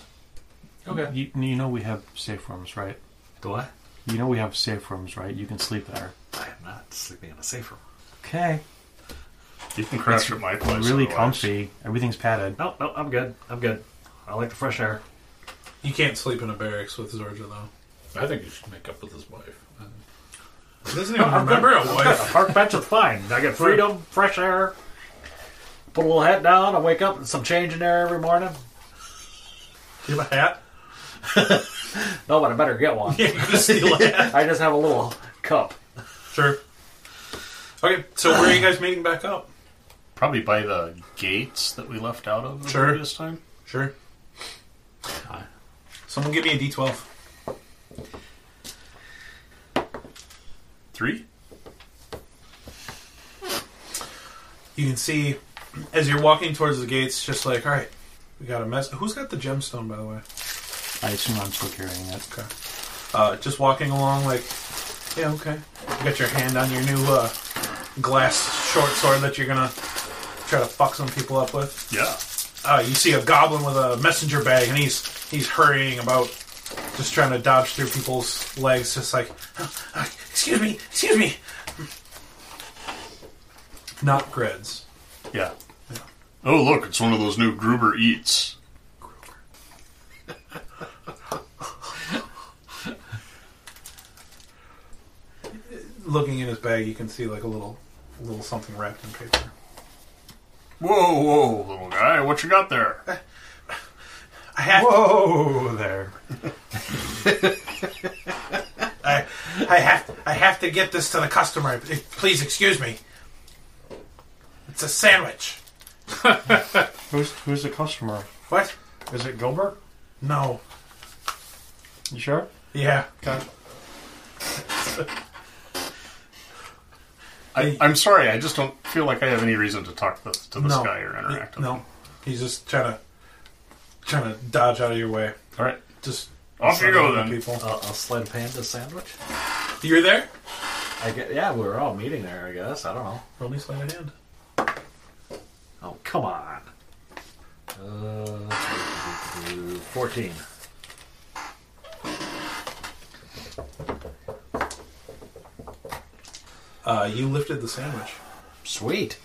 S6: Okay.
S4: You, you know we have safe rooms, right?
S6: Do I?
S4: You know we have safe rooms, right? You can sleep there.
S6: I am not sleeping in a safe room.
S4: Okay.
S3: You can crash at my place.
S4: really
S3: otherwise.
S4: comfy. Everything's padded.
S6: No, no, I'm good. I'm good. I like the fresh air.
S2: You can't sleep in a barracks with Zorja though.
S5: I think you should make up with his wife.
S2: He doesn't even remember a
S6: A
S2: wife.
S6: park bench is fine. I get freedom, fresh air. Put a little hat down. I wake up and some change in there every morning.
S2: Do you have a hat? [laughs]
S6: No, but I better get one.
S2: Yeah, you can steal a hat.
S6: I just have a little cup.
S2: Sure. Okay, so where are you guys meeting back up?
S3: Probably by the gates that we left out of the
S2: Sure.
S3: previous time.
S2: Sure. Someone give me a D12.
S3: Three?
S2: You can see as you're walking towards the gates, just like, all right, we got a mess. Who's got the gemstone, by the way?
S4: I assume I'm still carrying it.
S2: uh, just walking along like yeah okay you got your hand on your new uh, glass short sword that you're gonna try to fuck some people up with
S3: Yeah.
S2: uh, you see a goblin with a messenger bag and he's he's hurrying about just trying to dodge through people's legs just like "Oh, uh, excuse me excuse me not greds
S3: Yeah. Oh, look, it's one of those new Gruber Eats.
S2: looking in his bag you can see like a little little something wrapped in paper
S3: Whoa, whoa, little guy, what you got
S2: Uh,
S3: there?
S2: i have
S4: Whoa there.
S2: [laughs] I, I have I have to get this to the customer. Please excuse me. It's a sandwich.
S4: Who's who's the customer?
S2: What?
S4: Is it Gilbert?
S2: No.
S4: You sure?
S2: Yeah.
S3: I, I'm sorry, I just don't feel like I have any reason to talk to, to this
S2: no.
S3: guy or interact with
S2: No.
S3: him.
S2: He's just trying to trying to dodge out of your way.
S3: All right.
S2: Just
S3: Off you go, then.
S2: People,
S6: Uh, I'll sled panda sandwich.
S2: you're Oh. there.
S6: I get, yeah, we were all meeting there, I guess. I don't know.
S2: Roll me sleight of hand.
S6: Oh, come on. Uh, 14.
S2: Uh, you lifted the sandwich.
S6: Sweet.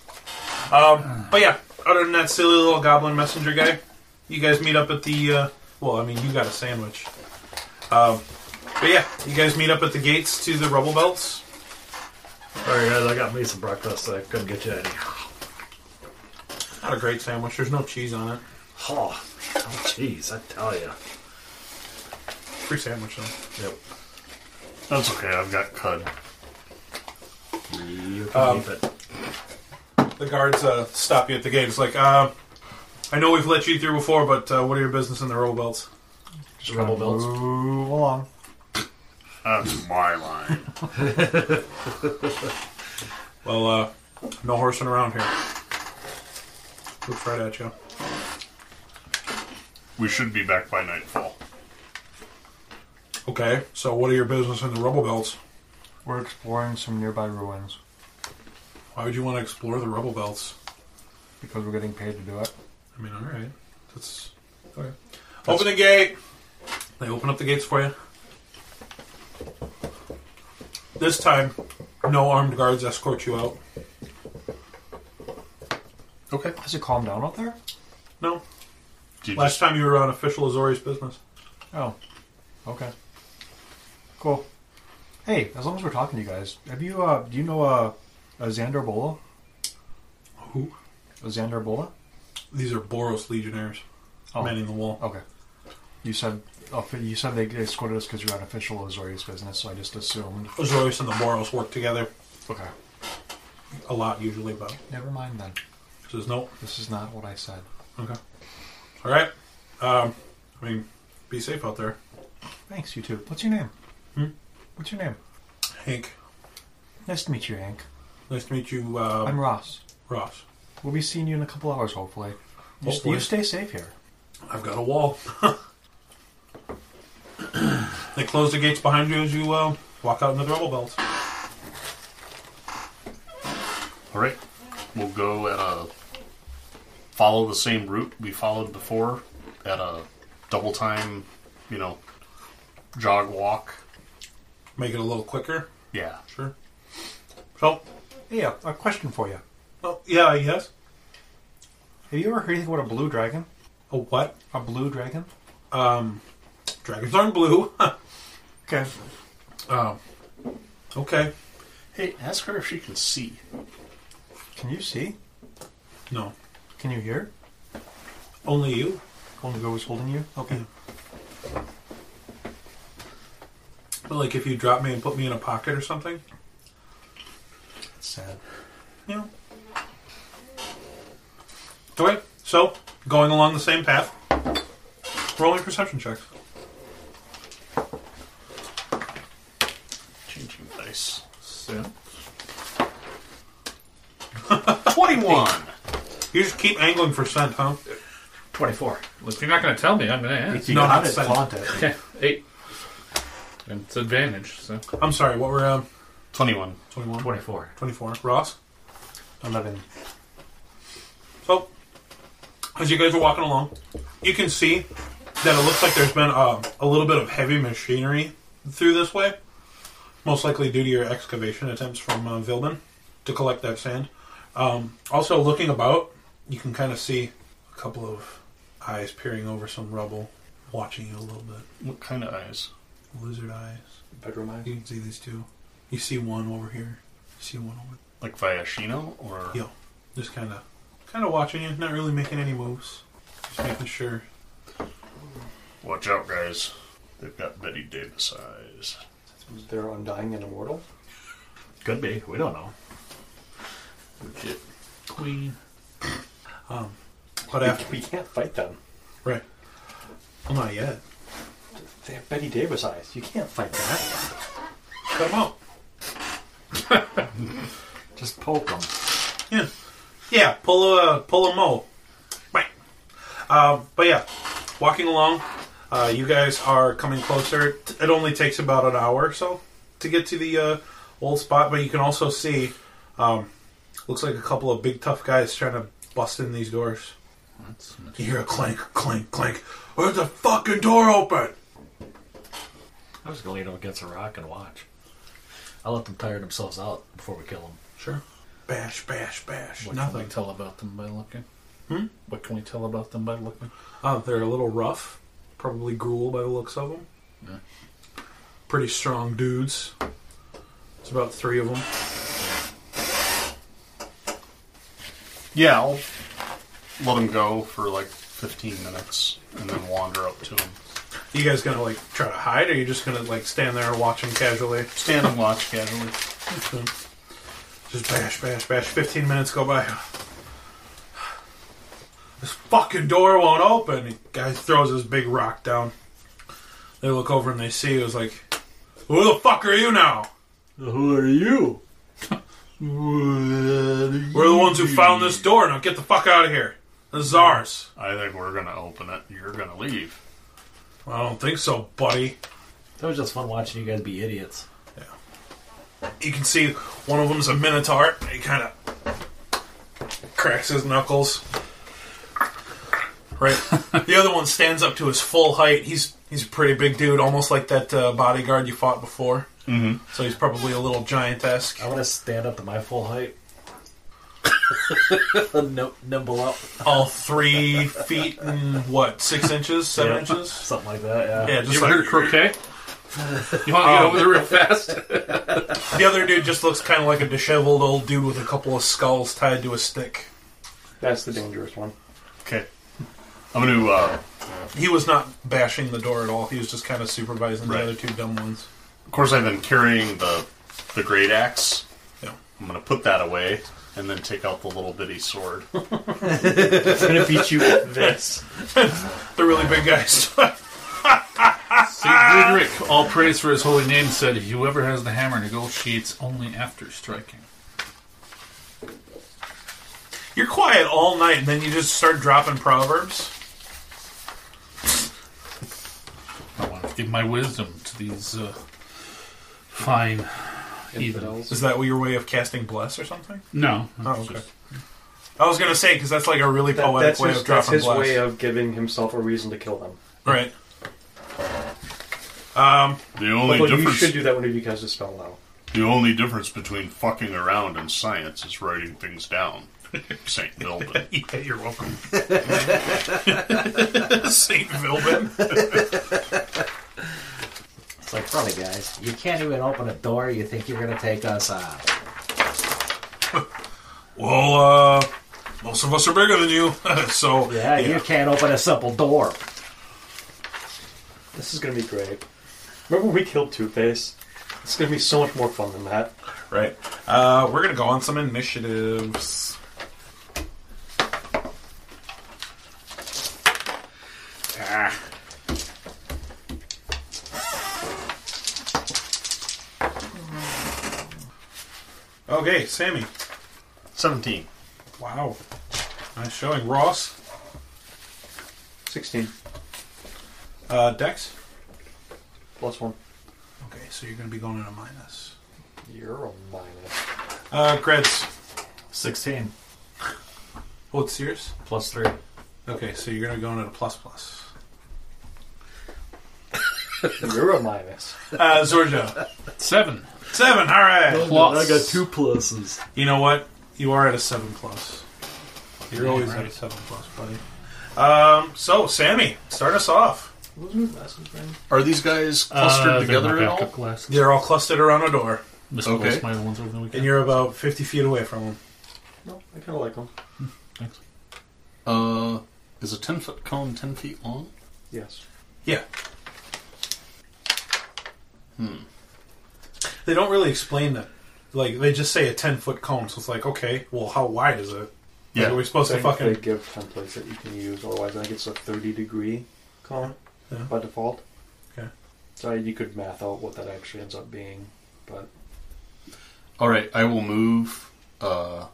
S2: Um, but yeah, other than that silly little goblin messenger guy, you guys meet up at the. Uh, well, I mean, you got a sandwich. Um, but yeah, you guys meet up at the gates to the rubble belts.
S6: Alright, guys, I got me some breakfast. I couldn't get you any.
S2: Not a great sandwich. There's no cheese on it.
S6: Oh, jeez, I tell you.
S2: Free sandwich though.
S6: Yep.
S3: That's okay. I've got cud.
S6: You can
S2: Um,
S6: keep it.
S2: The guards uh, stop you at the gate. It's like, uh, I know we've let you through before, but uh, what are your business in the rubble belts?
S6: Just rebel belts.
S4: Move along.
S3: That's my line.
S2: Well, uh, no horsing around here. Looks right at you.
S3: We should be back by nightfall.
S2: Okay, so what are your business in the rubble belts?
S4: We're exploring some nearby ruins
S2: Why would you want to explore the rubble belts?
S4: because we're getting paid to do it.
S2: I mean, all right. That's okay. open the gate. They open up the gates for you. This time, no armed guards escort you out.
S3: Okay.
S4: Has it calmed down out there?
S2: No.
S3: Do you
S2: Last
S3: just,
S2: time you were on official Azori's business.
S4: Oh, okay. Cool. Hey, as long as we're talking to you guys, have you uh, do you know uh, a Xander Bola?
S2: Who?
S4: A Xander Bola?
S2: These are Boros legionnaires
S4: Oh,
S2: manning the wall.
S4: okay. You said oh, you said they escorted us because you're on official Azorius business, so I just assumed.
S2: Azorius and the Boros work together
S4: Okay.
S2: a lot usually, but
S4: Never mind then.
S2: says nope.
S4: This is not what I said.
S2: Okay. All right. Um, I mean, be safe out there,
S4: Thanks, you two. What's your name?
S2: Hmm?
S4: What's your name?
S2: Hank.
S4: Nice to meet you, Hank.
S2: Nice to meet you,
S11: Oh.
S2: uh,
S4: I'm Ross.
S2: Ross.
S4: We'll be seeing you in a couple hours, hopefully. You,
S2: Hopefully.
S4: you stay safe here.
S2: I've got a wall. [laughs] they close the gates behind you as you uh, walk out into the rubble belt.
S3: all right. We'll go at a follow the same route we followed before at a double time, you know, jog walk.
S2: Make it a little quicker,
S3: Yeah.
S2: sure. So,
S4: Hey, uh, a, a question for you.
S2: well, yeah, yes.
S4: Have you ever heard anything about a blue dragon?
S2: A what?
S4: A blue dragon?
S2: Um, dragons aren't blue. [laughs]
S4: Okay.
S2: um, okay.
S3: Hey, ask her if she can see.
S4: Can you see?
S2: No.
S4: Can you hear?
S2: Only you?
S4: Only girl was holding you? Okay.
S2: But, like, if you drop me and put me in a pocket or something?
S4: That's sad.
S2: Yeah. Okay, so, going along the same path, rolling perception checks.
S3: Changing dice. [laughs] So. 21!
S2: You just keep angling for scent, huh?
S6: 24.
S5: If you're not going to tell me, I'm going to ask.
S2: No,
S4: got
S2: not
S4: it,
S2: scent.
S4: flaunt it.
S5: Okay, eight. And it's advantage, so.
S2: I'm sorry, what were, um,
S3: 21.
S2: 21?
S6: 24.
S2: 24. Ross?
S4: 11.
S2: So, as you guys are walking along, you can see that it looks like there's been um, a little bit of heavy machinery through this way, most likely due to your excavation attempts from uh, Vilbin to collect that sand. Um, also, looking about, you can kind of see a couple of eyes peering over some rubble, watching you a little bit.
S3: What kind of eyes?
S2: Lizard eyes.
S11: Bedroom eyes.
S2: You can see these two. You see one over here. You see one over
S3: Like Viashino or
S2: Yo, just kind of, kind of watching you, not really making any moves, just making sure.
S3: Watch out, guys. They've got Betty Davis eyes.
S11: They're undying and immortal.
S6: Could be. We don't know.
S3: Legit. Queen.
S2: But after,
S11: We can't fight them.
S2: right? Well, not yet.
S11: They have Betty Davis eyes. You can't fight that.
S2: Cut them out.
S6: Just poke them.
S2: Yeah, yeah. Pull a pull a mole. Right. Um, but yeah, walking along, uh, you guys are coming closer. T- It only takes about an hour or so to get to the uh, old spot, but you can also see um, looks like a couple of big tough guys trying to bust in these doors. You hear a clank, clank, clank. Where's the fucking door open?
S9: I'm just gonna lean up against a rock and watch. I'll let them tire themselves out before we kill them.
S2: Sure. Bash, bash, bash.
S5: What can
S2: Nothing.
S5: we tell about them by looking? Hmm? What can we tell about them by looking?
S2: Uh, they're a little rough, probably gruel by the looks of them.
S5: Yeah.
S2: Pretty strong dudes. It's about three of them.
S3: Yeah, I'll let him go for like 15 minutes and then wander up to him.
S2: You guys gonna like try to hide, or you just gonna like stand there and watch them casually?
S3: Stand and watch casually.
S2: Just bash, bash, bash. Fifteen minutes go by. This fucking door won't open. The guy throws his big rock down. They look over and they see. It was like, who the fuck are you now?
S6: Who are you?
S2: We're the ones who found this door. Now get the fuck out of here. This is ours.
S3: I think we're gonna open it. You're gonna leave.
S2: I don't think so, buddy.
S6: That was just fun watching you guys be idiots.
S2: You can see one of them's a minotaur. He kind of cracks his knuckles. [laughs] Right. the other one stands up to his full height. He's he's a pretty big dude, almost like that uh, bodyguard you fought before. Mm-hmm. So he's probably a little giant esque.
S6: I'm gonna stand up to my full height. [laughs] Nim- nimble up,
S2: All three feet and what six inches, seven inches.
S6: something like that. Yeah.
S2: Yeah, just
S5: You ever heard
S2: like
S5: of croquet? [laughs] You want to get over there real fast?
S2: the other dude just looks kind of like a disheveled old dude with a couple of skulls tied to a stick.
S11: That's the dangerous one.
S3: Okay. I'm gonna uh,
S2: He was not bashing the door at all. He was just kind of supervising
S3: Right.
S2: the other two dumb ones.
S3: Of course, I've been carrying the the great axe.
S2: Yeah.
S3: I'm gonna put that away and then take out the little bitty sword.
S11: I'm gonna beat you with this.
S2: The really big guys. [laughs]
S5: St. Frederick, all praise for his holy name, said, Whoever has the hammer negotiates only after striking.
S2: You're quiet all night, and then you just start dropping proverbs.
S5: I want to give my wisdom to these uh, fine heathens.
S2: Is that your way of casting bless or something?
S5: No.
S2: Oh,
S5: it's
S2: okay.
S5: just-
S2: I was gonna say because that's like a really
S11: That,
S2: poetic
S11: that's
S2: way
S11: his,
S2: of
S11: that's
S2: dropping
S11: his
S2: bless,
S11: way of giving himself a reason to kill them.
S2: right?
S3: The only
S11: But you
S3: difference
S11: should do that whenever you cast a spell, though.
S3: the only difference between fucking around and science is writing things down. [laughs] Saint Vilbin.
S2: Yeah, you're [laughs]
S11: [laughs]
S2: welcome. Saint Vilbin.
S9: It's like funny guys. You can't even open a door. You think you're gonna take us out?
S2: Well, uh, most of us are bigger than you, [laughs] so
S9: Yeah, you can't open a simple door.
S11: This is gonna be great. Remember when we killed Two Face? It's gonna be so much more fun than that.
S2: right. Uh, we're gonna go on some initiatives. Ah. Okay, Sammy.
S3: Seventeen.
S2: Wow. Nice showing. Ross,
S11: 16
S2: uh, Dex.
S11: plus one.
S2: Okay, so you're going to be going in a minus.
S11: You're a minus.
S2: Uh, Kreds,
S6: Sixteen
S2: what's yours?
S6: plus three.
S2: Okay, so you're going to go in at a plus plus.
S11: You're a minus.
S2: Uh, Zorja,
S5: Seven.
S2: seven. All right.
S5: Plus.
S6: I got two pluses.
S2: You know what? You are at a seven plus. You're always at a seven plus, buddy. Um, so Sammy, start us off.
S3: Are these guys clustered
S5: Uh, they're
S3: together
S5: my
S3: at
S5: backup
S3: all?
S5: glasses.
S2: They're all clustered around a door,
S5: Misplaced
S3: Okay.
S5: my ones over the
S2: and
S5: weekend.
S2: you're about fifty feet away from them.
S11: No, I kind of like them.
S5: Thanks.
S3: Hmm, Uh, is a ten foot cone ten feet long?
S11: Yes.
S2: Yeah. Hmm. They don't really explain that. Like they just say a ten foot cone, so it's like, okay, well, how wide is it? Yeah. Are we supposed to
S11: I think they
S2: fucking?
S11: give templates that you can use, otherwise, I think it's a 30 degree cone
S2: Yeah.
S11: by default.
S2: Okay.
S11: So you could math out what that actually ends up being, but
S3: All right, I will move uh,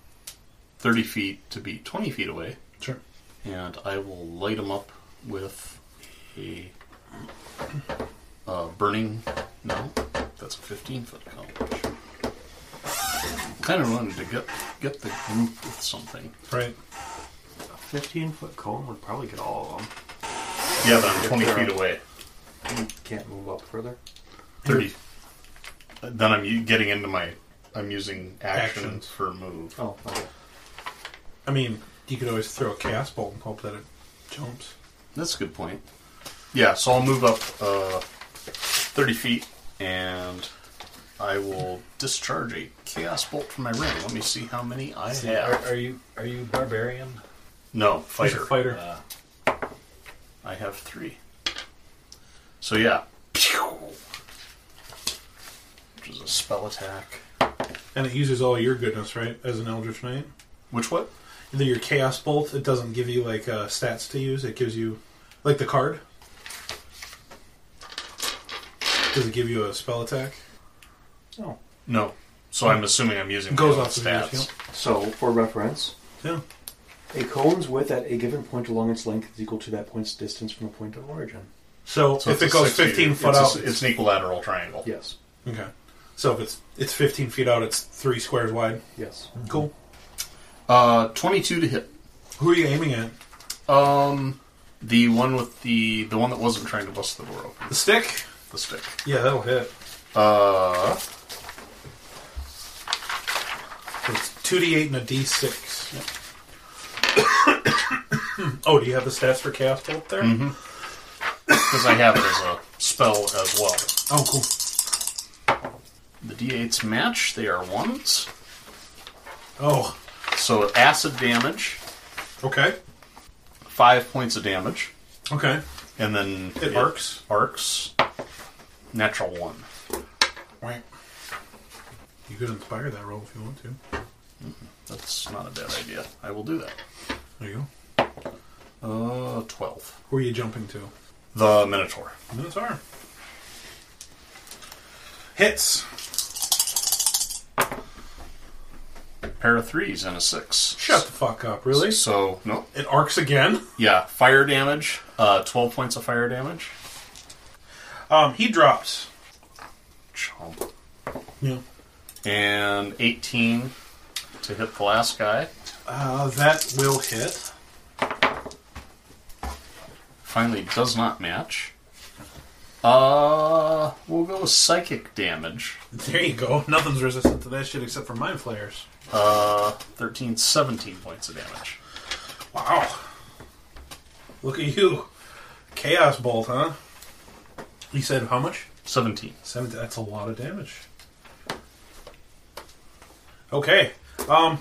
S3: 30 feet to be 20 feet away.
S2: Sure.
S3: and I will light him up with a uh, burning. No, that's a 15 foot accomplish. Kind of wanted to get get the group with something.
S2: Right.
S4: 15 foot cone would probably get all of them.
S3: Yeah, but I'm 20 feet away.
S4: Can't move up further.
S3: 30. Then I'm u- getting into my. I'm using actions,
S2: Actions.
S3: for move.
S4: Oh, okay.
S2: I mean, you could always throw a cast bolt and hope that it jumps.
S3: That's a good point. Yeah, so I'll move up uh, 30 feet and I will discharge a chaos bolt from my ring. Let me see how many I have.
S6: Are, are you are you barbarian?
S3: no,
S2: He's a
S3: fighter. Uh,
S2: fighter.
S3: I have three. So yeah. Pew! Which is a spell attack.
S2: and it uses all your goodness, right? As an Eldritch Knight?
S3: Which what?
S2: Either your Chaos Bolt, it doesn't give you, like, uh, stats to use. It gives you, like, the card. Does it give you a spell attack?
S3: No. So I'm assuming I'm using
S2: Goes
S3: my own
S2: off of yours,
S3: stats.
S11: So, for reference,
S2: Yeah.
S11: a cone's width at a given point along its length is equal to that point's distance from the point of origin.
S2: So,
S3: So
S2: if it
S3: it's a
S2: goes
S3: 60
S2: 15 foot
S3: it's
S2: out,
S3: a- it's an equilateral triangle.
S11: Yes.
S2: Okay. So if it's it's 15 feet out, it's three squares wide.
S11: Yes.
S2: Cool.
S3: Uh, 22 to hit.
S2: Who are you aiming at?
S3: Um, the one with the the one that wasn't trying to bust the door open.
S2: The stick.
S3: The stick.
S2: Yeah, that'll hit.
S3: Uh,
S2: It's 2d8 and a d6. [coughs] oh, do you have the stats for cast bolt there?
S3: because I have it as a spell as well.
S2: Oh, cool.
S3: The d8s match. They are ones.
S2: Oh,
S3: So acid damage,
S2: okay.
S3: five points of damage,
S2: Okay.
S3: and then
S2: It arcs.
S3: Arcs. Natural one.
S2: Right. You could inspire that roll if you want to.
S3: That's not a bad idea. I will do that.
S2: There you go.
S3: Uh, twelve.
S2: Who are you jumping to?
S3: The Minotaur.
S2: Minotaur. Hits.
S3: Pair of threes and a six.
S2: Shut the fuck up, really?
S3: So no.
S2: It arcs again.
S3: Yeah, fire damage. Uh, twelve points of fire damage.
S2: Um, he drops.
S3: Chomp.
S2: Yeah.
S3: And eighteen to hit the last guy.
S2: Uh, that will hit.
S3: finally does not match. Uh, we'll go with psychic damage.
S2: [laughs] There you go. Nothing's resistant to that shit except for mind flayers.
S3: Uh, 13, 17 points of damage.
S2: Wow. Look at you. Chaos Bolt, huh? You said how much?
S3: 17.
S2: Seven. That's a lot of damage. Okay. Um.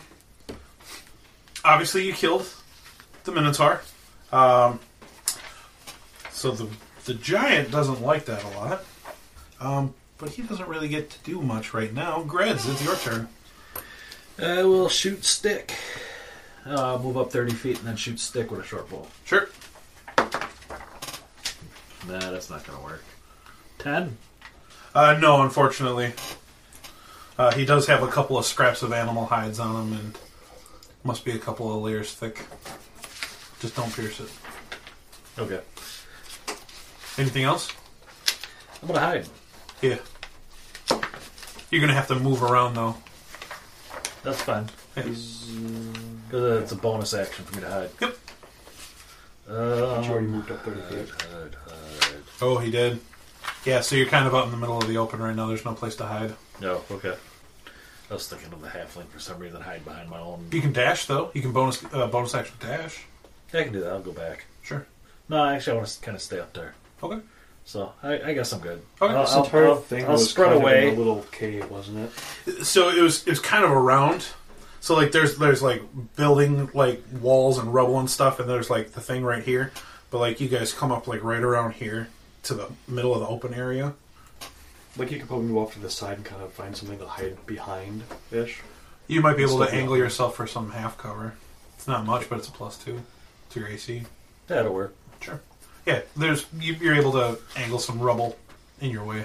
S2: Obviously, you killed the Minotaur. Um. So the the giant doesn't like that a lot. Um. But he doesn't really get to do much right now. Greds, it's your turn.
S6: I will Uh, shoot stick. Uh, move up 30 feet and then shoot stick with a short bow.
S2: Sure.
S6: Nah, that's not going to work. 10?
S2: Uh, no, unfortunately. Uh, he does have a couple of scraps of animal hides on him and must be a couple of layers thick. Just don't pierce it.
S6: Okay.
S2: Anything else?
S6: I'm going to hide.
S2: Yeah. You're gonna have to move around though.
S6: That's fine. Because it's a bonus action for me to hide.
S2: Yep.
S6: Um,
S11: She already moved up 30 feet.
S6: hide, hide.
S2: Oh, he did. Yeah, so you're kind of out in the middle of the open right now. There's no place to hide.
S6: No, okay. I was thinking of the halfling for some reason, hide behind my own.
S2: You can dash though. You can bonus uh, bonus action dash.
S6: I can do that. I'll go back.
S2: Sure.
S6: No, actually, I want to kind of stay up there.
S2: Okay.
S6: So I, I guess I'm good.
S2: Okay.
S6: I'll,
S11: This
S6: I'll-
S11: entire
S6: I'll-
S11: thing
S6: I'll
S11: was
S6: spread
S11: kind of
S6: away.
S11: in a little cave, wasn't it?
S2: So it was it was kind of around. So like there's there's like building like walls and rubble and stuff, and there's like the thing right here. But like you guys come up like right around here to the middle of the open area.
S11: Like you could probably move off to the side and kind of find something to hide behind, ish.
S2: You might be able to
S11: Still be
S2: angle
S11: open.
S2: yourself for some half cover. It's not much, but it's a plus two to your AC.
S6: That'll work.
S2: Sure. Yeah, there's you, you're able to angle some rubble in your way.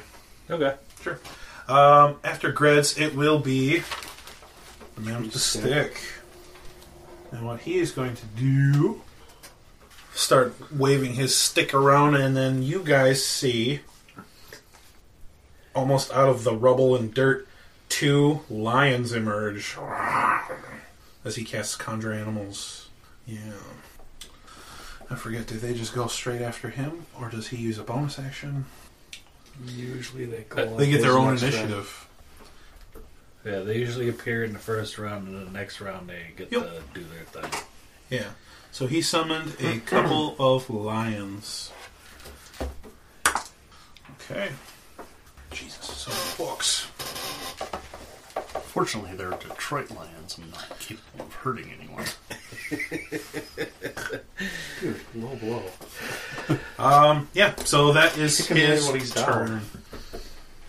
S6: Okay.
S2: Sure. Um, after Gred's, it will be the man with the
S11: Stick.
S2: stick. And what he is going to do start waving his stick around, and then you guys see, almost out of the rubble and dirt, two lions emerge as he casts Conjure Animals. Yeah. I forget, do they just go straight after him, or does he use a bonus action?
S6: Usually they go.
S2: They get their own
S6: next round.
S2: initiative.
S6: Yeah, they usually appear in the first round, and then the next round they get
S2: Yep.
S6: to do their thing.
S2: Yeah. So he summoned
S4: [clears throat]
S2: a couple of lions. Okay. Jesus, so many books.
S3: Fortunately, they're Detroit Lions. I'm not capable of hurting anyone.
S4: Low blow.
S2: Um, yeah, so that is
S4: He can do
S2: his
S4: what he's done.
S2: turn.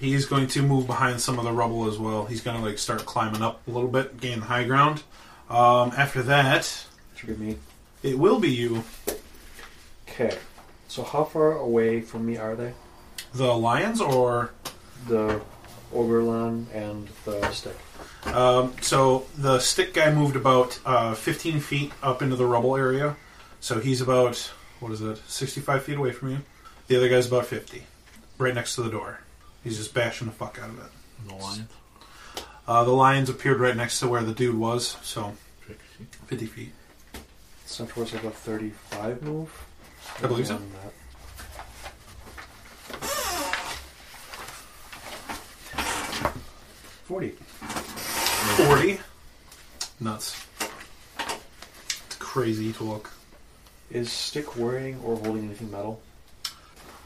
S2: He's going to move behind some of the rubble as well. He's going to like start climbing up a little bit, gain the high ground. Um, after that,
S4: Trigger me.
S2: it will be you,
S4: Okay. So how far away from me are they?
S2: the lions, or
S4: The Oberlin and the stick.
S2: Um, so the stick guy moved about uh, 15 feet up into the rubble area. So he's about, what is it, 65 feet away from you. The other guy's about 50, right next to the door. He's just bashing the fuck out of it.
S5: The lion.
S2: Uh, the lions appeared right next to where the dude was, so 50 feet.
S4: So towards like a 35 move.
S2: I believe so.
S4: Around that. Forty.
S2: 40. Nuts. It's crazy to look.
S4: Is stick wearing or holding anything metal?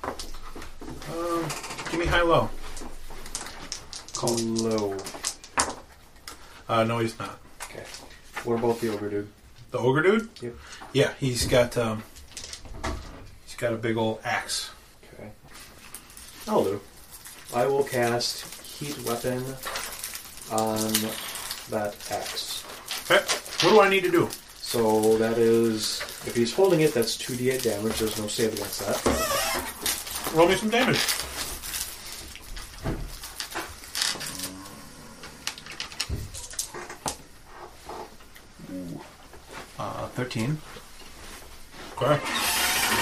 S2: Uh, give me high low.
S4: Low.
S2: Uh, no, he's not.
S4: Okay. What about the ogre dude?
S2: The ogre dude?
S4: Yep.
S2: Yeah, he's got um, he's got a big old axe.
S4: Okay. I'll do. I will cast heat weapon on that axe.
S2: Okay. What do I need to do?
S4: So that is, if he's holding it, that's 2d8 damage. There's no save against that.
S2: Roll me some damage.
S4: Uh, 13.
S2: Okay.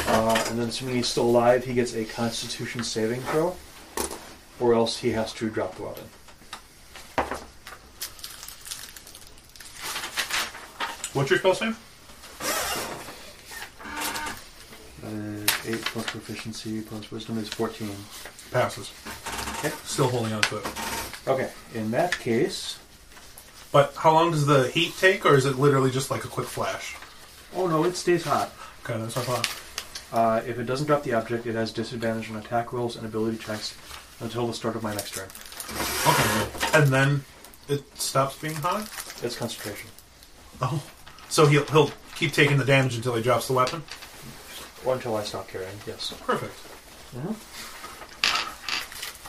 S4: Uh, and then assuming he's still alive, he gets a constitution saving throw, or else he has to drop the weapon.
S2: What's your spell save?
S4: That is 8 plus proficiency plus wisdom is 14.
S2: Passes.
S4: Okay.
S2: Still holding on to it.
S4: Okay, in that case.
S2: But how long does the heat take, or is it literally just like a quick flash?
S4: Oh no, it stays hot.
S2: Okay, that's what I thought.
S4: Uh, if it doesn't drop the object, it has disadvantage on attack rolls and ability checks until the start of my next turn.
S2: Okay. And then it stops being hot.
S4: It's concentration.
S2: Oh. So he'll he'll keep taking the damage until he drops the weapon.
S4: Or until I stop carrying, yes.
S2: Perfect.
S4: Mm-hmm.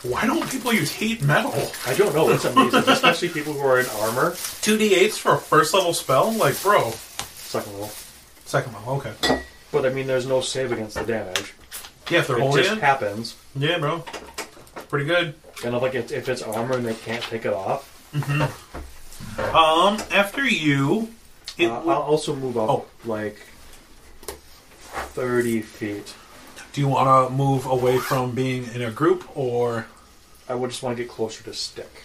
S2: Why don't people use heat metal?
S4: I don't know,
S2: [laughs]
S4: it's amazing. Especially people who are in armor.
S2: Two d8s for a first level spell, like bro.
S4: Second level.
S2: Second level, okay.
S4: But I mean, there's no save against the damage.
S2: Yeah, if they're
S4: It
S2: holding
S4: just
S2: it.
S4: happens.
S2: yeah, bro. Pretty good.
S4: And if, like it, if it's armor and they can't take it off,
S2: Um, after you,
S4: uh,
S2: it
S4: I'll
S2: will-
S4: also move up
S2: Oh.
S4: like thirty feet.
S2: Do you want to move away from being in a group or?
S4: I would just want to get closer to stick,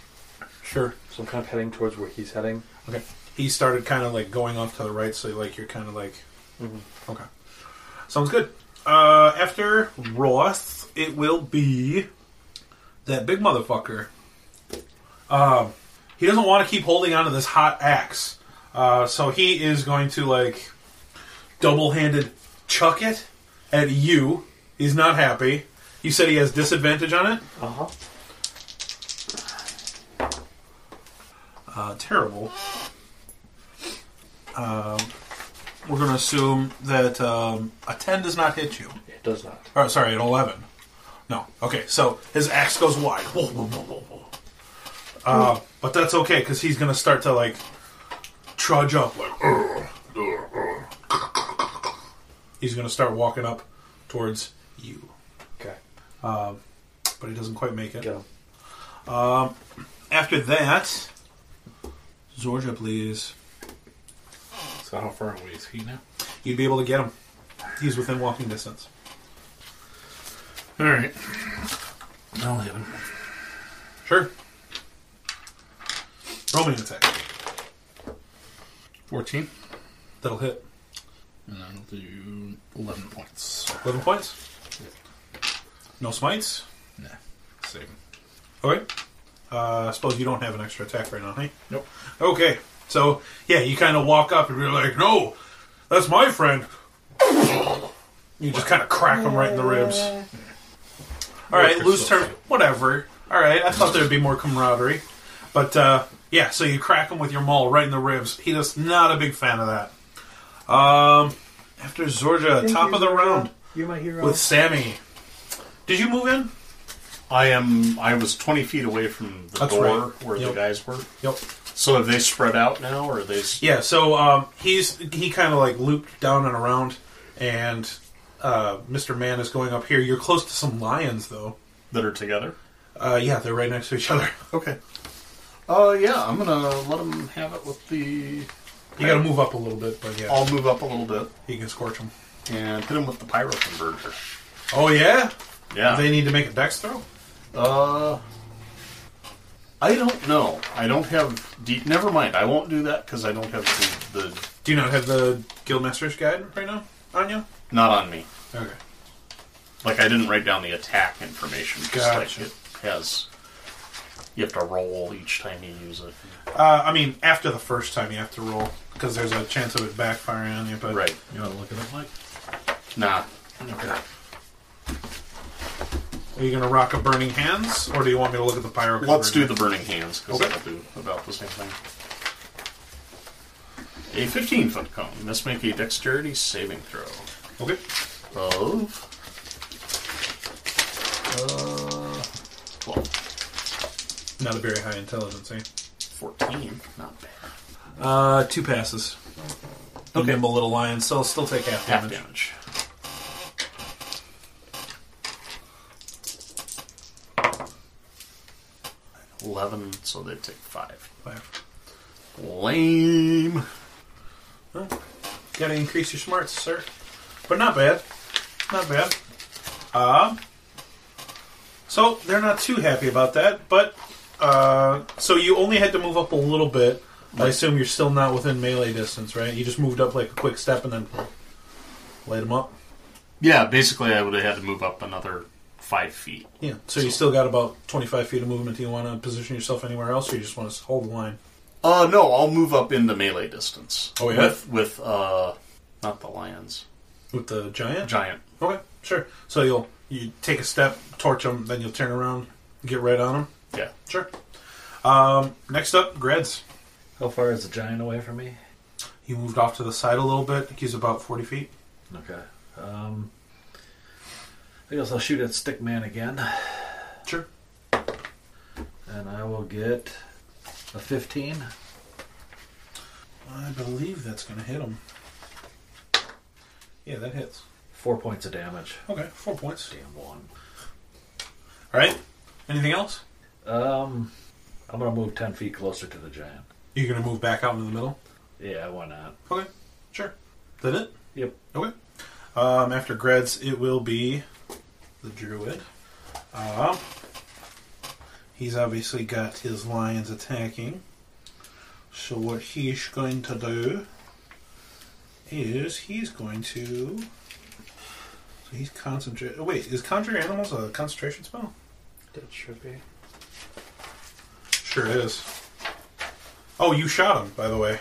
S2: Sure.
S4: so I'm kind of heading towards where he's heading.
S2: Okay. He started kind of like going off to the right, so like you're kind of like. Okay. Sounds good. Uh, after Roth, it will be that big motherfucker. Um, he doesn't want to keep holding on to this hot axe, uh, so he is going to like double-handed chuck it at you. He's not happy. You said he has disadvantage on it.
S4: Uh huh.
S2: uh, terrible. Um, we're going to assume that um, a 10 does not hit you.
S4: It does not.
S2: Or, sorry, an 11. No. Okay, so his axe goes wide. Whoa, whoa, whoa, whoa, whoa. Uh, but that's okay, because he's going to start to, like, trudge up. Like, "Ugh, ugh, ugh." he's going to start walking up towards you.
S4: Okay.
S2: But he doesn't quite make it.
S4: Get him.
S2: After that, Zorja, please.
S5: So how far away is he now?
S2: You'd be able to get him. He's within walking distance.
S5: All right.
S2: I'll have him. Sure. Roll me an attack.
S5: 14.
S2: That'll hit.
S5: And I'll do 11 points.
S2: 11 points. No smites.
S5: Nah. Same.
S2: Okay. Uh, I suppose you don't have an extra attack right now, hey?
S5: Nope.
S2: Okay. So, yeah, you kind of walk up and you're like, no, that's my friend. You just kind of crack him right in the ribs. All right,
S5: Workers
S2: loose term.
S5: will do.
S2: Whatever. All right, I thought there'd be more camaraderie. But, uh, yeah, so you crack him with your maul right in the ribs. He is not a big fan of that. Um, after Zorja, top of the round
S11: You're my hero.
S2: with Sammy. Did you move in?
S3: I am. I was 20 feet away from the
S2: That's
S3: door
S2: right.
S3: where
S2: Yep.
S3: the guys were.
S2: Yep.
S3: So have they spread out now, or are they? s-
S2: Yeah, so um, he's he kind of like looped down and around, and uh, Mr. Man is going up here. You're close to some lions, though.
S3: that are together?
S2: Uh, yeah, they're right next to each other.
S3: Okay. Uh, yeah, I'm gonna let them have it with the.
S2: You got to move up a little bit, but yeah,
S3: I'll move up a little bit
S2: you can scorch them.
S3: and hit them with the pyro converter.
S2: Oh yeah,
S3: Yeah.
S2: they need to make a dex throw.
S3: Uh, I don't know. I don't have deep. Never mind. I won't do that because I don't have the, the
S2: Do you not have the guildmaster's guide right now on you?
S3: not on me.
S2: Okay.
S3: Like I didn't write down the attack information. Just
S2: Gotcha.
S3: like it has. You have to roll each time you use it.
S2: Uh, I mean, after the first time, you have to roll because there's a chance of it backfiring on you. But
S3: Right.
S5: You want to look at it like?
S3: Nah.
S2: are you going to rock a burning hands, or do you want me to look at the pyro?
S3: Let's do
S2: converter?
S3: the burning hands because
S2: Okay.
S3: that'll do about the same thing. A 15 foot cone must make a dexterity saving throw
S2: Okay.
S3: of. Uh, well,
S2: Not a very high intelligence, eh?
S3: 14. Not bad.
S2: Uh, two passes. Okay. Nimble little lion, so I'll still take half
S3: Half
S2: damage.
S3: damage. Eleven, so they take five.
S2: Five.
S3: Lame.
S2: Gotta increase your smarts, sir. But not bad. Not bad. Uh, so they're not too happy about that, but uh, so you only had to move up a little bit. I assume you're still not within melee distance, right? You just moved up like a quick step and then laid them up.
S3: Yeah, basically, I would have had to move up another five feet.
S2: Yeah. So you still got about 25 feet of movement. Do you want to position yourself anywhere else, or you just want to hold the line?
S3: Uh, no, I'll move up into melee distance.
S2: Oh, yeah?
S3: With, with uh, not the lions.
S2: With the giant?
S3: Giant.
S2: Okay, sure. So you'll you take a step, torch them, then you'll turn around, get right on them.
S3: Yeah.
S2: Sure. Um, next up, Greds.
S9: How far is the giant away from me?
S2: He moved off to the side a little bit. He's about forty feet.
S9: Okay. Um, I guess I'll shoot at Stick Man again,
S2: Sure.
S9: and I will get a 15.
S2: I believe that's going to hit him. Yeah, that hits.
S9: Four points of damage.
S2: Okay, four points.
S9: Damn one.
S2: All right. Anything else?
S9: Um, I'm gonna move 10 feet closer to the giant.
S2: You're going to move back out into the middle.
S9: Yeah, why not?
S2: Okay. Sure. Is that it?
S9: Yep.
S2: Okay. Um, after Greds, it will be the Druid. Uh, he's obviously got his lions attacking. So what he's going to do is he's going to. So he's concentrate. Oh, wait, is conjure animals a concentration spell?
S11: That should be.
S2: Sure is. Oh, you shot him, by the way.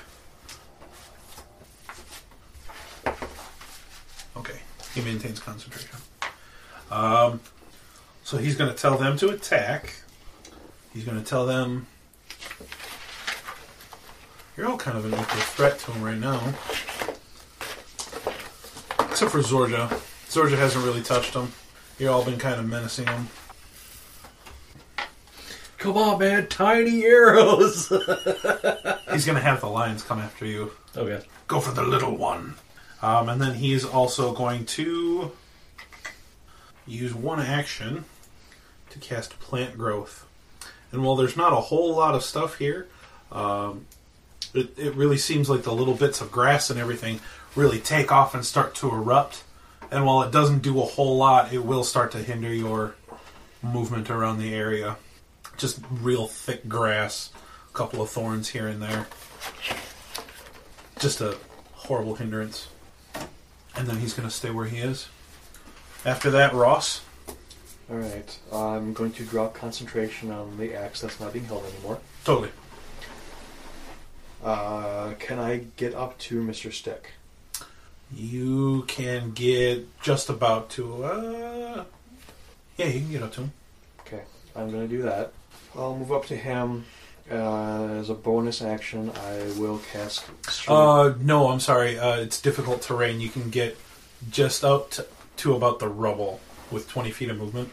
S2: Okay, he maintains concentration. Um, so he's going to tell them to attack. He's going to tell them. You're all kind of an equal threat to him right now. Except for Zorja. Zorja hasn't really touched him. You've all been kind of menacing him.
S9: Come on, man! Tiny arrows!
S2: He's going to have the lions come after you.
S6: Oh,
S9: okay.
S2: go for the little one. Um, and then he's also going to use one action to cast Plant Growth. And while there's not a whole lot of stuff here, um, it, it really seems like the little bits of grass and everything really take off and start to erupt And while it doesn't do a whole lot, it will start to hinder your movement around the area. Just real thick grass, a couple of thorns here and there. Just a horrible hindrance. And then he's going to stay where he is. After that, Ross.
S4: All right. I'm going to drop concentration on the axe that's not being held anymore.
S2: Totally.
S4: Uh, can I get up to Mr. Stick?
S2: You can get just about to. Uh, yeah, you can get up to him.
S4: Okay, I'm going to do that. I'll move up to him. Uh, as a bonus action, I will cast.
S2: Uh, no, I'm sorry. Uh, it's difficult terrain. You can get just up to, to about the rubble with 20 feet of movement.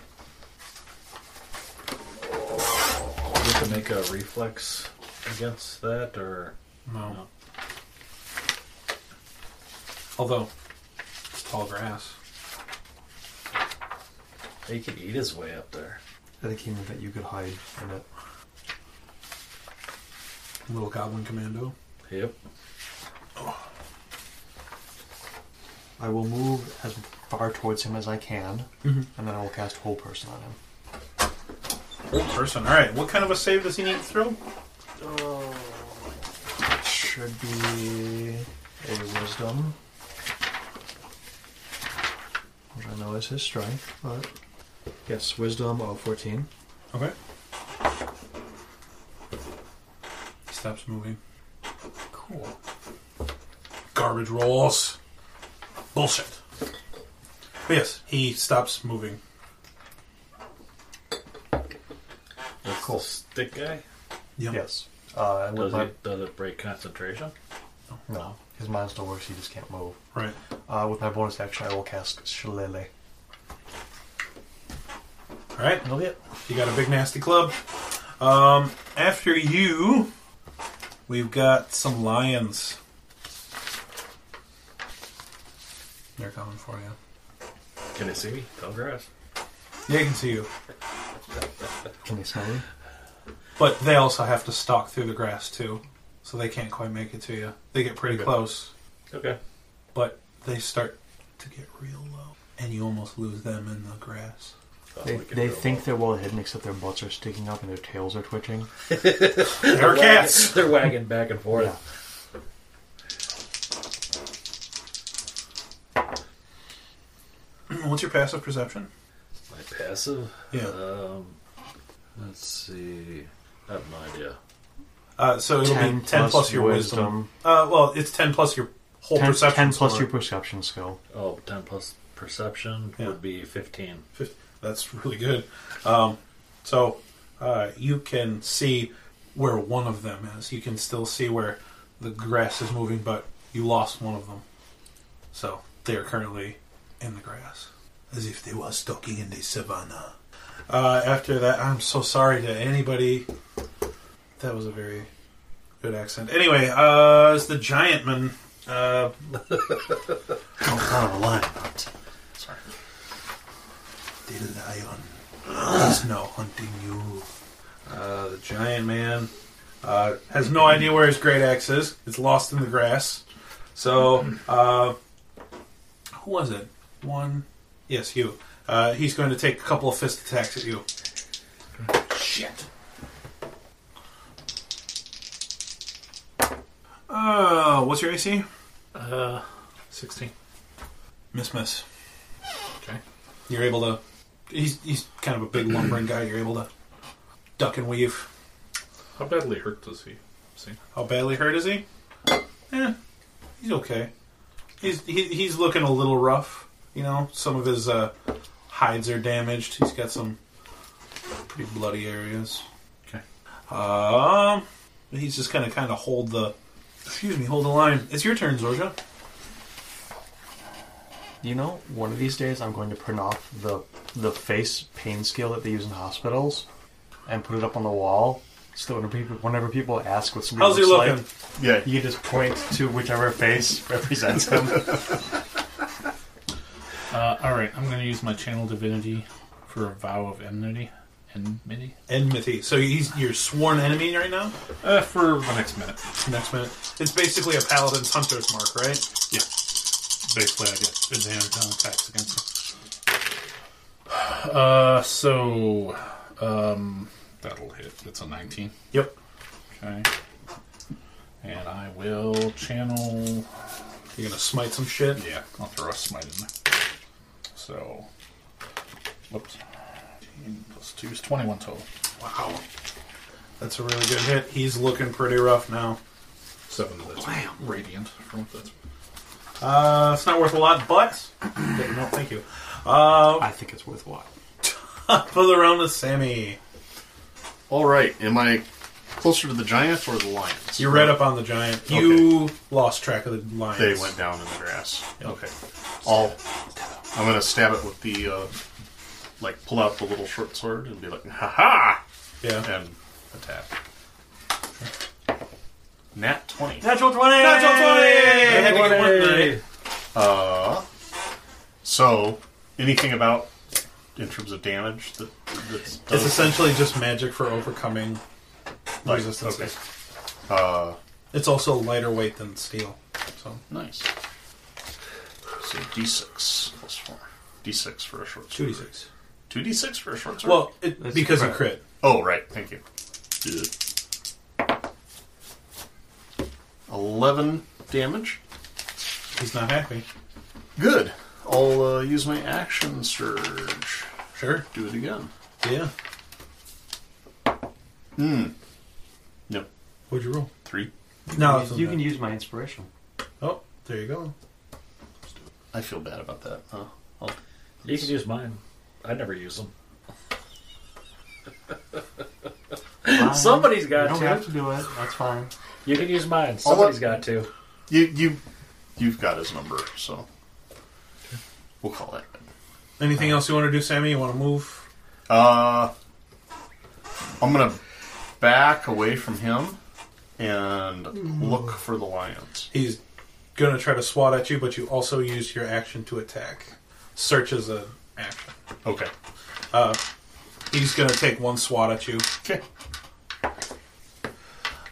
S6: Do you have to make a reflex against that, or
S2: No.
S6: No.
S2: Although, it's tall grass.
S6: he could eat his way up there?
S4: I think he meant that you could hide in it.
S2: Little Goblin Commando.
S6: Yep.
S4: I will move as far towards him as I can, and then I will cast Whole Person on him.
S2: Old person. Alright, what kind of a save does he need to throw?
S4: It should be a Wisdom, which I know is his strength, but yes, Wisdom of 14.
S2: Okay. He stops moving. Cool. Garbage rolls. Bullshit. But yes, he stops moving.
S6: That's cool. stick guy.
S2: Yep.
S4: Yes. Uh, and with
S6: Does
S4: my,
S6: it does it break concentration?
S4: no, his mind still works. He just can't move.
S2: Right.
S4: Uh, with my bonus action, I will cast Shillelagh.
S2: Alright.
S4: That'll be it.
S2: You got a big nasty club. Um, after you, we've got some lions. They're coming for you.
S6: Can they see me? Tell grass.
S2: They can see you,
S4: Can they smell me?
S2: but they also have to stalk through the grass too, so they can't quite make it to you. They get pretty close,
S6: Okay.
S2: but they start to get real low, and you almost lose them in the grass.
S4: They, they think they're well hidden, except their butts are sticking up and their tails are twitching.
S2: They're cats.
S6: They're wagging back and forth.
S2: What's your passive perception?
S6: My passive.
S2: Yeah.
S6: Um, let's see. I have no idea.
S2: Uh, so it'll be ten plus your wisdom. Uh, well, it's ten plus your whole
S4: 10,
S2: perception.
S4: 10 plus
S2: score.
S4: your perception skill.
S6: Oh, 10 plus perception
S2: Yeah.
S6: would be 15.
S2: Fif- That's really good. Um, so uh, you can see where one of them is. You can still see where the grass is moving, but you lost one of them. So they are currently in the grass, as if they were stalking in the savannah. Uh, after that, I'm so sorry to anybody. That was a very good accent. Anyway, uh, it's the giant man. Uh, The lion is now hunting you. Uh, the giant man uh, has no idea where his great axe is. It's lost in the grass. So, uh, who was it? One. Yes, you. Uh, he's going to take a couple of fist attacks at you. Shit. Uh, what's your AC?
S5: Uh, 16.
S2: Miss, miss.
S5: Okay.
S2: You're able to. He's he's kind of a big lumbering guy. You're able to duck and weave.
S5: How badly hurt does he seem?
S2: How badly hurt is he? Eh, he's okay. He's he, he's looking a little rough. You know, some of his uh, hides are damaged. He's got some pretty bloody areas.
S5: Okay.
S2: Um, he's just gonna kind of hold the. Excuse me, hold the line. It's your turn, Zorja.
S4: You know, one of these days I'm going to print off the the face pain scale that they use in hospitals and put it up on the wall. So that whenever people, whenever people ask what somebody
S2: How's he
S4: looks
S2: looking?
S3: Yeah.
S4: like, you can just point to whichever face [laughs] represents him.
S5: Uh, alright, I'm going to use my channel divinity for a vow of enmity. Enmity?
S2: Enmity. So he's your sworn enemy right now.
S5: Uh, for the next minute.
S2: Next minute. It's basically a paladin's hunter's mark, right?
S5: Yeah. basically I get advantage on attacks against him. Uh, so um, that'll hit. That's a 19.
S2: Yep.
S5: Okay. And I will channel.
S2: You're gonna smite some shit.
S5: Yeah, I'll throw a smite in there. So, whoops. 18 plus 2 is 21 total.
S2: Wow. That's a really good hit. He's looking pretty rough now.
S5: 7 of that's radiant from that's
S2: Uh, it's not worth a lot, but [coughs] no, thank you. Uh,
S4: I think it's worthwhile.
S2: for the round is Sammy.
S3: All right. Am I closer to the giant or the lions?
S2: You're right up on the giant. You lost track of the lions.
S3: They went down in the grass. Okay. I'll, I'm going to stab it with the, uh, like, pull out the little short sword and be like, ha ha!
S2: Yeah.
S3: And attack. Nat 20.
S4: Natural 20!
S2: Natural 20! I had to get one right.
S3: So, anything about, in terms of damage, that, that's
S2: It's
S3: does-
S2: essentially just magic for overcoming
S3: Like,
S2: resistance.
S3: okay.
S2: It's also lighter weight than steel. So
S3: Nice. So, d6 plus 4. d6 for a short sword.
S2: two d six.
S3: 2d6 for a short sword?
S2: Well, it,
S4: That's
S2: because you
S4: correct.
S2: crit.
S3: Oh, right. Thank you. 11 damage.
S2: He's not happy.
S3: Good. I'll uh, use my action surge.
S2: Sure.
S3: Do it again.
S2: Yeah.
S3: Nope.
S2: What'd you roll?
S3: Three.
S2: No,
S4: You can use
S2: [laughs]
S4: my inspiration.
S2: Oh, there you go.
S3: I feel bad about that. Huh?
S6: You can use mine. I never use them. Somebody's
S4: You
S6: got
S4: don't
S6: to.
S4: have to do it. That's fine.
S6: You can use mine. Somebody's got to.
S3: You you you've got his number, so we'll call it.
S2: Anything else you want to do, Sammy? You want to move?
S3: Uh, I'm gonna back away from him and look for the lions.
S2: He's gonna try to swat at you, but you also used your action to attack. Search is an action.
S3: Okay.
S2: He's gonna take one swat at you.
S3: Okay.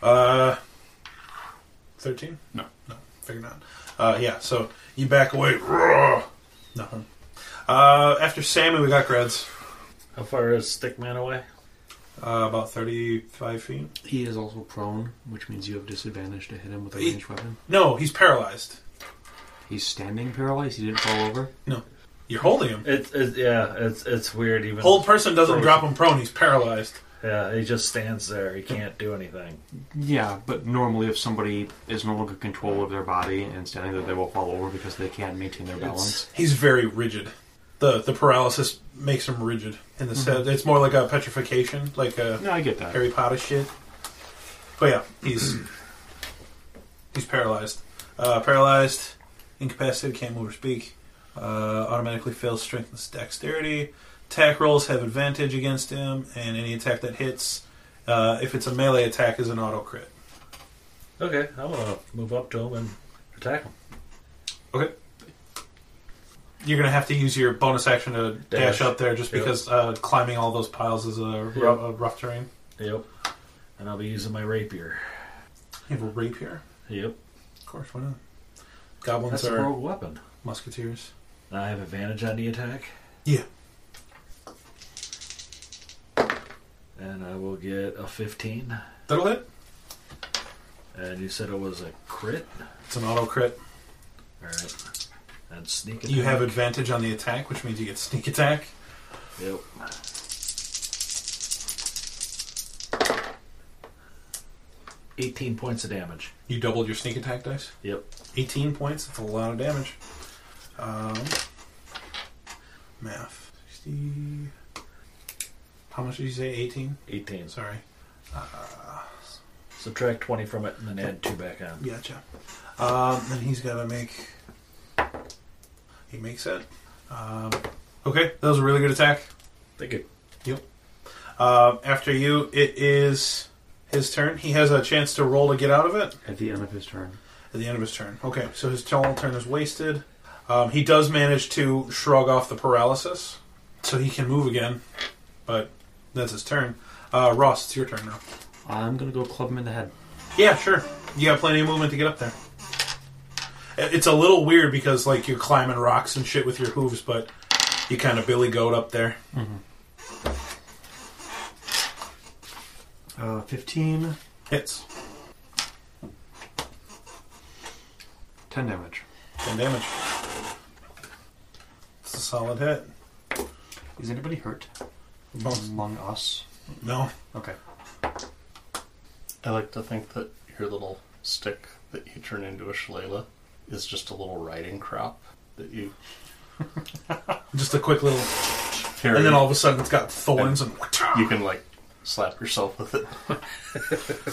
S2: Uh, thirteen.
S3: No.
S2: No, figure not. Uh, yeah. So you back away. Roar. Nothing. Uh, after Sammy, we got Greds.
S6: How far is Stickman away?
S2: Uh, about thirty-five feet.
S4: He is also prone, which means you have disadvantage to hit him with a ranged weapon.
S2: No, he's paralyzed.
S4: He's standing paralyzed. He didn't fall over.
S2: No, you're holding him.
S6: It's it, yeah. It's it's weird. Even
S2: Hold person doesn't drop him prone. He's paralyzed.
S6: Yeah, he just stands there. He can't do anything.
S4: Yeah, but normally, if somebody is no longer control of their body and standing there, they will fall over because they can't maintain their balance.
S2: He's very rigid. The the paralysis makes him rigid in the set. It's more like a petrification, like a
S4: Mm-hmm. No, I get that.
S2: Harry Potter shit. But yeah, he's [clears throat] he's paralyzed. Uh, paralyzed, incapacitated, can't move or speak. Uh, automatically fails strength and dexterity. Attack rolls have advantage against him, and any attack that hits, uh, if it's a melee attack, is an auto crit.
S6: Okay, I'm gonna move up to him and attack him.
S2: Okay. You're gonna have to use your bonus action to dash,
S6: Dash.
S2: up there, just
S6: Yep.
S2: because uh, climbing all those piles is a, rou-
S6: Yep.
S2: a rough terrain.
S6: Yep. And I'll be using my rapier.
S2: You have a rapier,
S6: Yep.
S2: of course. Why not? Goblins
S6: That's a
S2: are
S6: rogue weapon.
S2: musketeers.
S6: And I have advantage on the attack,
S2: Yeah.
S6: and I will get a 15.
S2: That'll hit.
S6: And you said it was a crit.
S2: It's an auto crit.
S6: All right. And sneak attack.
S2: You have advantage on the attack, which means you get sneak attack.
S6: Yep. Eighteen points of damage.
S2: You doubled your sneak attack dice.
S6: Yep.
S2: 18 points. That's a lot of damage. Um, math. 60. How much did you say? 18?
S6: Eighteen.
S2: Sorry.
S6: Subtract twenty from it and then add two back on.
S2: Gotcha. Um, then he's got to make. He makes it. Um, okay, that was a really good attack.
S6: Thank you.
S2: Yep. Um after you, it is his turn. He has a chance to roll to get out of it
S4: At the end of his turn.
S2: at the end of his turn. Okay, so his total turn is wasted. Um, he does manage to shrug off the paralysis, so he can move again, but that's his turn. Uh, Ross, it's your turn now.
S4: I'm going to go club him in the head.
S2: Yeah, sure. You got plenty of movement to get up there. it- it's a little weird because like you're climbing rocks and shit with your hooves, but you kind of billy goat up there.
S4: Uh, 15,
S2: Hits
S4: 10 damage.
S2: ten damage. It's a solid hit.
S4: Is anybody hurt
S2: Most-
S4: among us?
S2: No,
S4: Okay.
S3: I like to think that your little stick that you turn into a shillelagh is just a little riding crop that you
S2: just a quick little,
S3: carry.
S2: and then all of a sudden it's got thorns and
S3: you can like slap yourself with it.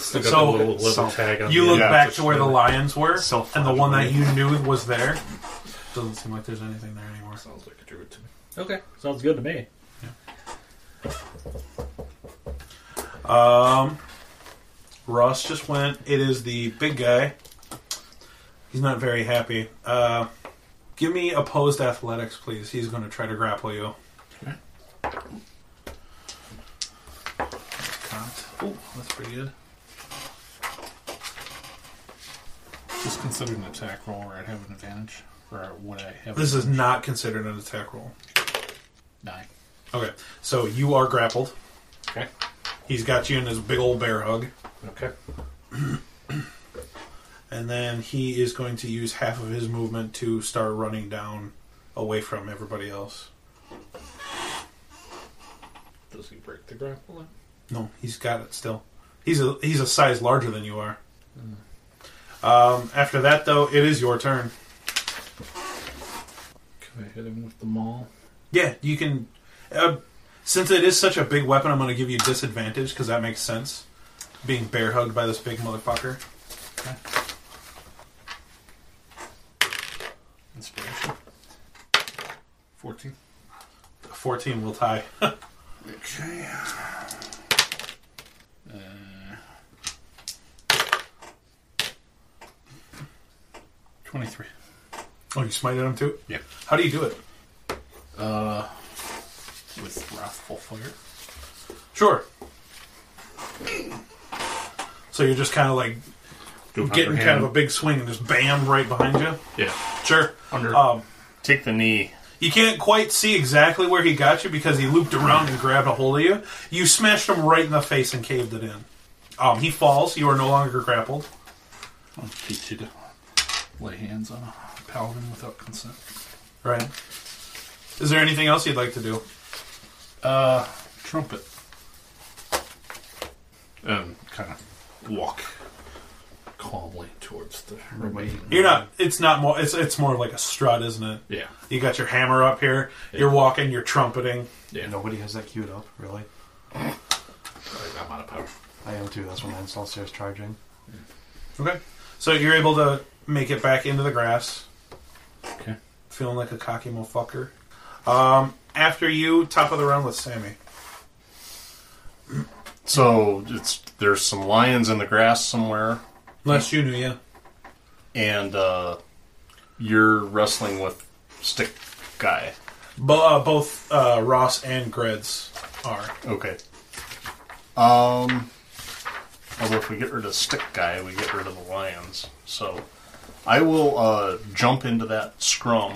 S5: Still got
S2: So-
S5: the little leather
S4: so-
S5: tag on
S2: You
S5: the
S2: look
S5: end.
S2: back to where the lions were,
S4: So
S2: and the one that
S4: flashy.
S2: you knew was there. Doesn't seem like there's anything there anymore.
S5: Sounds like a druid to me.
S6: Okay, sounds good to me.
S2: Um, Ross just went. It is the big guy. He's not very happy. Uh, give me opposed athletics, please. He's going to try to grapple you. Oh, that's pretty good.
S5: Just consider an attack roll where I'd have an advantage. Or would I have
S2: This is not considered an attack roll.
S5: nine.
S2: Okay, so you are grappled.
S5: Okay.
S2: He's got you in his big old bear hug.
S5: Okay.
S2: and then he is going to use half of his movement to start running down away from everybody else.
S5: Does he break the grapple then?
S2: No, he's got it still. He's a he's a size larger than you are.
S5: Hmm.
S2: Um, after that, though, it is your turn.
S5: Can I hit him with the maul?
S2: Yeah, you can. Uh, since it is such a big weapon, I'm going to give you disadvantage because that makes sense. Being bear hugged by this big motherfucker.
S5: Inspiration. Fourteen.
S2: 14 will tie. [laughs]
S5: Okay. Uh, Twenty-three.
S2: Oh, you smited him too?
S5: Yeah.
S2: How do you do it?
S5: Uh, with wrathful fire.
S2: Sure. So you're just kind of like getting kind of a big swing and just bam right behind you.
S5: yeah. Uh,
S2: Sure.
S5: Under.
S2: Um,
S3: Take the knee.
S2: you can't quite see exactly where he got you because he looped around and grabbed a hold of you. You smashed him right in the face and caved it in. Um, he falls. You are no longer grappled.
S5: I'll teach you to lay hands on a paladin without consent.
S2: Right. Is there anything else you'd like to do?
S5: Uh, trumpet. Um, kind of walk calmly towards the remaining.
S2: You're not. It's not more. It's it's more like a strut, isn't it?
S5: Yeah.
S2: You got your hammer up here. You're walking. You're trumpeting.
S5: Yeah.
S4: Nobody has that queued up, really.
S5: I'm out of power.
S4: I am too. That's when I'm downstairs charging.
S2: Okay. So you're able to make it back into the grass.
S5: Okay.
S2: feeling like a cocky motherfucker. Um, after you, top of the round with Sammy.
S3: So it's there's some lions in the grass somewhere,
S2: Unless you knew, yeah.
S3: and uh, you're wrestling with stick guy.
S2: Bo- uh, both uh, Ross and Greds are.
S3: Okay. Um. Although if we get rid of stick guy, we get rid of the lions. So I will uh, jump into that scrum.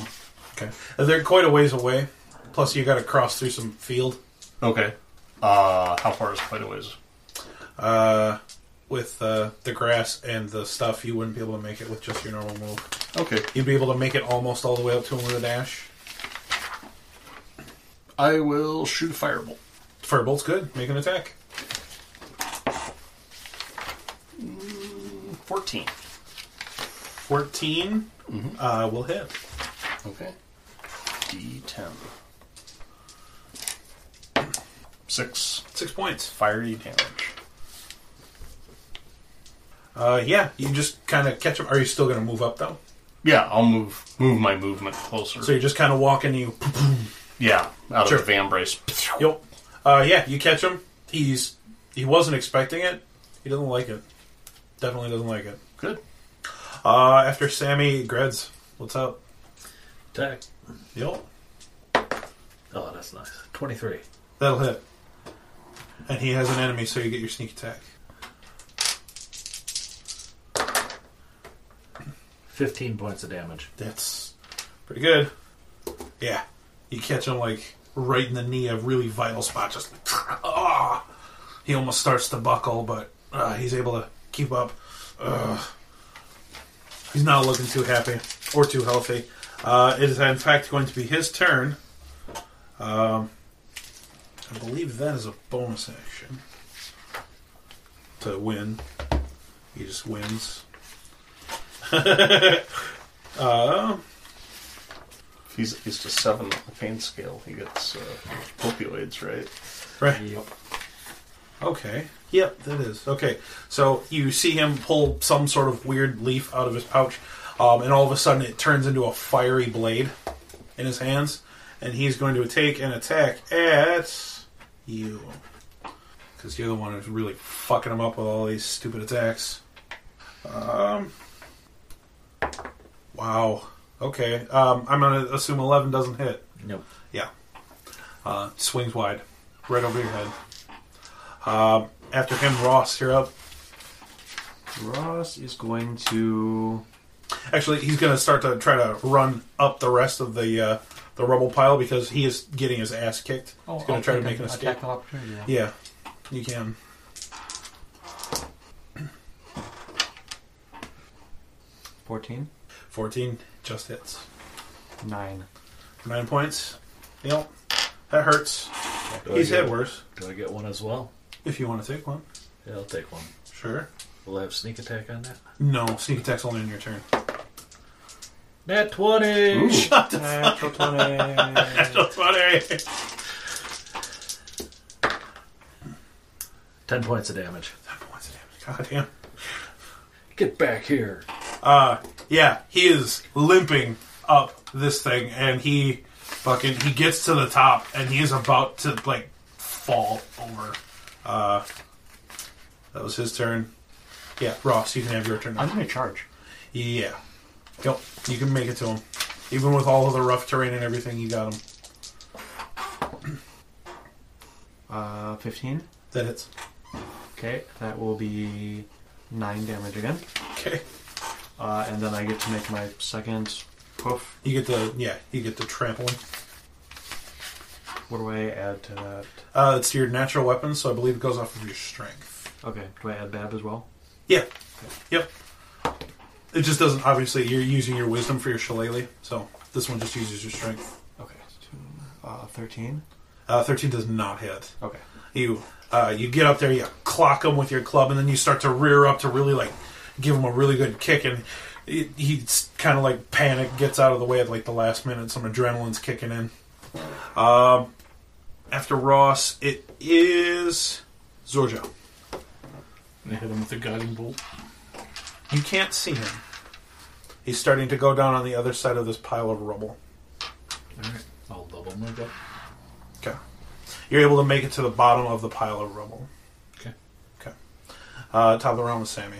S2: Okay. They're quite a ways away. Plus, you got to cross through some field
S3: Okay. Uh, how far is quite a ways?
S2: uh, with uh, the grass and the stuff. You wouldn't be able to make it with just your normal move.
S3: Okay.
S2: You'd be able to make it almost all the way up to him with a dash.
S3: I will shoot a firebolt.
S2: Firebolt's good. Make an attack.
S3: 14.
S2: 14 uh, will hit.
S3: Okay. D10. Six
S2: Six points.
S3: fiery damage.
S2: Uh, yeah, you just kind of catch him. Are you still going to move up, though?
S3: Yeah, I'll move move my movement closer.
S2: So you're just kind of walking, you
S3: yeah, out
S2: Sure.
S3: of the van brace.
S2: Yep. Uh, yeah, you catch him. He's he wasn't expecting it. He doesn't like it. Definitely doesn't like it.
S3: Good.
S2: Uh, after Sammy Greds, what's up?
S6: Attack.
S2: Yep.
S6: Oh, that's nice. Twenty-three.
S2: That'll hit. And he has an enemy, so you get your sneak attack.
S9: 15 points of damage.
S2: That's pretty good. Yeah. You catch him like right in the knee, a really vital spot. Just [laughs] ah, he almost starts to buckle, but uh, he's able to keep up. Ugh. He's not looking too happy or too healthy. Uh, it is in fact going to be his turn. Um, I believe that is a bonus action to win. He just wins. uh,
S3: If he's used to seven on the pain scale, he gets uh, opioids, right?
S2: Right. Okay. Yep, that is. Okay. So you see him pull some sort of weird leaf out of his pouch, um, and all of a sudden it turns into a fiery blade in his hands, and he's going to take an attack at you. Because you're the one who's really fucking him up with all these stupid attacks. Um. Wow. Okay. Um, I'm going to assume 11 doesn't hit.
S9: Nope.
S2: Yeah. Uh, swings wide, right over your head. Um, after him, Ross, you're up.
S4: Ross is going to.
S2: Actually, he's going to start to try to run up the rest of the uh, the rubble pile because he is getting his ass kicked. he's going
S4: I'll
S2: to Oh, try to
S4: take
S2: make an escape.
S4: Oh, attack of opportunity. Yeah.
S2: Yeah, you can.
S4: Fourteen.
S2: 14 just hits. [laughs]
S4: Nine.
S2: Nine points. Yep. That hurts. He's hit worse.
S9: Do I get one as well?
S2: If you want to take one.
S9: Yeah, I'll take one.
S2: Sure.
S9: Will I have sneak attack on that?
S2: No, sneak attack's only on your turn.
S9: Nat 20!
S4: Natural Eh, twenty.
S2: That's [laughs] funny.
S9: 10 points of damage.
S2: God damn.
S9: Get back here.
S2: Uh, yeah, he is limping up this thing, and he fucking he gets to the top, and he is about to like fall over. Uh, that was his turn. Yeah, Ross, you can have your turn.
S4: I'm going to charge.
S2: Yeah, yep, you can make it to him, even with all of the rough terrain and everything. You got him.
S4: Uh, fifteen.
S2: That hits.
S4: Okay, that will be nine damage again.
S2: Okay,
S4: Uh, and then I get to make my second poof.
S2: you get the yeah, you get the trampling.
S4: What do I add to that?
S2: Uh, it's your natural weapon, so I believe it goes off of your strength.
S4: Okay, do I add Bab as well?
S2: Yeah. Yep. It just doesn't. Obviously, you're using your wisdom for your shillelagh, so this one just uses your strength.
S4: Okay, two, uh, thirteen.
S2: Uh, Thirteen does not hit.
S4: Okay.
S2: You uh, you get up there, you clock him with your club, and then you start to rear up to really like give him a really good kick, and he- he's kind of like panic gets out of the way at like the last minute. Some adrenaline's kicking in. Um, after Ross, it is Zorja.
S5: And I hit him with a guiding bolt.
S2: You can't see him. He's starting to go down on the other side of this pile of rubble.
S5: Alright, I'll double move up.
S2: Okay. You're able to make it to the bottom of the pile of rubble.
S5: Okay.
S2: Okay. Uh, top of the round with Sammy.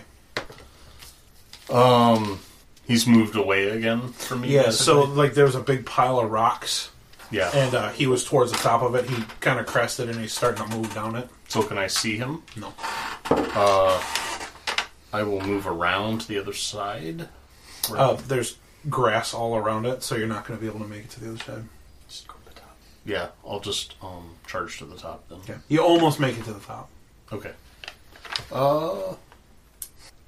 S3: Um, he's moved away again from me.
S2: Yeah, so
S3: basically.
S2: like there was a big pile of rocks,
S3: yeah.
S2: and uh, he was towards the top of it. He kind of crested and he's starting to move down it.
S3: so can I see him?
S2: No.
S3: Uh, I will move around to the other side.
S2: Uh, there's grass all around it, so you're not going to be able to make it to the other side.
S3: Just go to the top. Yeah, I'll just um charge to the top then.
S2: Okay. You almost make it to the top.
S3: Okay. Uh,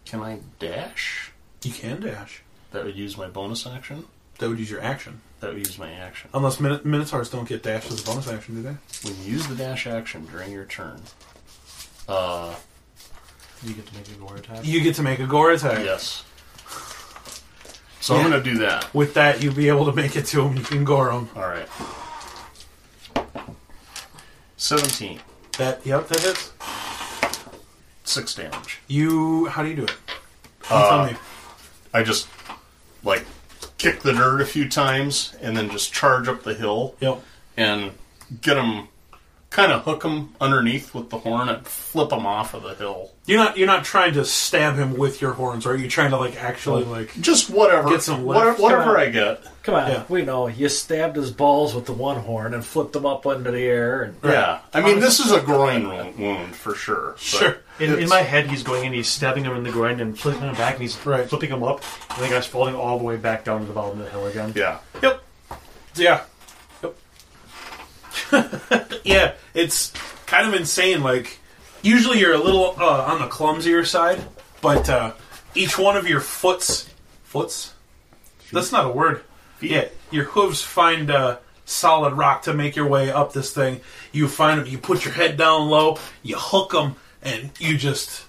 S3: can I dash?
S2: You can dash.
S3: That would use my bonus action.
S2: That would use your action.
S3: That would use my action.
S2: Unless min- Minotaurs don't get dash as a bonus action, do they?
S3: When you use the dash action during your turn, uh,
S4: You get to make a gore attack.
S2: You get to make a gore attack.
S3: yes. So
S2: Yeah.
S3: I'm gonna do that.
S2: With that, you'll be able to make it to him. You can gore him.
S3: All right. Seventeen.
S2: That, yep, that hits.
S3: Six damage.
S2: You, how do you do it? You tell me.
S3: I just like kick the dirt a few times and then just charge up the hill
S2: Yep.
S3: and get him, kind of hook him underneath with the horn and flip him off of the hill.
S2: You're not you're not trying to stab him with your horns, are you? Trying to like actually like
S3: Just whatever.
S2: Get some
S3: Wha-
S2: lift.
S3: whatever I get.
S9: Come on,
S2: Yeah.
S9: we know. You stabbed his balls with the one horn and flipped them up into the air. And
S3: Yeah. I mean, this is a groin wo- wound for sure. but
S2: sure.
S4: In, in my head, he's going in, he's stabbing him in the groin and flipping him back, and he's
S2: Right.
S4: flipping him up, and the guy's falling all the way back down to the bottom of the hill again.
S1: Yeah.
S2: Yep. Yeah. Yep. [laughs] yeah, it's kind of insane. Like, usually you're a little uh, on the clumsier side, but uh, each one of your foots. Foots? That's not a word. Yeah, your hooves find uh, solid rock to make your way up this thing. You find them, you put your head down low, you hook them, and you just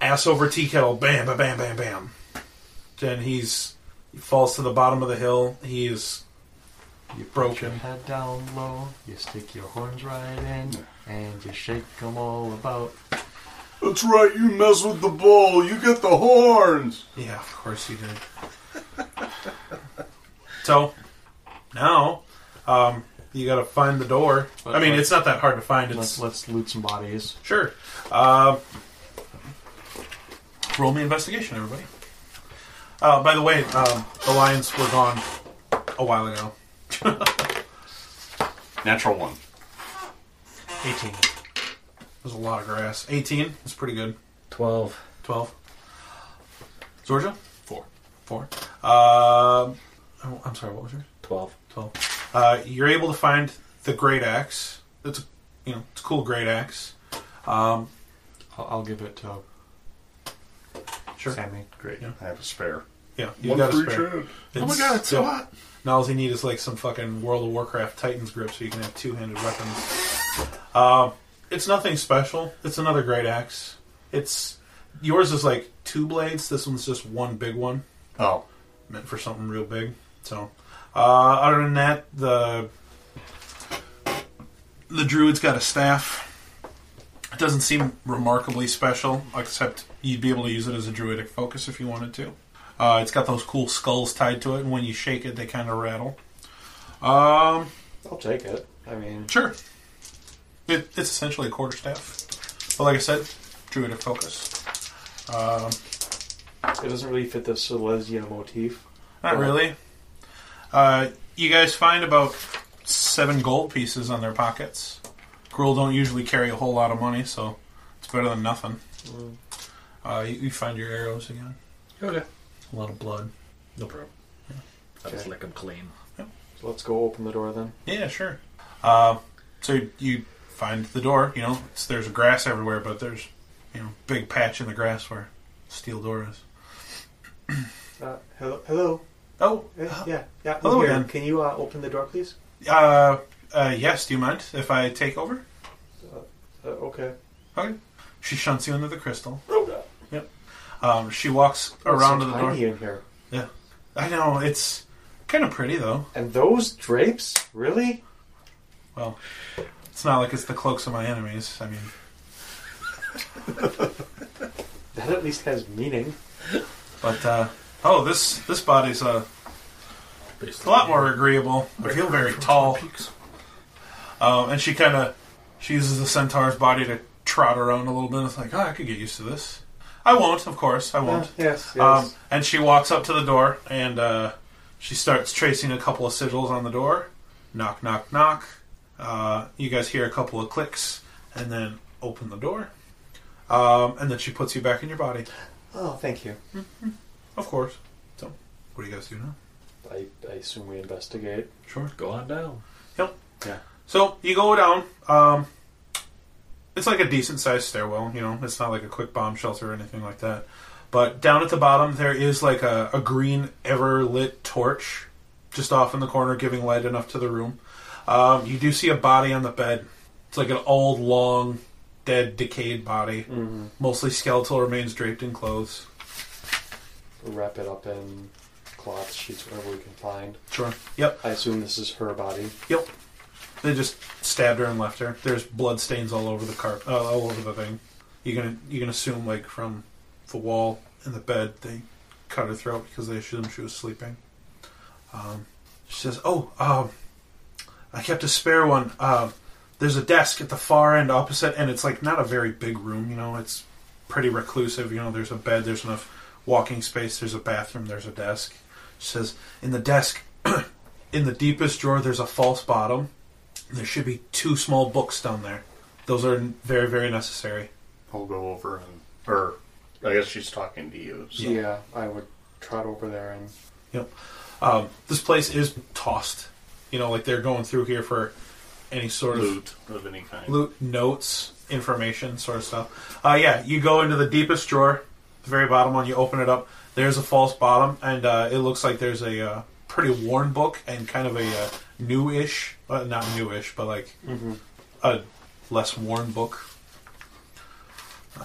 S2: ass over tea kettle, bam, bam, bam, bam, bam. Then he's he falls to the bottom of the hill. He is
S4: Your
S2: broken.
S4: head down low, you stick your horns right in, and you shake them all about.
S13: That's right, you mess with the bull, you get the horns.
S2: Yeah, of course he did. so now um, you got to find the door. I mean, it's not that hard to find.
S4: Let's,
S2: It's
S4: let's loot some bodies.
S2: sure. Uh, roll me investigation, everybody. Uh, by the way, um, the lions were gone a while ago.
S3: Natural one.
S4: 18.
S2: There's a lot of grass. 18 is pretty good.
S6: Twelve.
S2: 12. Georgia?
S3: Four.
S2: Four. Uh, oh, I'm sorry, what was yours?
S6: Twelve.
S2: 12. Uh, you're able to find the great axe. It's a, you know, it's a cool great axe. Um,
S4: I'll, I'll give it to
S2: sure.
S4: Sammy.
S3: Great.
S2: Yeah.
S3: I have a spare.
S2: Yeah, you got a spare.
S3: Oh my god, it's
S2: yeah.
S3: so hot.
S2: Now all you need is like some fucking World of Warcraft Titans grip so you can have two-handed weapons. Uh, it's nothing special. It's another great axe. It's yours is like two blades. This one's just one big one.
S3: Oh.
S2: meant for something real big. So, uh, other than that, the the druid's got a staff. It doesn't seem remarkably special, except you'd be able to use it as a druidic focus if you wanted to. Uh, it's got those cool skulls tied to it, and when you shake it, they kind of rattle. Um,
S11: I'll take it. I mean,
S2: sure. It, it's essentially a quarter staff, but like I said, druidic focus.
S11: it doesn't really fit the Silesia motif.
S2: Not really. Uh, you guys find about seven gold pieces on their pockets. Gruel don't usually carry a whole lot of money, so it's better than nothing. Uh, you, you find your arrows again.
S6: Okay.
S2: A lot of blood.
S6: No problem. I just lick them clean.
S11: So let's go open the door then.
S2: Yeah, sure. Uh, so you find the door. You know, it's, there's grass everywhere, but there's you know big patch in the grass where steel door is.
S11: Uh, hello, hello.
S2: Oh,
S11: Uh, yeah, yeah. I'm
S2: Hello
S11: here.
S2: again.
S11: Can you uh, open the door, please?
S2: uh, uh, yes. Do you mind if I take over?
S11: Uh, okay.
S2: Okay. She shunts you into the crystal.
S11: Oh, God.
S2: Um, she walks around to the door.
S11: tiny in here.
S2: I know it's kind of pretty though.
S11: And those drapes, really?
S2: It's not like it's the cloaks of my enemies. I mean,
S11: That at least has meaning.
S2: but uh, oh, this this body's a
S5: Based
S2: a lot more agreeable. I feel very tall. Um, and she kind of she uses the centaur's body to trot around a little bit. It's like, oh, I could get used to this. I won't, of course, I won't.
S11: Uh, yes, yes.
S2: Um, and she walks up to the door and uh, she starts tracing a couple of sigils on the door. Knock, knock, knock. Uh, you guys hear a couple of clicks and then open the door. Um, and then she puts you back in your body.
S11: oh, thank you.
S2: Of course. So, what do you guys do now?
S11: I, I assume we investigate.
S2: Sure.
S6: Go on down.
S2: So, you go down. Um, it's like a decent sized stairwell, you know, it's not like a quick bomb shelter or anything like that. But down at the bottom, there is like a, a green, ever lit torch just off in the corner, giving light enough to the room. Um, you do see a body on the bed. It's like an old, long, dead, decayed body,
S11: Mm-hmm.
S2: mostly skeletal remains draped in clothes.
S11: Wrap it up in cloth sheets, whatever we can find.
S2: Sure. Yep.
S11: I assume this is her body.
S2: Yep. They just stabbed her and left her. There's blood stains all over the carpet, uh, all over the thing. You can you can assume like from the wall and the bed they cut her throat because they assumed she was sleeping. Um, she says, "Oh, um, I kept a spare one. Uh, there's a desk at the far end opposite, and it's like not a very big room. You know, it's pretty reclusive. You know, there's a bed, there's enough walking space, there's a bathroom, there's a desk." She says, "In the desk." [clears throat] in the deepest drawer there's a false bottom there should be two small books down there those are very very necessary
S3: I'll go over and, or I guess she's talking to you. So.
S11: Yeah, I would trot over there and.
S2: Yep. Um, this place is tossed. You know, like they're going through here for any sort
S3: Loot
S2: of
S3: of any kind.
S2: loot, notes, information, sort of stuff. Uh, yeah, you go into the deepest drawer, the very bottom one. You open it up. There's a false bottom, and uh, it looks like there's a uh, pretty worn book and kind of a uh, newish, uh, not newish, but like a less worn book.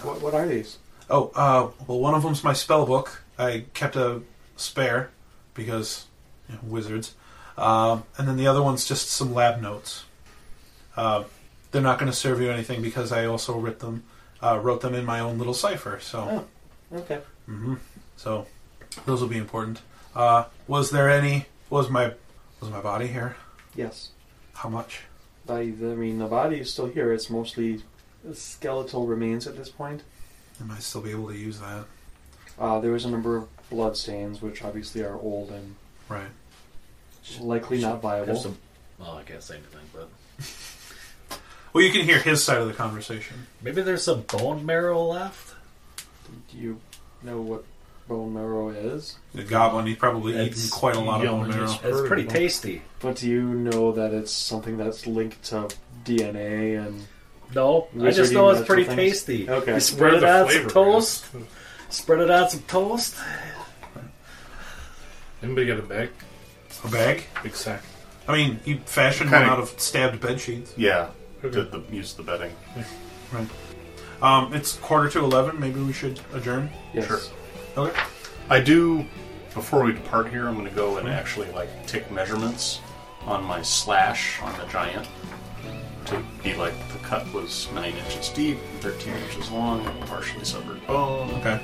S11: What, what are these?
S2: Oh, uh, well, one of them's my spell book. I kept a spare because you know, wizards. Um, and then the other one's just some lab notes. Uh, they're not going to serve you anything because I also writ them, uh, wrote them in my own little cipher. So,
S11: Okay.
S2: hmm so those will be important. Uh, was there any? Was my was my body here?
S11: Yes.
S2: How much?
S11: I, I mean, the body is still here. It's mostly skeletal remains at this point.
S2: I might still be able to use that.
S11: Uh, there was a number of blood stains, which obviously are old and
S2: Right.
S11: likely not viable.
S6: Have some, well, I can't say anything, but
S2: Well, you can hear his side of the conversation.
S6: maybe there's some bone marrow left.
S11: Do you know what bone marrow is?
S2: The goblin, he's probably
S6: That's
S2: eaten quite a lot of bone
S3: yummy
S2: marrow.
S3: as
S6: It's pretty tasty.
S11: But do you know that it's something that's linked to DNA and
S6: No, I just
S11: Wizardy
S6: know it's
S11: natural
S6: pretty
S11: things.
S6: tasty.
S11: Okay.
S6: You spread it on some
S5: flavor
S6: toast. Spread it on some toast.
S5: Anybody got a bag?
S2: A bag?
S5: Big sack.
S2: I mean, he fashioned
S3: Kinda-
S2: one out of stabbed bed sheets.
S3: Yeah. Did the, use the bedding.
S2: Right. Um, it's quarter to eleven. Maybe we should adjourn.
S11: yes?
S3: Sure.
S2: Okay.
S3: I do. Before we depart here, I'm going to go and actually like take measurements on my slash on the giant to be like the cut was nine inches deep, 13 inches long, partially severed bone.
S2: Okay.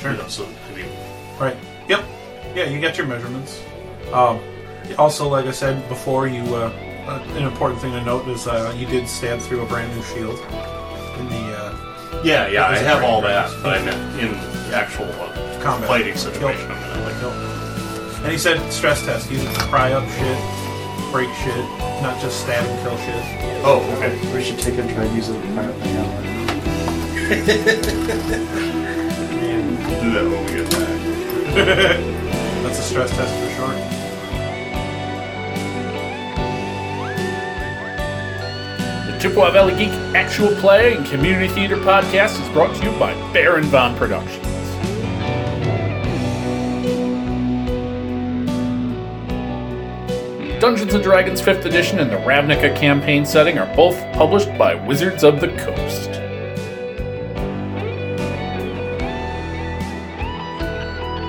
S3: Sure. You know, so I mean,
S2: All right. Yep. Yeah, you got your measurements. Um, also, like I said before, you uh, uh, an important thing to note is uh, you did stab through a brand new shield in the uh,
S3: yeah, yeah, I
S2: Is it
S3: have all
S2: right?
S3: that, but I meant in the actual uh,
S2: combat
S3: fighting
S2: Yep.
S3: situation. I'm going to like.
S2: Nope. And he said stress test. He didn't pry up shit, break shit, not just stab and kill shit.
S3: Oh, okay.
S11: We should take and try to use it apparently. now.
S3: We'll do that when we get back.
S2: That's a stress test for sure.
S1: The Chippewa Valley Geek Actual Play and Community Theater Podcast is brought to you by Baron Von Productions. Dungeons and Dragons 5th Edition and the Ravnica campaign setting are both published by Wizards of the Coast.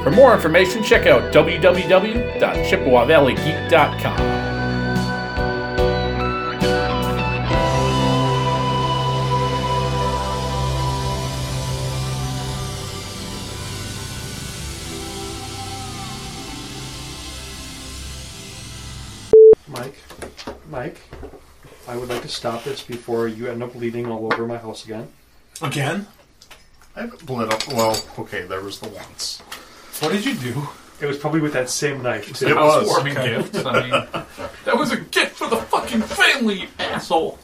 S1: For more information, check out www.chippewavalleygeek.com.
S11: Mike, Mike, I would like to stop this before you end up bleeding all over my house again.
S2: Again?
S3: I haven't bled up. Well, okay, there was the once.
S2: What did you do?
S11: It was probably with that same knife.
S3: It was.
S2: Okay.
S5: gift. I mean,
S1: That was a gift for the fucking family, you asshole.